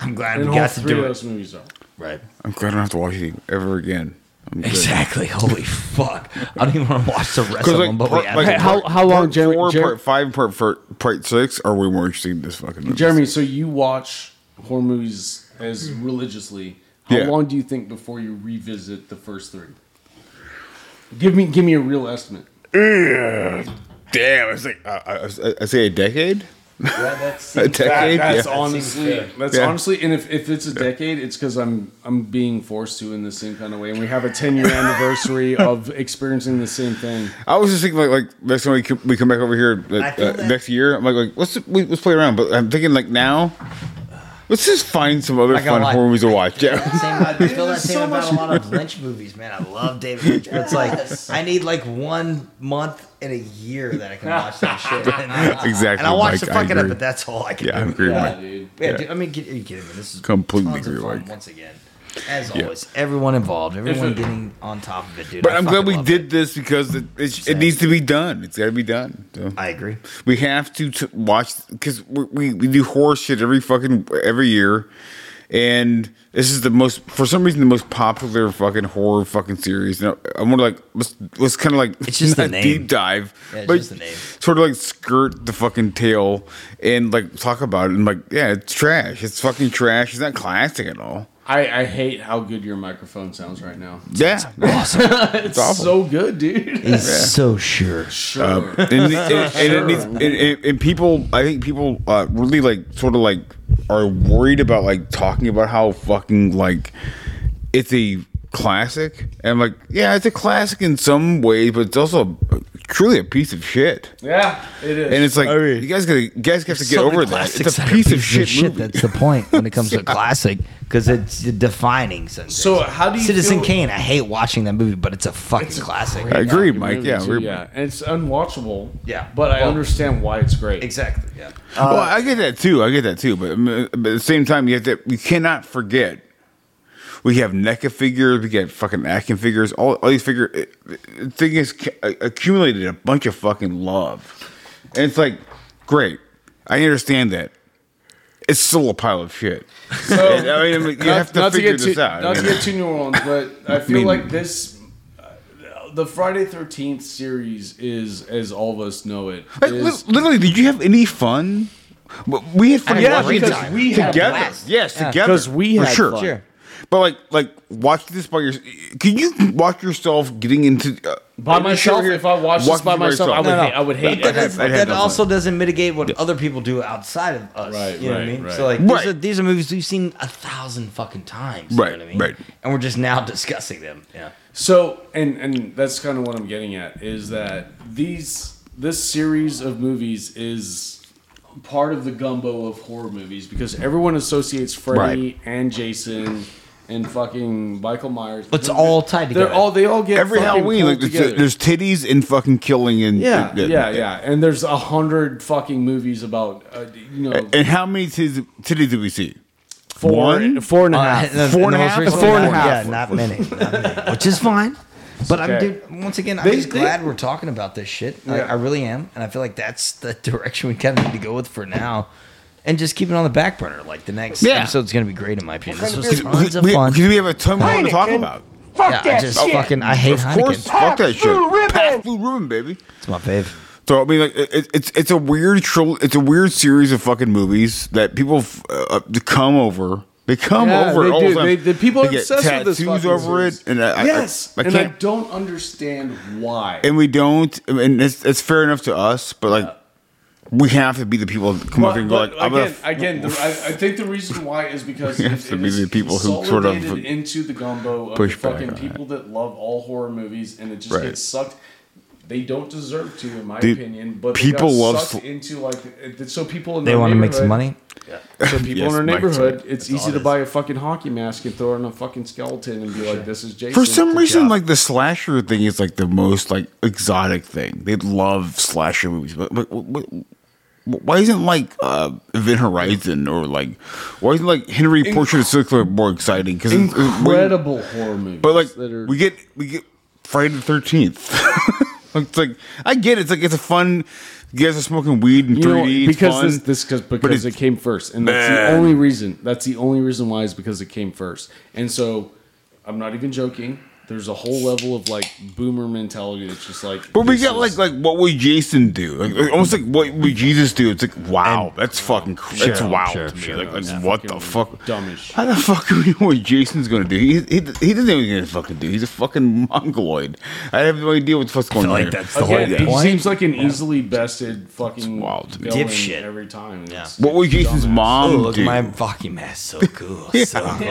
Speaker 1: I'm glad
Speaker 2: and
Speaker 1: we
Speaker 2: all
Speaker 1: got to
Speaker 2: three of
Speaker 1: do it.
Speaker 2: those movies are.
Speaker 1: Right.
Speaker 6: I'm glad I don't have to watch it ever again. I'm good.
Speaker 1: Exactly. Holy fuck. I don't even want to watch the rest
Speaker 6: 'Cause,
Speaker 1: of
Speaker 6: like,
Speaker 1: them, but
Speaker 6: part-
Speaker 1: we have
Speaker 6: like,
Speaker 1: to.
Speaker 2: Hey, how- how long,
Speaker 6: part
Speaker 2: Jeremy-
Speaker 6: Four,
Speaker 2: Jer-
Speaker 6: part five, and part four, part six are way more interesting than this fucking movie.
Speaker 2: Jeremy, so you watch horror movies as religiously. How
Speaker 6: Yeah.
Speaker 2: long do you think before you revisit the first three? Give me give me a real estimate.
Speaker 6: Damn, it's like uh, I, I, I say a decade. a
Speaker 2: That-
Speaker 6: decade.
Speaker 2: that's
Speaker 6: yeah.
Speaker 2: honestly that's
Speaker 6: Yeah.
Speaker 2: honestly and if, if it's a decade, it's because I'm I'm being forced to in the same kind of way. And we have a ten year anniversary of experiencing the same thing.
Speaker 6: I was just thinking like like next time we come, we come back over here like,
Speaker 1: feel
Speaker 6: uh,
Speaker 1: that.
Speaker 6: next year, I'm like like let's we, let's play around. But I'm thinking like now, let's just find some other
Speaker 1: I got
Speaker 6: fun
Speaker 1: one.
Speaker 6: horror movies to watch. Yeah.
Speaker 1: Same, I feel that same about a lot of Lynch movies, man. I love David Lynch, but it's like I need like one month in a year that I can watch that shit. And I-
Speaker 6: Exactly,
Speaker 1: And I'll watch
Speaker 6: Mike,
Speaker 1: the
Speaker 6: I
Speaker 1: fucking up,
Speaker 6: agree.
Speaker 1: but that's all I can
Speaker 6: Yeah, I
Speaker 1: do.
Speaker 6: agree.
Speaker 2: Yeah,
Speaker 6: Mike.
Speaker 2: dude.
Speaker 1: Yeah,
Speaker 6: Yeah.
Speaker 1: dude, I mean, get, are you kidding me? This is
Speaker 6: Completely
Speaker 1: tons of
Speaker 6: agree,
Speaker 1: fun
Speaker 6: Mike.
Speaker 1: once again. As always, everyone involved, everyone getting on top of it, dude.
Speaker 6: But
Speaker 1: I
Speaker 6: I'm glad
Speaker 1: fucking
Speaker 6: we
Speaker 1: love
Speaker 6: did
Speaker 1: It.
Speaker 6: this because it, it, it needs to be done. It's got to be done. So.
Speaker 1: I agree.
Speaker 6: We have to t- watch because we, we we do horror shit every fucking every year, and this is the most for some reason the most popular fucking horror fucking series. Now I'm more like let's let's kind of like
Speaker 1: It's just the
Speaker 6: not
Speaker 1: name.
Speaker 6: deep dive,
Speaker 1: Yeah, it's just the name.
Speaker 6: sort of like skirt the fucking tail and like talk about it and like yeah, it's trash. It's fucking trash. It's not classic at all.
Speaker 2: I, I hate how good your microphone sounds right now.
Speaker 6: Yeah, awesome. it's awful. uh,
Speaker 2: So good, dude.
Speaker 1: He's so sure.
Speaker 2: Sure.
Speaker 6: and, it- and- and it needs, and, and, and people i think people uh, really like sort of like are worried about like talking about how fucking like it's a classic and I'm like yeah it's a classic in some ways but it's also truly a piece of shit
Speaker 2: yeah, it is.
Speaker 6: and it's like
Speaker 1: I mean,
Speaker 6: you guys gotta you guys have to get
Speaker 1: So many
Speaker 6: over that
Speaker 1: classics
Speaker 6: it's a
Speaker 1: that are
Speaker 6: piece of
Speaker 1: pieces
Speaker 6: shit, movie.
Speaker 1: That's the point when it comes to classic because it's defining. Something.
Speaker 2: So how do you
Speaker 1: Citizen
Speaker 2: feel-
Speaker 1: Kane? I hate watching that movie, but it's a fucking classic.
Speaker 6: i agree
Speaker 2: fucking
Speaker 6: mike
Speaker 2: movie,
Speaker 6: yeah,
Speaker 2: too,
Speaker 6: we're,
Speaker 2: yeah, and it's unwatchable.
Speaker 1: Yeah.
Speaker 2: but I
Speaker 1: Well-
Speaker 2: understand why it's great.
Speaker 1: Exactly. Yeah.
Speaker 6: well i get that too i get that too but, mm, but at the same time you have to you cannot forget We have NECA figures. We get fucking Akin figures. All, all these figure it- it- thing is cu- accumulated a bunch of fucking love, and it's like, great. I understand that. It's still a pile of shit. I mean, I mean, you
Speaker 2: Not-
Speaker 6: have to
Speaker 2: not
Speaker 6: figure
Speaker 2: get
Speaker 6: this
Speaker 2: too,
Speaker 6: out. I
Speaker 2: Not
Speaker 6: mean,
Speaker 2: to get too New Orleans, but I feel
Speaker 6: mean-
Speaker 2: like this. uh, the Friday Thirteenth series is, as all of us know it,
Speaker 6: Like,
Speaker 2: is-
Speaker 6: li- literally, did you have any fun? W- We had fun.
Speaker 1: I had a
Speaker 6: watching
Speaker 1: great
Speaker 6: this
Speaker 1: time.
Speaker 2: We had a
Speaker 6: together.
Speaker 1: blast.
Speaker 6: Yes, together.
Speaker 2: 'Cause we
Speaker 6: For
Speaker 2: had
Speaker 6: sure.
Speaker 2: fun.
Speaker 1: Sure.
Speaker 6: But like, like watch this by yourself. Can you watch yourself getting into uh,
Speaker 2: by myself.
Speaker 6: sure-
Speaker 2: If I watched this
Speaker 6: watching
Speaker 2: by myself, I would
Speaker 1: No, no.
Speaker 2: hate. I would hate
Speaker 1: But that,
Speaker 2: it.
Speaker 1: is-
Speaker 6: I'd have
Speaker 1: that
Speaker 6: no fun.
Speaker 1: also doesn't mitigate what other people do outside of us.
Speaker 2: Right,
Speaker 1: you know
Speaker 2: right,
Speaker 1: what I mean?
Speaker 2: right.
Speaker 1: So like, these,
Speaker 6: Right.
Speaker 1: are, these are movies we've seen a thousand fucking times. you know
Speaker 6: Right,
Speaker 1: what I mean?
Speaker 6: right.
Speaker 1: And we're just now discussing them. Yeah.
Speaker 2: So, and and that's kind of what I'm getting at is that these this series of movies is part of the gumbo of horror movies because everyone associates Freddy
Speaker 6: Right.
Speaker 2: and Jason and fucking Michael Myers.
Speaker 1: It's all tied
Speaker 2: They're
Speaker 1: together.
Speaker 2: all they all get
Speaker 6: every
Speaker 2: fucking
Speaker 6: Halloween?
Speaker 2: pulled
Speaker 6: Like, there's,
Speaker 2: together.
Speaker 6: there's titties and fucking killing and
Speaker 2: yeah,
Speaker 6: and-
Speaker 2: yeah, yeah, and there's a hundred fucking movies about uh, you know
Speaker 6: And how many titties, titties did we see?
Speaker 2: four
Speaker 6: one?
Speaker 2: four and a
Speaker 1: Uh,
Speaker 2: half.
Speaker 1: the-
Speaker 6: Four and
Speaker 1: the
Speaker 6: a
Speaker 1: most
Speaker 6: half?
Speaker 1: recent
Speaker 6: Four and a
Speaker 1: one,
Speaker 6: half.
Speaker 1: Yeah, not many, not many, which is fine. But I'm,
Speaker 2: okay.
Speaker 1: dude, once again, I'm
Speaker 2: They-
Speaker 1: just
Speaker 2: they-
Speaker 1: glad we're talking about this shit. Like,
Speaker 2: Yeah.
Speaker 1: I really am, and I feel like that's the direction we kind of need to go with for now, and just keep it on the back burner. Like the next
Speaker 6: Yeah.
Speaker 1: episode's gonna be great in my opinion. This was
Speaker 6: Because
Speaker 1: tons
Speaker 6: we,
Speaker 1: of
Speaker 6: we-
Speaker 1: fun.
Speaker 6: 'cause we have a ton more to
Speaker 3: Heineken.
Speaker 6: talk about.
Speaker 3: Fuck
Speaker 1: Yeah, I
Speaker 3: that
Speaker 1: just
Speaker 3: shit.
Speaker 1: fucking I hate
Speaker 6: Of course,
Speaker 1: Heineken.
Speaker 6: fuck that
Speaker 3: Pack blue
Speaker 6: shit. Pack
Speaker 3: ribbon.
Speaker 6: blue ribbon, baby.
Speaker 1: It's my fave.
Speaker 6: So I mean, like it, it- it's it's a weird tro- it's a weird series of fucking movies that people f- uh, uh, come over. They come
Speaker 2: Yeah,
Speaker 6: over
Speaker 2: they
Speaker 6: all
Speaker 2: do.
Speaker 6: the time.
Speaker 2: They- the people are
Speaker 6: get
Speaker 2: obsessed with this
Speaker 6: tattoos
Speaker 2: fucking
Speaker 6: over
Speaker 2: series.
Speaker 6: it, and I, I-
Speaker 2: yes,
Speaker 6: I, I,
Speaker 2: and I
Speaker 6: can't.
Speaker 2: don't understand why.
Speaker 6: and we don't. I mean, it's, it's fair enough to us, but like, we have to be the people that come
Speaker 2: But-
Speaker 6: over and go like,
Speaker 2: but
Speaker 6: I'm
Speaker 2: again,
Speaker 6: gonna f-
Speaker 2: again the, I, I think the reason why is because
Speaker 6: Yes,
Speaker 2: it's
Speaker 6: to be the people who sort of
Speaker 2: into the gumbo of
Speaker 6: push
Speaker 2: the
Speaker 6: back
Speaker 2: fucking
Speaker 6: on that.
Speaker 2: people that love all horror movies, and it just
Speaker 6: Right.
Speaker 2: gets sucked. They don't deserve to, in my
Speaker 6: Dude,
Speaker 2: opinion. But
Speaker 6: people
Speaker 2: people they got
Speaker 6: love
Speaker 2: sucked
Speaker 6: sl-
Speaker 2: into like it- so people in
Speaker 1: They
Speaker 2: their
Speaker 1: want to make some
Speaker 2: neighborhood-
Speaker 1: money.
Speaker 2: So people
Speaker 6: Yes,
Speaker 2: in our
Speaker 6: Mike's
Speaker 2: neighborhood,
Speaker 6: right.
Speaker 2: it's easy to buy a fucking hockey mask and throw in a fucking skeleton and be like, "This is Jason."
Speaker 6: For some reason,
Speaker 2: job.
Speaker 6: like the slasher thing is like the most like exotic thing. They love slasher movies, but, but, but, but why isn't like uh, Event Horizon or like why isn't like Henry Portrait of a Serial Killer more exciting? Because
Speaker 2: incredible horror movies,
Speaker 6: uh, But like
Speaker 2: that are
Speaker 6: we get we get Friday the Thirteenth. it's like I get it. it's like it's a fun. You guys are smoking weed in
Speaker 2: You know,
Speaker 6: three D.
Speaker 2: because this, this cause, because it
Speaker 6: it's-
Speaker 2: came first, and that's
Speaker 6: Man.
Speaker 2: the only reason. That's the only reason why is because it came first. And so, I'm not even joking. There's a whole level of like boomer mentality that's just like.
Speaker 6: But we
Speaker 2: this
Speaker 6: got
Speaker 2: is-
Speaker 6: like like what would Jason do? Like, like, almost like what would Jesus do? It's like wow, that's fucking cr- that's wild
Speaker 1: sure,
Speaker 6: to me.
Speaker 1: sure.
Speaker 6: like like
Speaker 2: Yeah,
Speaker 6: what the
Speaker 2: fucking
Speaker 6: fuck?
Speaker 2: dumb as shit.
Speaker 6: How the fuck do we know what Jason's gonna do? He he, he doesn't even know what he's gonna fucking do. He's a fucking mongoloid. I have no idea what the fuck's going on.
Speaker 1: like
Speaker 6: here.
Speaker 1: that's the whole
Speaker 2: Again, he
Speaker 1: point.
Speaker 2: seems like an easily bested fucking
Speaker 6: wild to me.
Speaker 2: villain
Speaker 1: Dipshit.
Speaker 2: every time. Yeah.
Speaker 6: What would Jason's mom
Speaker 1: Oh, look,
Speaker 6: do?
Speaker 1: my fucking mask so cool. So cool.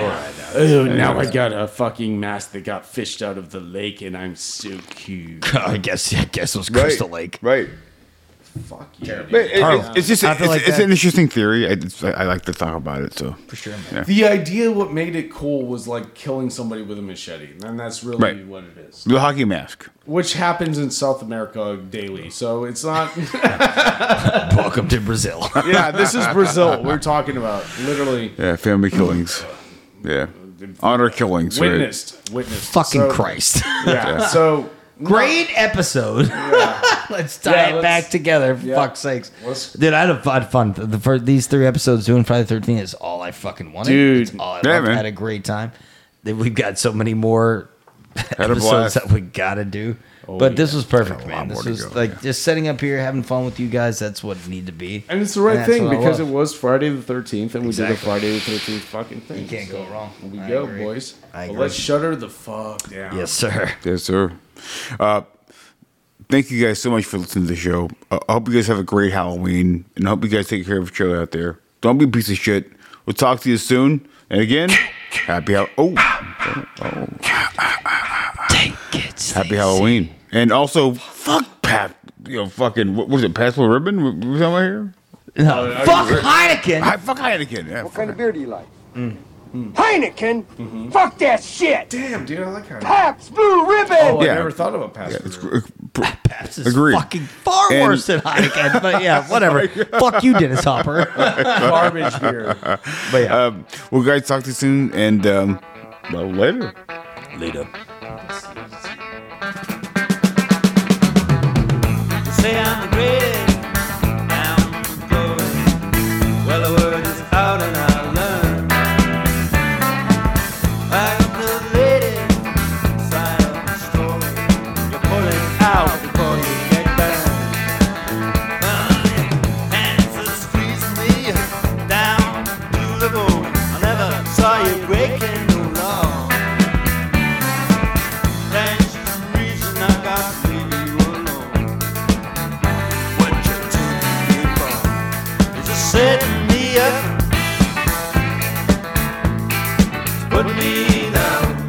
Speaker 2: Oh, now I got a fucking mask that got fished out of the lake, and I'm so cute.
Speaker 1: I guess I guess it was Crystal Lake.
Speaker 6: right?
Speaker 2: Fuck you.
Speaker 6: But it-
Speaker 1: Terrible.
Speaker 6: it's, it's just
Speaker 1: I
Speaker 6: it's,
Speaker 1: feel like
Speaker 6: it's
Speaker 1: that-
Speaker 6: an interesting theory. I, it's, I, I like to talk about it. So
Speaker 1: For sure, man.
Speaker 2: The idea, what made it cool, was like killing somebody with a machete, and that's really
Speaker 6: Right.
Speaker 2: what it is.
Speaker 6: the hockey mask.
Speaker 2: which happens in South America daily. So it's not.
Speaker 1: Welcome to Brazil.
Speaker 2: yeah, this is Brazil we're talking about. Literally
Speaker 6: Yeah, family killings. Yeah, honor killings. right?
Speaker 2: witnessed, witnessed.
Speaker 1: fucking
Speaker 2: So,
Speaker 1: Christ.
Speaker 2: Yeah. So
Speaker 1: Great episode. let's tie
Speaker 2: Yeah,
Speaker 1: it
Speaker 2: let's-
Speaker 1: back together. For
Speaker 2: yeah.
Speaker 1: fuck's sakes,
Speaker 2: Let's-
Speaker 1: dude! I had a fun, fun. The first, these three episodes doing Friday Thirteen is all I fucking wanted.
Speaker 2: Dude.
Speaker 1: it's all I
Speaker 6: Yeah,
Speaker 1: loved.
Speaker 6: man.
Speaker 1: had a great time. Then we've got so many more
Speaker 6: a blast.
Speaker 1: episodes that we gotta do. but this was perfect,
Speaker 6: Got a
Speaker 1: man.
Speaker 6: lot
Speaker 1: This
Speaker 6: more to
Speaker 1: was
Speaker 6: go,
Speaker 1: like
Speaker 6: yeah.
Speaker 1: just setting up here, having fun with you guys. That's what it needed to be.
Speaker 2: and it's the right
Speaker 1: that's
Speaker 2: thing
Speaker 1: what I
Speaker 2: because it
Speaker 1: love.
Speaker 2: was Friday the thirteenth, and we did
Speaker 1: Exactly.
Speaker 2: the Friday the thirteenth fucking thing. You
Speaker 1: can't go wrong.
Speaker 2: We
Speaker 1: I
Speaker 2: go,
Speaker 1: agree.
Speaker 2: boys.
Speaker 1: I
Speaker 2: But
Speaker 1: agree.
Speaker 2: let's shutter the fuck down.
Speaker 1: Yes, sir.
Speaker 6: Yes, sir. Uh, thank you guys so much for listening to the show. Uh, I hope you guys have a great Halloween, and I hope you guys take care of each other out there. Don't be a piece of shit. We'll talk to you soon. And again, happy Hall- oh, oh, happy Halloween. And also, fuck Pat. You know, fucking what was it? Passable ribbon? What was that right here?
Speaker 1: No, fuck Heineken.
Speaker 6: I fuck Heineken. Yeah,
Speaker 3: What kind of beer do you like?
Speaker 6: Mm.
Speaker 3: Heineken.
Speaker 6: Mm-hmm.
Speaker 3: Fuck that shit.
Speaker 2: Damn, dude, I like how.
Speaker 3: Pabst Blue Ribbon.
Speaker 2: Oh,
Speaker 6: Yeah.
Speaker 2: I never thought about passing.
Speaker 6: it's,
Speaker 2: through.
Speaker 1: Pabst is
Speaker 6: Agreed.
Speaker 1: fucking far
Speaker 6: And-
Speaker 1: worse than Heineken. But yeah, whatever. Fuck you, Dennis Hopper.
Speaker 2: garbage beer.
Speaker 1: But yeah,
Speaker 6: um, well, guys, talk to you soon, and um, well, later.
Speaker 1: later.
Speaker 7: Say I'm the greatest, I'm the poet. Well, the word is out and I learn. I am the latest side of the story. Your
Speaker 6: oh put me down.